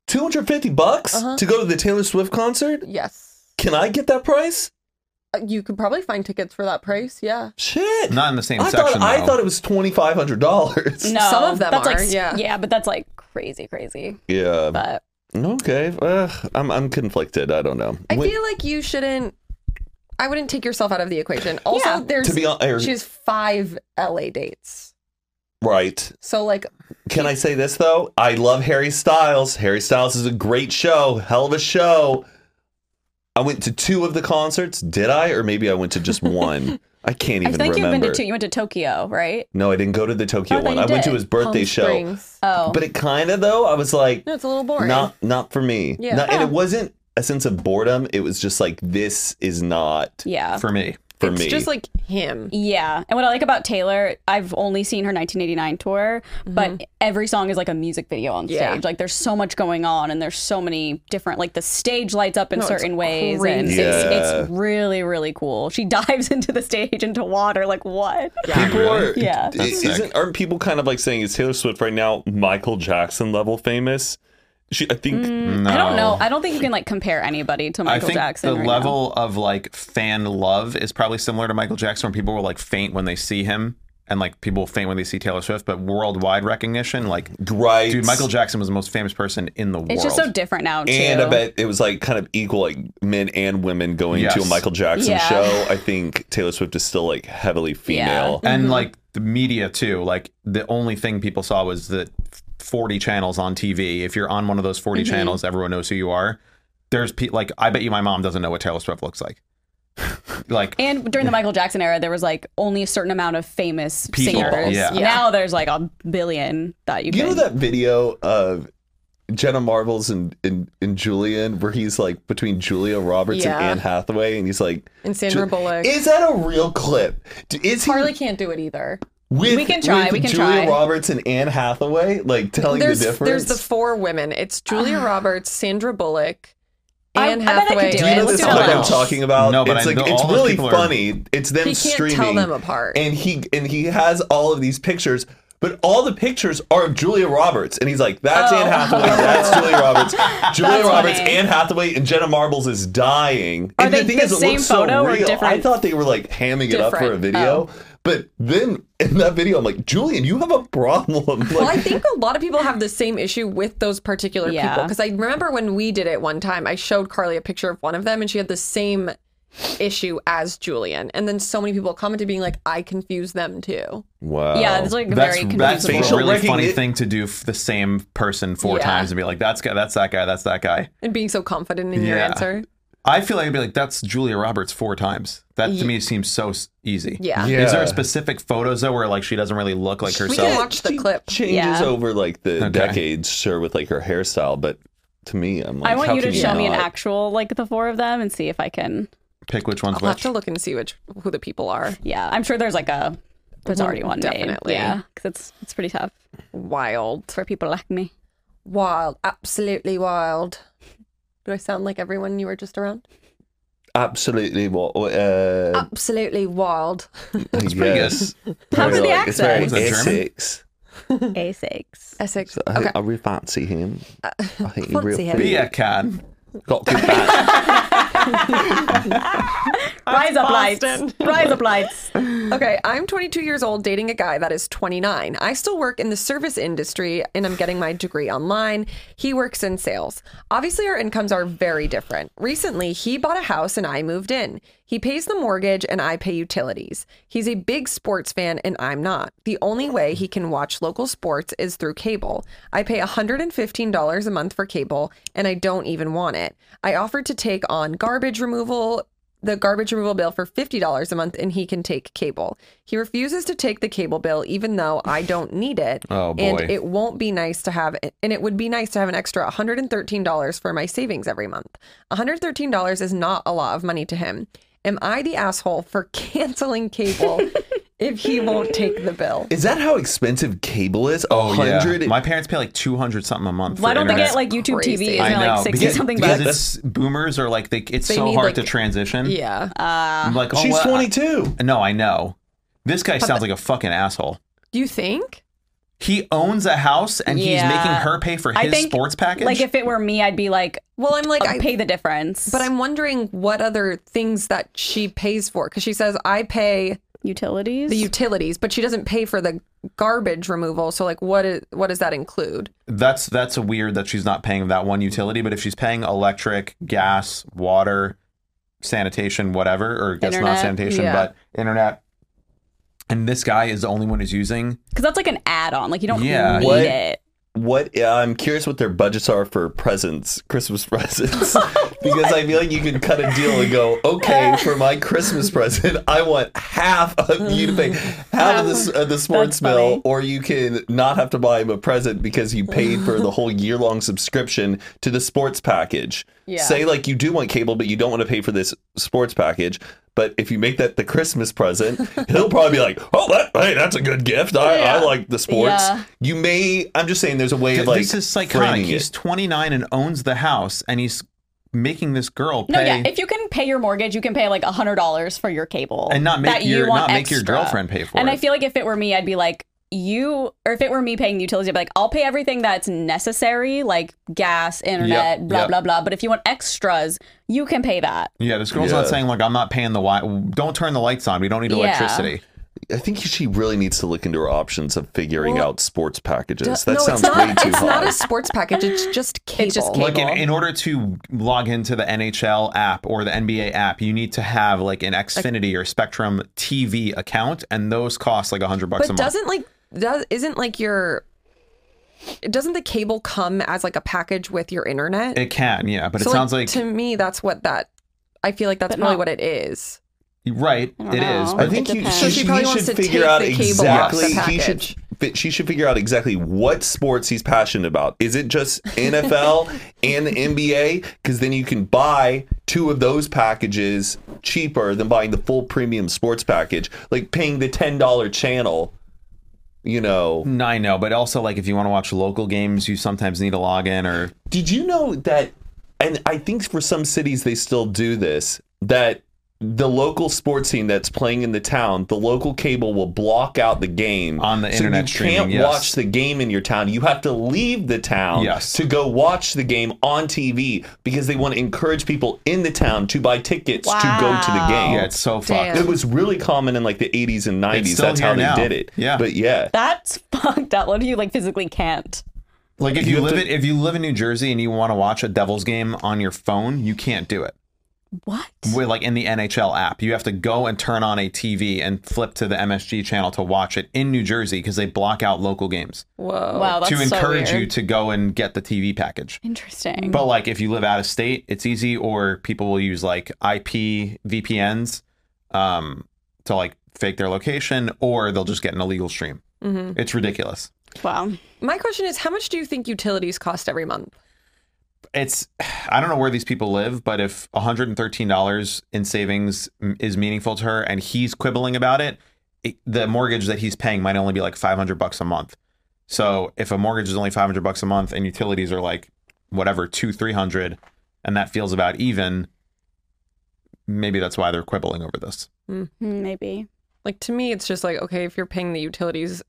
Speaker 4: 250 bucks
Speaker 2: Uh-huh.
Speaker 4: to go to the Taylor Swift concert?
Speaker 2: Yes.
Speaker 4: Can I get that price?
Speaker 2: Uh, You could probably find tickets for that price, yeah.
Speaker 4: Shit.
Speaker 1: Not in the same
Speaker 4: I
Speaker 1: section.
Speaker 4: thought I
Speaker 1: though.
Speaker 4: thought it was $2500.
Speaker 3: no,
Speaker 2: Some of them
Speaker 3: that's
Speaker 2: are,
Speaker 3: Like,
Speaker 2: yeah.
Speaker 3: yeah, but that's like crazy, crazy.
Speaker 4: Yeah.
Speaker 3: But
Speaker 4: Okay, uh, I'm I'm conflicted. I don't know.
Speaker 2: I
Speaker 4: Wait,
Speaker 2: feel like you shouldn't. I wouldn't take yourself out of the equation. Also,
Speaker 3: Yeah.
Speaker 2: there's
Speaker 4: To be hon- er, or-
Speaker 2: she has five LA dates.
Speaker 4: right.
Speaker 2: So like,
Speaker 4: Can I say this though? I love Harry Styles. Harry Styles is a great show, hell of a show. I went to two of the concerts. Did I, or maybe I went to just one? I can't
Speaker 3: I
Speaker 4: even
Speaker 3: think you've
Speaker 4: remember.
Speaker 3: been to two. You went to Tokyo, right?
Speaker 4: No, I didn't go to the Tokyo
Speaker 3: I thought
Speaker 4: one.
Speaker 3: you
Speaker 4: I went
Speaker 3: did.
Speaker 4: to his birthday
Speaker 2: Palm
Speaker 4: show.
Speaker 2: Springs. Uh,
Speaker 3: Oh,
Speaker 4: But it kind of though. I was like,
Speaker 2: No, it's a little boring.
Speaker 4: not not for me.
Speaker 2: Yeah.
Speaker 4: Not- and it wasn't a sense of boredom. It was just like this is not
Speaker 3: Yeah.
Speaker 1: for me.
Speaker 4: for
Speaker 2: it's
Speaker 4: me.
Speaker 2: just like him.
Speaker 3: Yeah. And what I like about Taylor, I've only seen her 1989 tour, but every song is like a music video on stage.
Speaker 2: Mm-hmm. Yeah.
Speaker 3: Like there's so much going on and there's so many different like the stage lights up in
Speaker 2: No, it's
Speaker 3: certain ways and
Speaker 2: crazy.
Speaker 3: it's,
Speaker 4: Yeah.
Speaker 3: it's really really cool. She dives into the stage into water like what?
Speaker 4: people are
Speaker 3: Yeah.
Speaker 4: i- isn't, aren't people kind of like saying is Taylor Swift right now Michael Jackson level famous? She I think
Speaker 2: Mm.
Speaker 3: I don't know. I don't think you can like compare anybody to
Speaker 1: I
Speaker 3: Michael
Speaker 1: think
Speaker 3: Jackson.
Speaker 1: the
Speaker 3: right now.
Speaker 1: level of like fan love is probably similar to Michael Jackson, where people will like faint when they see him, and like people will faint when they see Taylor Swift. But worldwide recognition, like
Speaker 4: right
Speaker 1: dude, Michael Jackson was the most famous person in the world.
Speaker 3: It's just so different now too.
Speaker 4: and I bet it was like kind of equal, like men and women going to a
Speaker 1: Yes.
Speaker 4: Michael Jackson
Speaker 3: Yeah.
Speaker 4: show. I think Taylor Swift is still like heavily female.
Speaker 3: Mm-hmm.
Speaker 1: and like the media too like the only thing people saw was the 40 channels on tv if you're on one of those
Speaker 3: Mm-hmm.
Speaker 1: 40 channels everyone knows who you are there's pe- like i bet you my mom doesn't know what taylor swift looks like like
Speaker 3: And during the Michael Jackson era, there was like only a certain amount of famous
Speaker 1: People,
Speaker 3: singers.
Speaker 1: yeah.
Speaker 3: Now there's like a billion that you,
Speaker 4: You
Speaker 3: can.
Speaker 4: know that video of Jenna Marbles and, and, and Julian where he's like between Julia Roberts
Speaker 2: Yeah.
Speaker 4: and Anne Hathaway and he's like
Speaker 2: And Sandra
Speaker 4: Ju-
Speaker 2: Bullock.
Speaker 4: Is that a real clip? D- Is he
Speaker 2: Harley can't do it either.
Speaker 4: with,
Speaker 3: We can try,
Speaker 4: with
Speaker 3: we can
Speaker 4: Julia
Speaker 3: try.
Speaker 4: Roberts and Anne Hathaway? Like telling
Speaker 2: There's
Speaker 4: the
Speaker 2: there's
Speaker 4: difference?
Speaker 2: the four women. It's Julia Roberts, Sandra Bullock,
Speaker 3: I-
Speaker 2: Anne
Speaker 3: I bet I could
Speaker 2: Hathaway.
Speaker 3: do
Speaker 4: do
Speaker 3: it.
Speaker 4: you know
Speaker 3: Let's
Speaker 4: this
Speaker 3: do it
Speaker 4: clip
Speaker 3: now.
Speaker 4: I'm talking about?
Speaker 1: No, but
Speaker 4: it's
Speaker 1: I
Speaker 4: like
Speaker 1: know
Speaker 4: it's
Speaker 1: all the
Speaker 4: really
Speaker 1: people are-
Speaker 4: funny. It's them
Speaker 2: He can't tell
Speaker 4: streaming.
Speaker 2: them apart.
Speaker 4: And he and he has all of these pictures, but all the pictures are of Julia Roberts, and he's like, "That's Anne Hathaway. That's Julia Roberts. Julia Roberts,
Speaker 3: Oh. funny.
Speaker 4: Anne Hathaway, and Jenna Marbles is dying."
Speaker 3: Are
Speaker 4: and
Speaker 3: they the same photo or different? Oh.
Speaker 4: I thought they were like hamming it up for a
Speaker 2: Different.
Speaker 4: video. But then in that video, I'm like, Julian, you have a problem. Like,
Speaker 2: Well, I think a lot of people have the same issue with those particular
Speaker 3: Yeah.
Speaker 2: people because I remember when we did it one time, I showed Carly a picture of one of them and she had the same issue as Julian. And then so many people commented being like, I confuse them too.
Speaker 4: wow.
Speaker 3: Yeah, it's like
Speaker 1: that's
Speaker 3: very
Speaker 1: that's a
Speaker 3: confusing.
Speaker 4: facial
Speaker 1: really
Speaker 4: recogni-
Speaker 1: funny thing to do f- the same person four
Speaker 2: Yeah.
Speaker 1: times and be like that's guy that's that guy that's that guy
Speaker 2: And being so confident in your
Speaker 1: Yeah.
Speaker 2: answer.
Speaker 1: i feel like i'd be like that's julia roberts four times that to me seems so s- easy
Speaker 2: Yeah.
Speaker 4: Yeah.
Speaker 1: is there specific photos though where like she doesn't really look like
Speaker 2: We
Speaker 1: herself
Speaker 2: can watch the
Speaker 4: She
Speaker 2: clip.
Speaker 4: Changes
Speaker 3: Yeah.
Speaker 4: over like the
Speaker 1: Okay.
Speaker 4: decades, sure, with like her hairstyle, but to me, I'm like,
Speaker 3: I want
Speaker 4: how
Speaker 3: you to
Speaker 4: can
Speaker 3: show me an
Speaker 4: not?
Speaker 3: actual like the four of them and see if I can.
Speaker 1: pick which one's
Speaker 2: I'll have
Speaker 1: which
Speaker 2: to look and see which who the people are.
Speaker 3: Yeah, I'm sure there's like a there's already one
Speaker 2: Mm-hmm. Definitely.
Speaker 3: made. Yeah, because it's it's pretty tough
Speaker 2: Wild.
Speaker 3: for people like me.
Speaker 2: Wild. Absolutely wild. Do I sound like everyone you were just around?
Speaker 4: Absolutely, what? Uh,
Speaker 2: Absolutely wild.
Speaker 4: That's
Speaker 1: pretty
Speaker 3: How was the
Speaker 4: It's very
Speaker 1: accent? Was it German?
Speaker 4: Essex.
Speaker 3: A six.
Speaker 2: Essex.
Speaker 4: I,
Speaker 2: Okay.
Speaker 4: I really fancy him. I think he
Speaker 2: fancy
Speaker 4: really
Speaker 2: him.
Speaker 1: be a can
Speaker 4: got good back.
Speaker 3: Rise up lights. Rise up lights.
Speaker 2: Okay, I'm 22 years old, dating a guy that is 29. I still work in the service industry and I'm getting my degree online. He works in sales. Obviously, our incomes are very different. Recently, he bought a house and I moved in. He pays the mortgage and I pay utilities. He's a big sports fan and I'm not. The only way he can watch local sports is through cable. I pay $115 a month for cable and I don't even want it. I offered to take on garbage removal, the garbage removal bill for $50 a month and he can take cable. He refuses to take the cable bill even though I don't need it.
Speaker 1: Oh,
Speaker 2: And
Speaker 1: boy.
Speaker 2: it won't be nice to have and it would be nice to have an extra $113 for my savings every month. $113 is not a lot of money to him. Am I the asshole for canceling cable if he won't take the bill?
Speaker 4: Is that how expensive cable is? Oh,
Speaker 1: Yeah. My parents pay like 200 something a month.
Speaker 3: Why
Speaker 1: for
Speaker 3: don't they
Speaker 1: internet.
Speaker 3: get like YouTube
Speaker 2: Crazy.
Speaker 3: TV?
Speaker 2: I
Speaker 3: Isn't it like sixty
Speaker 1: because,
Speaker 3: something
Speaker 1: because it's
Speaker 3: bucks?
Speaker 1: boomers are like they, it's
Speaker 2: They
Speaker 1: so
Speaker 2: need,
Speaker 1: hard
Speaker 2: like-
Speaker 1: to transition.
Speaker 2: Yeah.
Speaker 1: I'm like, oh,
Speaker 4: She's
Speaker 1: well,
Speaker 4: 22.
Speaker 1: I- no, I know. This guy sounds like a fucking asshole.
Speaker 2: You think?
Speaker 1: He owns a house and he's
Speaker 3: Yeah.
Speaker 1: making her pay for
Speaker 3: I
Speaker 1: his
Speaker 3: think,
Speaker 1: sports package.
Speaker 3: Like if it were me, I'd be like,
Speaker 2: Well, I'm like
Speaker 3: I'll
Speaker 2: I
Speaker 3: pay the difference.
Speaker 2: but I'm wondering what other things that she pays for cuz she says I pay
Speaker 3: utilities.
Speaker 2: the utilities, but she doesn't pay for the garbage removal. So like what is what does that include?
Speaker 1: that's that's weird that she's not paying that one utility, but if she's paying electric, gas, water, sanitation, whatever, or that's not
Speaker 3: Internet,
Speaker 1: sanitation,
Speaker 2: yeah.
Speaker 1: but internet. And this guy is the only one who's using
Speaker 3: Because that's like an add-on. Like you don't
Speaker 1: Yeah.
Speaker 3: need
Speaker 4: What?
Speaker 3: it.
Speaker 4: what I'm curious what their budgets are for presents, Christmas presents, because I feel like you can cut a deal and go, okay, for my Christmas present, I want half of you to pay half of the, of the sports bill, or you can not have to buy him a present because you paid for the whole year long subscription to the sports package.
Speaker 3: Yeah.
Speaker 4: Say like you do want cable, but you don't want to pay for this sports package. But if you make that the Christmas present, he'll probably be like, "Oh, that, hey, that's a good gift. I, I like the sports."
Speaker 3: Yeah.
Speaker 4: You may. I'm just saying, there's a way
Speaker 1: Th-
Speaker 4: of like.
Speaker 1: this is psychotic.
Speaker 4: framing
Speaker 1: He's
Speaker 4: it.
Speaker 1: 29 and owns the house, and he's making this girl pay
Speaker 3: No, yeah. If you can pay your mortgage, you can pay like hundred dollars for your cable
Speaker 1: and not make
Speaker 3: that
Speaker 1: your
Speaker 3: you want
Speaker 1: not make your
Speaker 3: extra.
Speaker 1: girlfriend pay for
Speaker 3: And
Speaker 1: it.
Speaker 3: I feel like if it were me, I'd be like you, or if it were me paying utilities, I'd be like, I'll pay everything that's necessary, like gas, internet,
Speaker 1: Yep,
Speaker 3: blah
Speaker 1: yep.
Speaker 3: blah blah. But if you want extras, you can pay that.
Speaker 1: yeah, this girl's not
Speaker 4: Yeah.
Speaker 1: saying like I'm not paying the wi- don't turn the lights on. We don't need
Speaker 3: Yeah.
Speaker 1: electricity.
Speaker 4: I think she really needs to look into her options of figuring out sports packages. That
Speaker 2: no,
Speaker 4: sounds
Speaker 2: it's not.
Speaker 4: way too
Speaker 2: it's not
Speaker 4: high.
Speaker 2: a sports package. It's just cable.
Speaker 3: It's just cable.
Speaker 1: Like in, in order to log into the NHL app or the NBA app, you need to have like an Xfinity or Spectrum TV account, and those cost like hundred bucks a
Speaker 2: But
Speaker 1: month.
Speaker 2: doesn't like does isn't like your doesn't the cable come as like a package with your internet?
Speaker 1: it can, yeah, but
Speaker 2: So,
Speaker 1: it sounds like,
Speaker 2: to me that's what that I feel like that's
Speaker 3: But
Speaker 2: probably
Speaker 3: not-
Speaker 2: what it is.
Speaker 1: right.
Speaker 3: don't
Speaker 1: It
Speaker 3: know.
Speaker 1: is.
Speaker 4: I
Speaker 1: but
Speaker 4: think
Speaker 3: It
Speaker 4: you,
Speaker 3: depends.
Speaker 4: she,
Speaker 3: So
Speaker 2: she
Speaker 4: he
Speaker 2: probably
Speaker 4: should
Speaker 2: wants to
Speaker 4: figure
Speaker 2: take
Speaker 4: out
Speaker 2: the cable off the
Speaker 4: exactly. he should.
Speaker 2: package.
Speaker 4: fi- She should figure out exactly what sports he's passionate about. Is it just NFL and the NBA? Because then you can buy two of those packages cheaper than buying the full premium sports package, like paying the ten dollar channel. You know,
Speaker 1: I know, but also like if you want to watch local games, you sometimes need to log in or
Speaker 4: Did you know that? And I think for some cities they still do this. That the local sports team that's playing in the town, the local cable will block out the game
Speaker 1: On the internet
Speaker 4: So you can't
Speaker 1: streaming, yes.
Speaker 4: watch the game in your town. You have to leave the town
Speaker 1: Yes.
Speaker 4: to go watch the game on TV because they want to encourage people in the town to buy tickets to go to the
Speaker 3: Wow.
Speaker 4: game.
Speaker 1: yeah, it's so fucked.
Speaker 2: Damn.
Speaker 4: it was really common in like the 80s and 90s.
Speaker 1: still
Speaker 4: That's how
Speaker 1: here
Speaker 4: they
Speaker 1: now.
Speaker 4: did it.
Speaker 1: Yeah.
Speaker 4: but yeah,
Speaker 3: That's fucked up. What if you like physically can't?
Speaker 1: Like if
Speaker 4: You
Speaker 1: you,
Speaker 4: have
Speaker 1: live
Speaker 4: to-
Speaker 1: in if you live in New Jersey and you want to watch a Devils game on your phone, you can't do it.
Speaker 3: What?
Speaker 1: We're like in the NHL app, you have to go and turn on a TV and flip to the MSG channel to watch it in New Jersey because they block out local games
Speaker 2: Whoa.
Speaker 3: Wow, that's
Speaker 1: to
Speaker 3: so
Speaker 1: encourage
Speaker 3: weird.
Speaker 1: you to go and get the TV package.
Speaker 3: Interesting.
Speaker 1: But like if you live out of state, it's easy, or people will use like IP VPNs um, to like fake their location, or they'll just get an illegal stream. It's ridiculous.
Speaker 3: wow.
Speaker 2: Mm-hmm. My question is how much do you think utilities cost every month?
Speaker 1: it's I don't know where these people live, but if $113 in savings m- is meaningful to her and he's quibbling about it, it the mortgage that he's paying might only be like 500 bucks a month. So if a mortgage is only 500 bucks a month and utilities are like whatever 2 300 and that feels about even maybe that's why they're quibbling over this.
Speaker 3: Hmm, Maybe.
Speaker 2: Like to me it's just like okay, if you're paying the utilities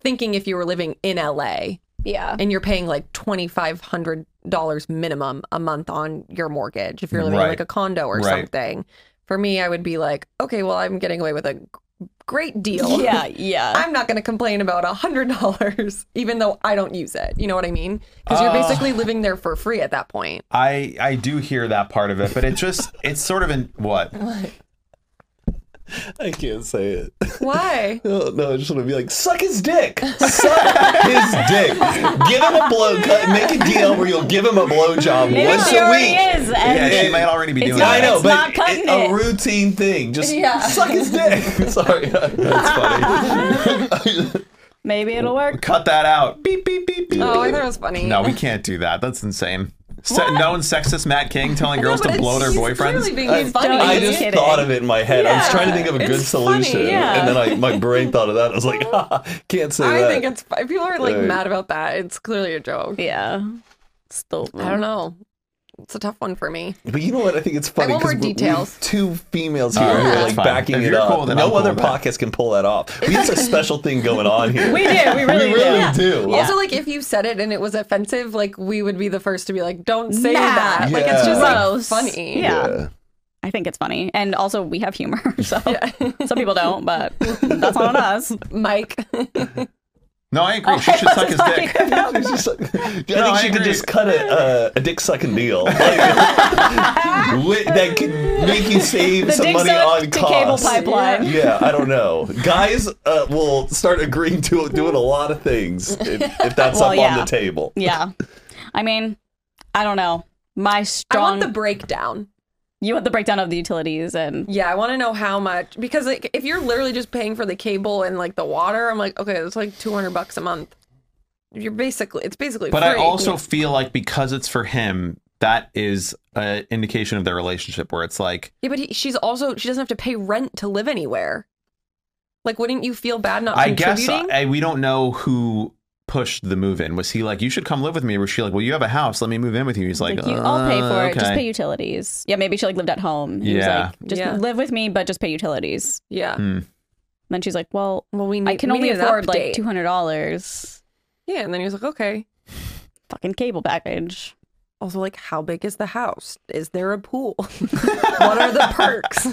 Speaker 2: thinking if you were living in LA
Speaker 3: Yeah.
Speaker 2: and you're paying like $2500 minimum a month on your mortgage if you're living in
Speaker 1: Right.
Speaker 2: like a condo or
Speaker 1: Right.
Speaker 2: something for me i would be like okay well i'm getting away with a g- great deal
Speaker 3: Yeah. Yeah.
Speaker 2: i'm not going to complain about $100 even though i don't use it you know what i mean because
Speaker 4: Ah.
Speaker 2: you're basically living there for free at that point
Speaker 1: I I do hear that part of it, but it just it's sort of in what?
Speaker 4: I can't say it.
Speaker 2: why
Speaker 4: Oh, no, I just want to be like, suck his dick. Suck his dick. Give him a blow cut. Make a deal where you'll give him a blow job
Speaker 3: Maybe
Speaker 4: once
Speaker 3: she
Speaker 4: a
Speaker 3: already
Speaker 4: week.
Speaker 3: is, and-
Speaker 4: Yeah,
Speaker 1: She might already be
Speaker 3: It's
Speaker 1: doing
Speaker 3: not-
Speaker 1: that.
Speaker 4: I know,
Speaker 3: It's
Speaker 4: but
Speaker 3: not cutting
Speaker 4: it- a
Speaker 3: it.
Speaker 4: routine thing. Just
Speaker 3: Yeah.
Speaker 4: suck his dick. Sorry, that's funny.
Speaker 3: Maybe it'll work.
Speaker 1: Cut that out. Beep beep beep beep.
Speaker 2: oh i thought it was funny
Speaker 1: No, we can't do that. That's insane. Se- known sexist Matt King telling girls
Speaker 2: No,
Speaker 1: to
Speaker 2: but
Speaker 1: blow their
Speaker 2: it's- he's
Speaker 1: boyfriends.
Speaker 2: clearly being funny.
Speaker 4: I
Speaker 3: He's
Speaker 4: just
Speaker 3: kidding.
Speaker 4: thought of it in my head. I was trying to think of a
Speaker 2: Yeah,
Speaker 4: good
Speaker 2: it's funny,
Speaker 4: solution,
Speaker 3: yeah.
Speaker 4: and then I, my brain thought of that. I was like, "Ah, can't say
Speaker 2: i
Speaker 4: that.
Speaker 2: think it's fu- people are like
Speaker 4: Right.
Speaker 2: mad about that it's clearly a joke
Speaker 3: Yeah. Still.
Speaker 2: i don't know it's a tough one for me
Speaker 4: But you know what? I think it's funny
Speaker 2: want more
Speaker 4: because we
Speaker 2: details.
Speaker 4: two females here
Speaker 1: Oh,
Speaker 4: who
Speaker 1: yeah,
Speaker 4: are
Speaker 1: that's
Speaker 4: like
Speaker 1: fine.
Speaker 4: backing
Speaker 1: If
Speaker 4: it
Speaker 1: you're
Speaker 4: up.
Speaker 1: cool, then I'm
Speaker 4: no
Speaker 1: cool
Speaker 4: other
Speaker 1: with that.
Speaker 4: podcast can pull that off. We have a special thing going on here.
Speaker 3: We do. We really,
Speaker 4: We really
Speaker 3: do.
Speaker 4: do.
Speaker 2: Also, like if you said it and it was offensive, like we would be the first to be like, "Don't say
Speaker 3: Nah.
Speaker 2: that." Like it's just like,
Speaker 3: Gross.
Speaker 2: funny.
Speaker 3: Yeah. I think it's funny. And also, we have humor. So some people don't, but that's on us.
Speaker 2: Mike.
Speaker 1: No, I agree. She should suck his dick.
Speaker 4: It's just like- I think
Speaker 1: I
Speaker 4: she could
Speaker 1: agree.
Speaker 4: just cut a, uh, a dick sucking deal Like, wi- that could make you save some
Speaker 3: dick
Speaker 4: money
Speaker 3: suck
Speaker 4: on
Speaker 3: to
Speaker 4: cost.
Speaker 3: cable pipeline.
Speaker 4: Yeah, I don't know. Guys uh, will start agreeing to doing a lot of things if, if that's
Speaker 3: Well,
Speaker 4: up on
Speaker 3: yeah.
Speaker 4: the table.
Speaker 3: Yeah. I mean, I don't know. My
Speaker 2: I
Speaker 3: strong.
Speaker 2: want the breakdown.
Speaker 3: you want the breakdown of the utilities and
Speaker 2: Yeah, I want to know how much because like if you're literally just paying for the cable and like the water, I'm like, okay, it's like 200 bucks a month. You're basically it's basically
Speaker 1: But
Speaker 2: free.
Speaker 1: I also feel like because it's for him, that is an indication of their relationship where it's like,
Speaker 2: Yeah, but he, she's also she doesn't have to pay rent to live anywhere. Like wouldn't you feel bad not
Speaker 1: I guess uh,
Speaker 2: contributing?
Speaker 1: I, we don't know who pushed the move in. Was he like, you should come live with me? Or was she like, well, you have a house. Let me move in with you? He's like,
Speaker 3: like, you, I'll pay
Speaker 1: "Uh,
Speaker 3: for it. Just
Speaker 1: okay."
Speaker 3: pay utilities. Yeah, maybe she like lived at home. He was
Speaker 1: Yeah.
Speaker 3: like, just
Speaker 2: Yeah.
Speaker 3: live with me, but just pay utilities.
Speaker 2: yeah.
Speaker 1: Hmm.
Speaker 3: And then she's like, well,
Speaker 2: Well, we need,
Speaker 3: I can
Speaker 2: we
Speaker 3: only
Speaker 2: need an
Speaker 3: afford
Speaker 2: update.
Speaker 3: like two hundred dollars.
Speaker 2: Yeah, and then he was like, okay.
Speaker 3: Fucking cable package.
Speaker 2: Also, like, how big is the house? Is there a pool? what are the perks?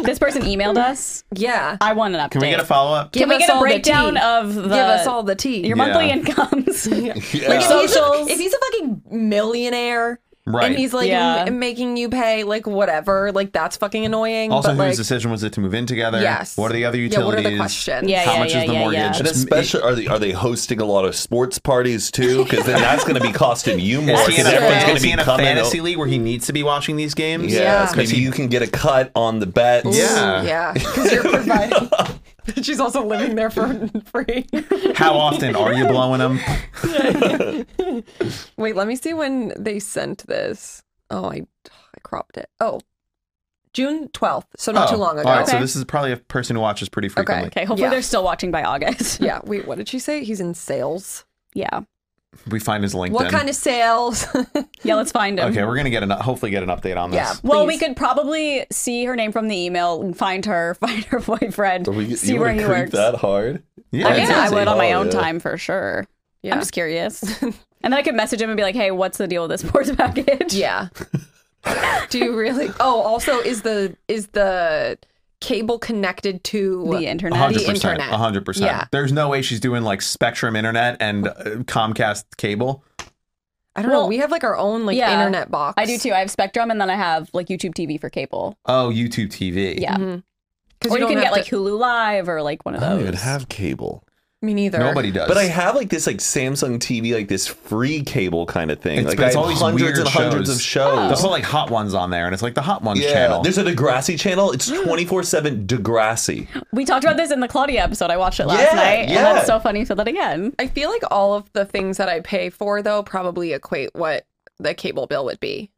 Speaker 3: This person emailed us.
Speaker 2: yeah.
Speaker 3: I want an update.
Speaker 1: Can we get a follow up?
Speaker 3: Can
Speaker 2: Give
Speaker 3: we
Speaker 2: us
Speaker 3: get a
Speaker 2: all the
Speaker 3: breakdown
Speaker 2: tea.
Speaker 3: of the
Speaker 2: Give us all the tea.
Speaker 3: your
Speaker 1: Yeah.
Speaker 3: monthly incomes?
Speaker 2: Like, if, he's a,
Speaker 3: Socials.
Speaker 2: if he's a fucking millionaire
Speaker 1: Right.
Speaker 2: and he's like
Speaker 3: Yeah.
Speaker 2: m- making you pay like whatever, like that's fucking annoying.
Speaker 1: Also,
Speaker 2: but,
Speaker 1: whose
Speaker 2: like,
Speaker 1: decision was it to move in together?
Speaker 2: Yes.
Speaker 1: What are the other
Speaker 2: Yeah, what
Speaker 1: utilities?
Speaker 2: are the questions?
Speaker 3: Yeah,
Speaker 1: How
Speaker 3: yeah,
Speaker 1: much
Speaker 3: yeah,
Speaker 1: is the
Speaker 3: yeah,
Speaker 1: mortgage?
Speaker 3: yeah.
Speaker 4: And especially, are they are they hosting a lot of sports parties too? Because then that's going to be costing you more.
Speaker 1: Is he in
Speaker 4: 'cause
Speaker 1: a,
Speaker 4: everyone's
Speaker 1: fan-
Speaker 4: going
Speaker 1: is
Speaker 4: to
Speaker 1: he
Speaker 4: be
Speaker 1: in a
Speaker 4: coming. o-
Speaker 1: fantasy league where he needs to be watching these games?
Speaker 4: Yeah,
Speaker 2: Yeah.
Speaker 4: because you can get a cut on the bets.
Speaker 1: Yeah.
Speaker 2: Yeah, because you're providing. She's also living there for free.
Speaker 1: How often are you blowing them?
Speaker 2: Wait, let me see when they sent this. Oh, I, I cropped it. Oh, June 12th. So not
Speaker 1: Oh,
Speaker 2: too long ago.
Speaker 1: All right, so this is probably a person who watches pretty frequently.
Speaker 3: Okay, hopefully
Speaker 2: Yeah.
Speaker 3: they're still watching by August.
Speaker 2: yeah, wait, what did she say? He's in sales.
Speaker 3: yeah,
Speaker 1: We find his LinkedIn.
Speaker 2: What kind of sales?
Speaker 3: yeah. Let's find him.
Speaker 1: Okay, we're gonna get an hopefully get an update on
Speaker 2: yeah.
Speaker 1: this.
Speaker 3: Well,
Speaker 2: please.
Speaker 3: we could probably see her name from the email, and find her, find her boyfriend,
Speaker 4: Are we-
Speaker 3: see
Speaker 4: you
Speaker 3: where
Speaker 4: wanna
Speaker 3: he
Speaker 4: creep
Speaker 3: works.
Speaker 4: that hard?
Speaker 1: Yeah,
Speaker 3: I mean, I
Speaker 4: That's
Speaker 3: would on my
Speaker 4: insane.
Speaker 3: own
Speaker 4: Oh, yeah.
Speaker 3: time for sure.
Speaker 2: Yeah.
Speaker 3: I'm just curious. and then I could message him and be like, hey, what's the deal with this sports package?
Speaker 2: Yeah. Do you really? Oh, also, is the is the cable connected to
Speaker 3: The internet.
Speaker 1: hundred
Speaker 2: The
Speaker 1: percent,
Speaker 2: internet.
Speaker 1: hundred
Speaker 2: Yeah.
Speaker 1: percent. There's no way she's doing like Spectrum internet and uh, Comcast cable.
Speaker 2: I don't know.
Speaker 3: Well,
Speaker 2: We have like our own like
Speaker 3: yeah.
Speaker 2: internet box.
Speaker 3: I do too. I have Spectrum and then I have like YouTube TV for cable.
Speaker 1: Oh, YouTube TV.
Speaker 3: Yeah.
Speaker 2: Because
Speaker 3: Or you,
Speaker 2: don't
Speaker 3: can
Speaker 2: have
Speaker 3: get like
Speaker 2: to-
Speaker 3: Hulu Live or like one of
Speaker 4: I don't
Speaker 3: those.
Speaker 4: even have cable.
Speaker 2: me neither.
Speaker 1: nobody does.
Speaker 4: But I have like this like Samsung TV, like this free cable kind of thing.
Speaker 1: It's-
Speaker 4: like
Speaker 1: but it's
Speaker 4: I have
Speaker 1: all these
Speaker 4: hundreds
Speaker 1: weird
Speaker 4: and hundreds of shows.
Speaker 1: There's all like hot ones on there, and it's like the hot ones
Speaker 4: yeah,
Speaker 1: channel.
Speaker 4: there's a Degrassi channel. It's 24 7 Degrassi.
Speaker 3: We talked about this in the Claudia episode. I watched it last
Speaker 4: Yeah,
Speaker 3: night.
Speaker 4: yeah.
Speaker 3: And that's so funny. So that again.
Speaker 2: I feel like all of the things that I pay for though probably equate what the cable bill would be.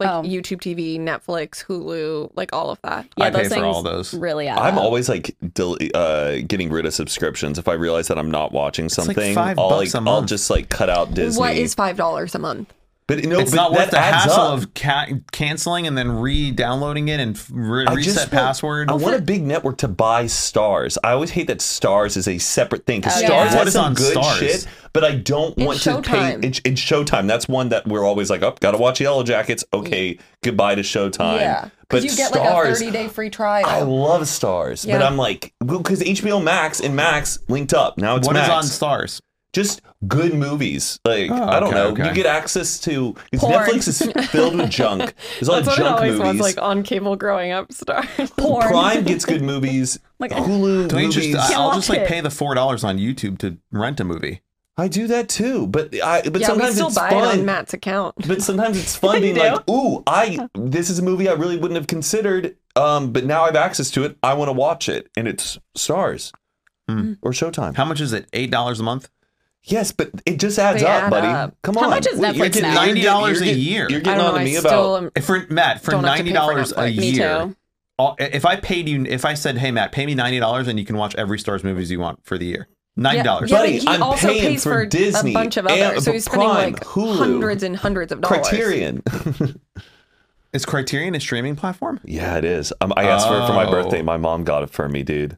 Speaker 2: Like
Speaker 3: Oh.
Speaker 2: YouTube TV, Netflix, Hulu, like all of that.
Speaker 3: Yeah,
Speaker 1: I
Speaker 3: those
Speaker 1: pay
Speaker 3: things
Speaker 1: for all those.
Speaker 3: really add
Speaker 4: I'm
Speaker 3: up.
Speaker 4: always like del- uh, getting rid of subscriptions if I realize that I'm not watching
Speaker 1: like,
Speaker 4: something.
Speaker 1: five
Speaker 4: I'll
Speaker 1: bucks
Speaker 4: like
Speaker 1: a
Speaker 4: I'll
Speaker 1: month.
Speaker 4: just like cut out Disney.
Speaker 2: What is five dollars a month?
Speaker 4: but no,
Speaker 1: it's
Speaker 4: but
Speaker 1: not worth
Speaker 4: that
Speaker 1: the
Speaker 4: adds
Speaker 1: hassle
Speaker 4: up.
Speaker 1: of ca- canceling and then re-downloading it and f- re-
Speaker 4: I just
Speaker 1: reset
Speaker 4: want-
Speaker 1: password.
Speaker 4: I want a big network to buy stars. I always hate that stars is a separate thing because
Speaker 3: Oh, yeah.
Speaker 4: stars
Speaker 1: What
Speaker 4: has
Speaker 1: is
Speaker 4: some
Speaker 1: on
Speaker 4: good
Speaker 1: Stars?
Speaker 4: shit, but I don't want to
Speaker 2: Showtime.
Speaker 4: pay. It's, it's Showtime. That's one that we're always like, oh, gotta watch Yellow Jackets. Okay, goodbye to Showtime. but
Speaker 2: you get like a
Speaker 4: stars.
Speaker 2: thirty day free trial.
Speaker 4: I love stars, but
Speaker 2: Yeah.
Speaker 4: I'm like, because HBO Max and Max linked up. Now it's
Speaker 1: What is
Speaker 4: Max.
Speaker 1: on Stars?
Speaker 4: just good movies. Like
Speaker 1: Oh,
Speaker 4: I don't
Speaker 1: okay,
Speaker 4: know,
Speaker 1: okay.
Speaker 4: you get access to 'cause
Speaker 3: Porn.
Speaker 4: Netflix is filled with junk. There's a lot of junk movies.
Speaker 2: on cable growing up stars.
Speaker 3: porn.
Speaker 4: Prime gets good movies. Hulu
Speaker 1: Do I
Speaker 4: movies.
Speaker 1: just, I- I'll just like
Speaker 3: watch it.
Speaker 1: pay the four dollars on YouTube to rent a movie.
Speaker 4: I do that too, but I but
Speaker 2: yeah, we
Speaker 4: sometimes
Speaker 2: still
Speaker 4: it's
Speaker 2: buy it on
Speaker 4: fun.
Speaker 2: Matt's account.
Speaker 4: But sometimes it's fun being like, ooh, I this is a movie I really wouldn't have considered, um, but now I have access to it. I want to watch it, and it's Stars or Showtime.
Speaker 1: How much is it? Eight dollars a month?
Speaker 4: Yes, but it just adds
Speaker 2: They
Speaker 4: up,
Speaker 2: add
Speaker 4: buddy.
Speaker 2: up.
Speaker 4: Come
Speaker 3: How
Speaker 4: on,
Speaker 3: much is
Speaker 4: Wait, you're
Speaker 3: Netflix
Speaker 4: getting-
Speaker 3: now?
Speaker 4: you're getting-
Speaker 1: $90 a
Speaker 4: you're getting-
Speaker 1: year.
Speaker 2: I
Speaker 4: You're getting
Speaker 2: don't
Speaker 4: on
Speaker 2: know.
Speaker 4: to
Speaker 2: I
Speaker 4: me
Speaker 2: still
Speaker 4: about
Speaker 2: am.
Speaker 1: If Eh, for Matt, for
Speaker 2: Don't have to
Speaker 1: ninety
Speaker 2: pay for
Speaker 1: dollars a
Speaker 2: Netflix. Me
Speaker 1: year.
Speaker 3: too.
Speaker 1: all- If I paid you, if I said, "Hey Matt, pay me ninety dollars and you can watch every stars movies you want for the year," ninety dollars.
Speaker 2: Yeah, but
Speaker 4: Buddy,
Speaker 2: he
Speaker 4: I'm
Speaker 2: also
Speaker 4: paying
Speaker 2: pays
Speaker 4: for
Speaker 2: for,
Speaker 4: Disney
Speaker 2: a bunch of
Speaker 4: and
Speaker 2: others, so he's spending
Speaker 4: Prime,
Speaker 2: like
Speaker 4: Hulu,
Speaker 2: hundreds and hundreds of dollars.
Speaker 4: Criterion.
Speaker 1: Is Criterion a streaming platform?
Speaker 4: yeah, it is. Um, I asked for it for my
Speaker 1: Oh.
Speaker 4: birthday. My mom got it for me, dude.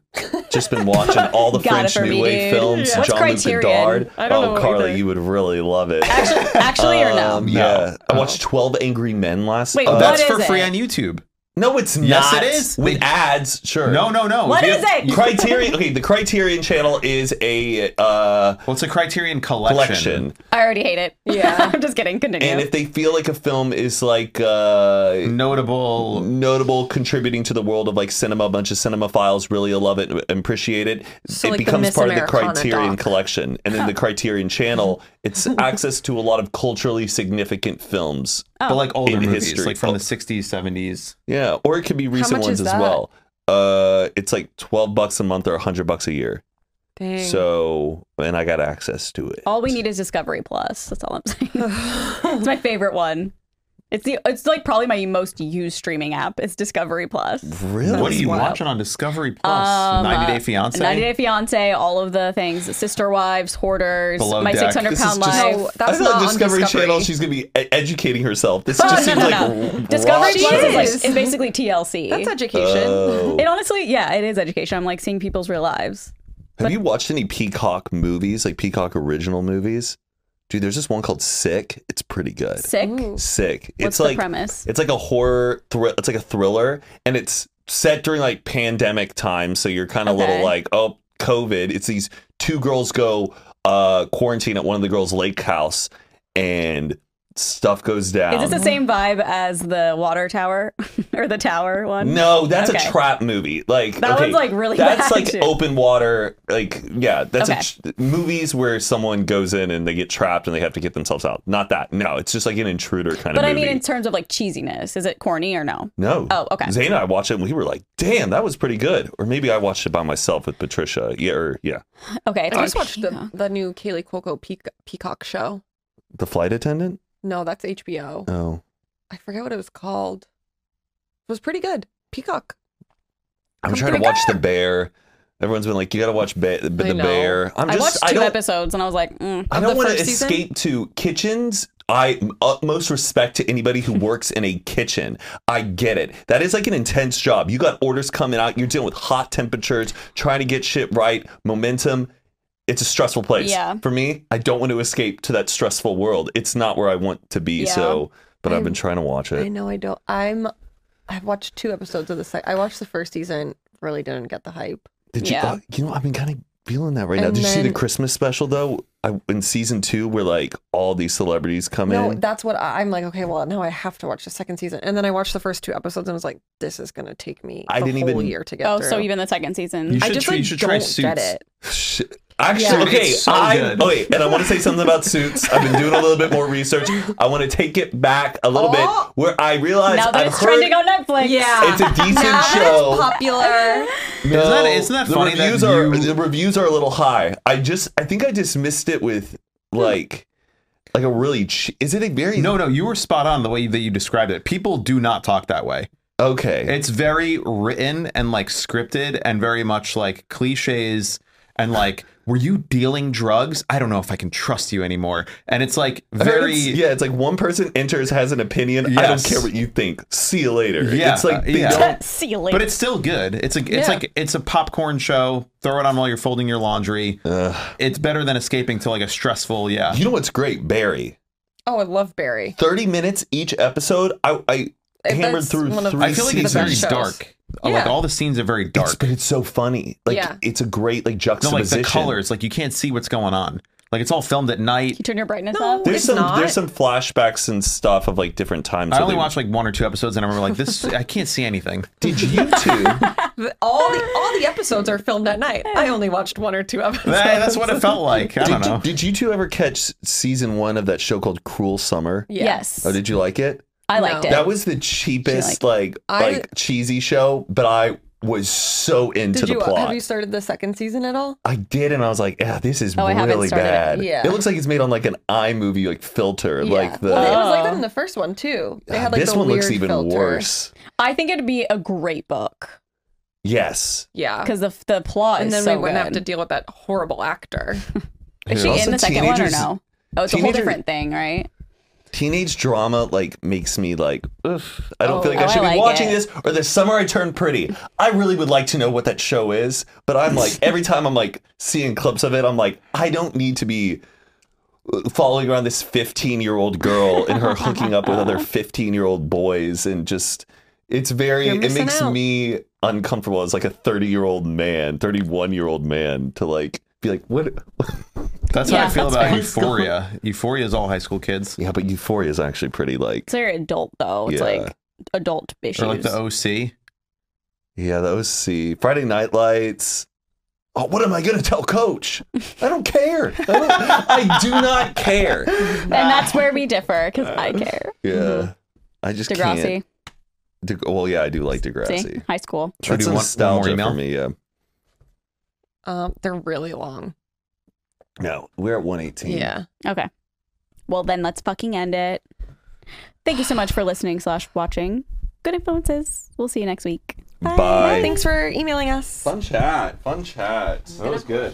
Speaker 4: Just been watching all the
Speaker 3: Got it
Speaker 4: French
Speaker 3: for
Speaker 4: New
Speaker 3: me,
Speaker 4: Wave
Speaker 3: dude.
Speaker 4: films.
Speaker 3: Yeah. What's
Speaker 4: Jean Luc
Speaker 3: Criterion?
Speaker 4: Godard.
Speaker 2: I don't
Speaker 4: oh,
Speaker 2: know
Speaker 4: Carly,
Speaker 2: either.
Speaker 4: you would really love it.
Speaker 3: Actually, actually or no?
Speaker 4: Um, Yeah, I watched Twelve Angry Men last.
Speaker 3: Wait,
Speaker 4: uh,
Speaker 3: what
Speaker 1: That's
Speaker 3: is
Speaker 1: for free
Speaker 3: it?
Speaker 1: on YouTube.
Speaker 4: No, it's not.
Speaker 1: Yes, it is. They-
Speaker 4: With ads, sure.
Speaker 1: No, no, no.
Speaker 3: What
Speaker 1: You-
Speaker 3: is it?
Speaker 4: Criterion. Okay, the Criterion Channel is a uh,
Speaker 1: Well, it's a Criterion
Speaker 4: collection,
Speaker 7: I already hate it.
Speaker 3: Yeah. I'm just kidding. Continue.
Speaker 4: and if they feel like a film is like uh,
Speaker 1: Notable.
Speaker 4: notable, contributing to the world of like cinema, a bunch of cinema files really love it, and appreciate it,
Speaker 2: So,
Speaker 4: it
Speaker 2: like, the
Speaker 4: becomes
Speaker 2: Miss
Speaker 4: part
Speaker 2: Americana
Speaker 4: of the Criterion
Speaker 2: doc.
Speaker 4: collection, and then the Criterion Channel, it's access to a lot of culturally significant films.
Speaker 1: But like older
Speaker 4: In
Speaker 1: movies,
Speaker 4: history.
Speaker 1: like from the 60s, 70s.
Speaker 4: Yeah, or it could be recent
Speaker 2: much
Speaker 4: ones
Speaker 2: is
Speaker 4: as
Speaker 2: that?
Speaker 4: well. Uh, it's like twelve bucks a month or hundred bucks a year.
Speaker 2: Dang.
Speaker 4: So, and I got access to it.
Speaker 3: all we need is Discovery Plus. That's all I'm saying. it's my favorite one. It's the it's like probably my most used streaming app is Discovery Plus.
Speaker 4: Really?
Speaker 1: what are you
Speaker 2: wild.
Speaker 1: watching on Discovery Plus?
Speaker 3: Um,
Speaker 1: 90 Day Fiance?
Speaker 3: 90 Day Fiance, all of the things, Sister Wives, Hoarders,
Speaker 1: Below
Speaker 3: my
Speaker 1: Deck.
Speaker 3: 600
Speaker 1: This
Speaker 3: pound
Speaker 4: just-
Speaker 3: life.
Speaker 2: No, that's
Speaker 4: I
Speaker 2: not
Speaker 4: thought
Speaker 2: on
Speaker 4: Discovery,
Speaker 2: Discovery.
Speaker 4: Channel. She's gonna be e- educating herself. This
Speaker 3: Oh,
Speaker 4: just
Speaker 3: no,
Speaker 4: seems
Speaker 3: no,
Speaker 4: like
Speaker 3: no.
Speaker 4: r-
Speaker 3: Discovery
Speaker 4: rock
Speaker 3: Plus is, like,
Speaker 4: shows.
Speaker 3: is basically TLC.
Speaker 2: That's education.
Speaker 4: Oh.
Speaker 3: it honestly, yeah, it is education. I'm like seeing people's real lives.
Speaker 4: Have you watched any Peacock movies, like Peacock original movies? Dude, there's this one called Sick. It's pretty good.
Speaker 3: Sick.
Speaker 4: Sick.
Speaker 7: What's
Speaker 4: it's
Speaker 7: the
Speaker 4: like
Speaker 7: premise?
Speaker 4: it's like a horror. Thr- it's like a thriller, and it's set during like pandemic time. So you're kind of a
Speaker 3: Okay.
Speaker 4: little like, oh, COVID. It's these two girls go uh quarantine at one of the girls' lake house, and stuff goes down.
Speaker 3: Is this the same vibe as the water tower or the tower one?
Speaker 4: No, that's
Speaker 3: Okay.
Speaker 4: a trap movie. Like
Speaker 3: That
Speaker 4: okay,
Speaker 3: one's, like, really bad,
Speaker 4: That's like
Speaker 3: too.
Speaker 4: open water. Like yeah, that's a tr- movies where someone goes in and they get trapped and they have to get themselves out. Not that. No, it's just like an intruder kind
Speaker 3: But
Speaker 4: of
Speaker 3: I
Speaker 4: movie.
Speaker 3: mean, in terms of like cheesiness, is it corny or no?
Speaker 4: no.
Speaker 3: Oh, okay.
Speaker 4: Zane and I watched it and we were like, "Damn, that was pretty good." Or maybe I watched it by myself with Patricia. Yeah, or yeah,
Speaker 3: Okay, it's
Speaker 2: I
Speaker 3: on
Speaker 2: just watched the,
Speaker 3: Peacock.
Speaker 2: the new Kaylee Cuoco Peac- Peacock show.
Speaker 4: the flight attendant.
Speaker 2: No, that's HBO.
Speaker 4: Oh,
Speaker 2: I forget what it was called. It was pretty good. Peacock.
Speaker 3: Oh,
Speaker 4: I'm
Speaker 2: Come
Speaker 4: trying to
Speaker 2: through.
Speaker 4: watch the bear. Everyone's been like, "You got to watch ba- the
Speaker 2: I know.
Speaker 4: bear." I'm
Speaker 3: I
Speaker 4: just
Speaker 3: watched
Speaker 4: I
Speaker 3: two
Speaker 4: don't-
Speaker 3: episodes and I was like, mm.
Speaker 4: I
Speaker 2: of
Speaker 4: don't
Speaker 2: the
Speaker 4: want to
Speaker 2: first season?
Speaker 4: escape to kitchens. I utmost respect to anybody who works in a kitchen. I get it. That is like an intense job. You got orders coming out. You're dealing with hot temperatures, trying to get shit right, momentum. It's a stressful place.
Speaker 3: Yeah.
Speaker 4: For me, I don't want to escape to that stressful world. It's not where I want to be.
Speaker 3: Yeah.
Speaker 4: So, but I've been trying to watch
Speaker 2: I
Speaker 4: it.
Speaker 2: know I don't. I'm. I've watched two episodes of the site. I watched the first season. Really didn't get the hype.
Speaker 4: Did you?
Speaker 3: Yeah.
Speaker 4: uh, you know, I've been kind of feeling that right now.
Speaker 2: And
Speaker 4: Did you see
Speaker 2: then-
Speaker 4: the Christmas special though? I, in season two, where like all these celebrities come
Speaker 2: No,
Speaker 4: in.
Speaker 2: that's what I, I'm like. Okay, well now I have to watch the second season. And then I watched the first two episodes and was like, this is gonna take me
Speaker 4: I
Speaker 2: the
Speaker 4: didn't
Speaker 2: whole
Speaker 4: even-
Speaker 2: year to get
Speaker 3: oh,
Speaker 2: through.
Speaker 3: so even the second season.
Speaker 1: You
Speaker 2: I
Speaker 1: should
Speaker 2: just
Speaker 1: try-
Speaker 2: like
Speaker 1: you should try
Speaker 2: don't get
Speaker 1: Suits.
Speaker 2: it.
Speaker 4: Sh- Actually,
Speaker 1: Dude,
Speaker 4: okay.
Speaker 1: it's so
Speaker 4: I,
Speaker 1: good.
Speaker 4: Oh wait, and I want to say something about suits. I've been doing a little bit more research. I want to take it back a little
Speaker 2: Oh.
Speaker 4: bit where I realized
Speaker 3: now that
Speaker 4: I've
Speaker 3: it's
Speaker 4: heard
Speaker 3: trending on Netflix.
Speaker 4: it's a decent show.
Speaker 2: popular.
Speaker 4: No,
Speaker 1: Isn't that- isn't that
Speaker 4: the
Speaker 1: funny that
Speaker 4: reviews are
Speaker 1: you-
Speaker 4: the reviews are a little high. I just I think I dismissed it with like like a really che- is it a very
Speaker 1: Hmm. No, no, you were spot on the way that you described it. People do not talk that way.
Speaker 4: okay
Speaker 1: It's very written and like scripted and very much like cliches and like, were you dealing drugs? I don't know if I can trust you anymore. And it's like
Speaker 4: I heard
Speaker 1: very.
Speaker 4: it's- yeah. It's like one person enters has an opinion. I don't
Speaker 1: Yes.
Speaker 4: care what you think. See you later.
Speaker 1: Yeah, Uh,
Speaker 4: it's like they
Speaker 1: yeah.
Speaker 4: don't
Speaker 3: See you later.
Speaker 1: But it's still good. It's a, it's
Speaker 2: Yeah.
Speaker 1: like it's a popcorn show. Throw it on while you're folding your laundry. It's better than escaping to like a stressful. Yeah,
Speaker 4: You know what's great, Barry.
Speaker 2: Oh, I love Barry.
Speaker 4: 30 minutes each episode. I, I
Speaker 2: That's
Speaker 4: hammered through
Speaker 2: one of
Speaker 4: three
Speaker 1: I feel like it's very
Speaker 4: seasons.
Speaker 2: shows.
Speaker 1: dark. Oh, Like
Speaker 2: Yeah.
Speaker 1: all the scenes are very
Speaker 4: It's-
Speaker 1: dark.
Speaker 4: but it's so funny. Like
Speaker 2: Yeah.
Speaker 4: it's a great
Speaker 1: no,
Speaker 4: like
Speaker 1: like
Speaker 4: juxtaposition.
Speaker 1: the colors. Like you can't see what's going on. Like it's all filmed at night.
Speaker 3: you turn your brightness
Speaker 2: No.
Speaker 3: up.
Speaker 4: There's
Speaker 2: It's
Speaker 4: some
Speaker 2: not.
Speaker 4: there's some flashbacks and stuff of like different times.
Speaker 1: I
Speaker 4: where
Speaker 1: only
Speaker 4: they-
Speaker 1: watched like one or two episodes, and I remember like this. I can't see anything.
Speaker 4: Did you two?
Speaker 2: The- All the all the episodes are filmed at night. I only watched one or two episodes.
Speaker 1: Hey, that's what it felt like. I don't
Speaker 4: did,
Speaker 1: know.
Speaker 4: you, did you two ever catch season one of that show called Cruel Summer?
Speaker 2: Yeah.
Speaker 3: Yes.
Speaker 4: Oh, did you like it?
Speaker 3: I liked
Speaker 2: No.
Speaker 3: it.
Speaker 4: That was the cheapest like
Speaker 2: I-
Speaker 4: like cheesy show, but I was so into
Speaker 2: Did
Speaker 4: the
Speaker 2: you uh,
Speaker 4: plot.
Speaker 2: have you started the second season at all?
Speaker 4: I did, and I was like, "Yeah, this is
Speaker 3: Oh, I haven't
Speaker 4: really
Speaker 3: started it.
Speaker 4: bad."
Speaker 2: Yeah.
Speaker 4: It looks like it's made on like an iMovie like filter, like the.
Speaker 2: well, it was like that
Speaker 3: Oh.
Speaker 2: in the first one too. They had like
Speaker 4: this
Speaker 2: the
Speaker 4: one looks
Speaker 2: weird
Speaker 4: even
Speaker 2: filter.
Speaker 4: worse.
Speaker 3: I think it'd be a great book
Speaker 4: Yes.
Speaker 2: Yeah,
Speaker 3: because the the plot
Speaker 2: and
Speaker 3: is
Speaker 2: then
Speaker 3: so
Speaker 2: we wouldn't have
Speaker 3: good.
Speaker 2: to deal with that horrible actor.
Speaker 3: Is she
Speaker 4: Also
Speaker 3: in the second one or
Speaker 4: teenagers-
Speaker 3: no? Oh, it's a whole
Speaker 4: teenager-
Speaker 3: different thing, right?
Speaker 4: Teenage drama like makes me like, oof, I don't
Speaker 2: Oh,
Speaker 4: feel like
Speaker 3: oh,
Speaker 4: I should
Speaker 3: I like
Speaker 4: be watching
Speaker 3: it.
Speaker 4: this. Or the summer I turned pretty. I really would like to know what that show is, but I'm like every time I'm like seeing clips of it, I'm like, I don't need to be uh, following around this 15 year old girl and her hooking up with other 15 year old boys and just It's very.
Speaker 2: You're
Speaker 4: It
Speaker 2: missing
Speaker 4: makes
Speaker 2: out.
Speaker 4: me uncomfortable as like a thirty-year-old man, thirty-one-year-old man, to like be like, what?
Speaker 1: That's how
Speaker 3: Yeah,
Speaker 1: I feel
Speaker 3: that's
Speaker 1: about
Speaker 3: high school.
Speaker 1: Euphoria. Euphoria is all high school kids.
Speaker 4: Yeah, but Euphoria is actually pretty like.
Speaker 3: It's very adult though. It's
Speaker 4: Yeah.
Speaker 3: like adult issues.
Speaker 1: Or like the OC.
Speaker 4: Yeah, that was C. Friday Night Lights. Oh, what am I gonna tell Coach? I don't care. I, don't, I do not care.
Speaker 3: and that's where we differ because I care.
Speaker 4: Yeah, I just
Speaker 3: Degrassi,
Speaker 4: can't. De- well, yeah, I do like Degrassi.
Speaker 3: see, high school.
Speaker 1: Should we
Speaker 4: That's
Speaker 1: do one- one more
Speaker 4: nostalgia
Speaker 1: email?
Speaker 4: for me. Yeah.
Speaker 2: Um, they're really long.
Speaker 4: No, we're at one eighteen.
Speaker 2: Yeah.
Speaker 3: Okay. Well, then let's fucking end it. Thank you so much for listening slash watching. Good influences. We'll see you next week.
Speaker 4: Bye.
Speaker 2: Thanks for emailing us.
Speaker 4: Fun chat. Fun chat. That was good.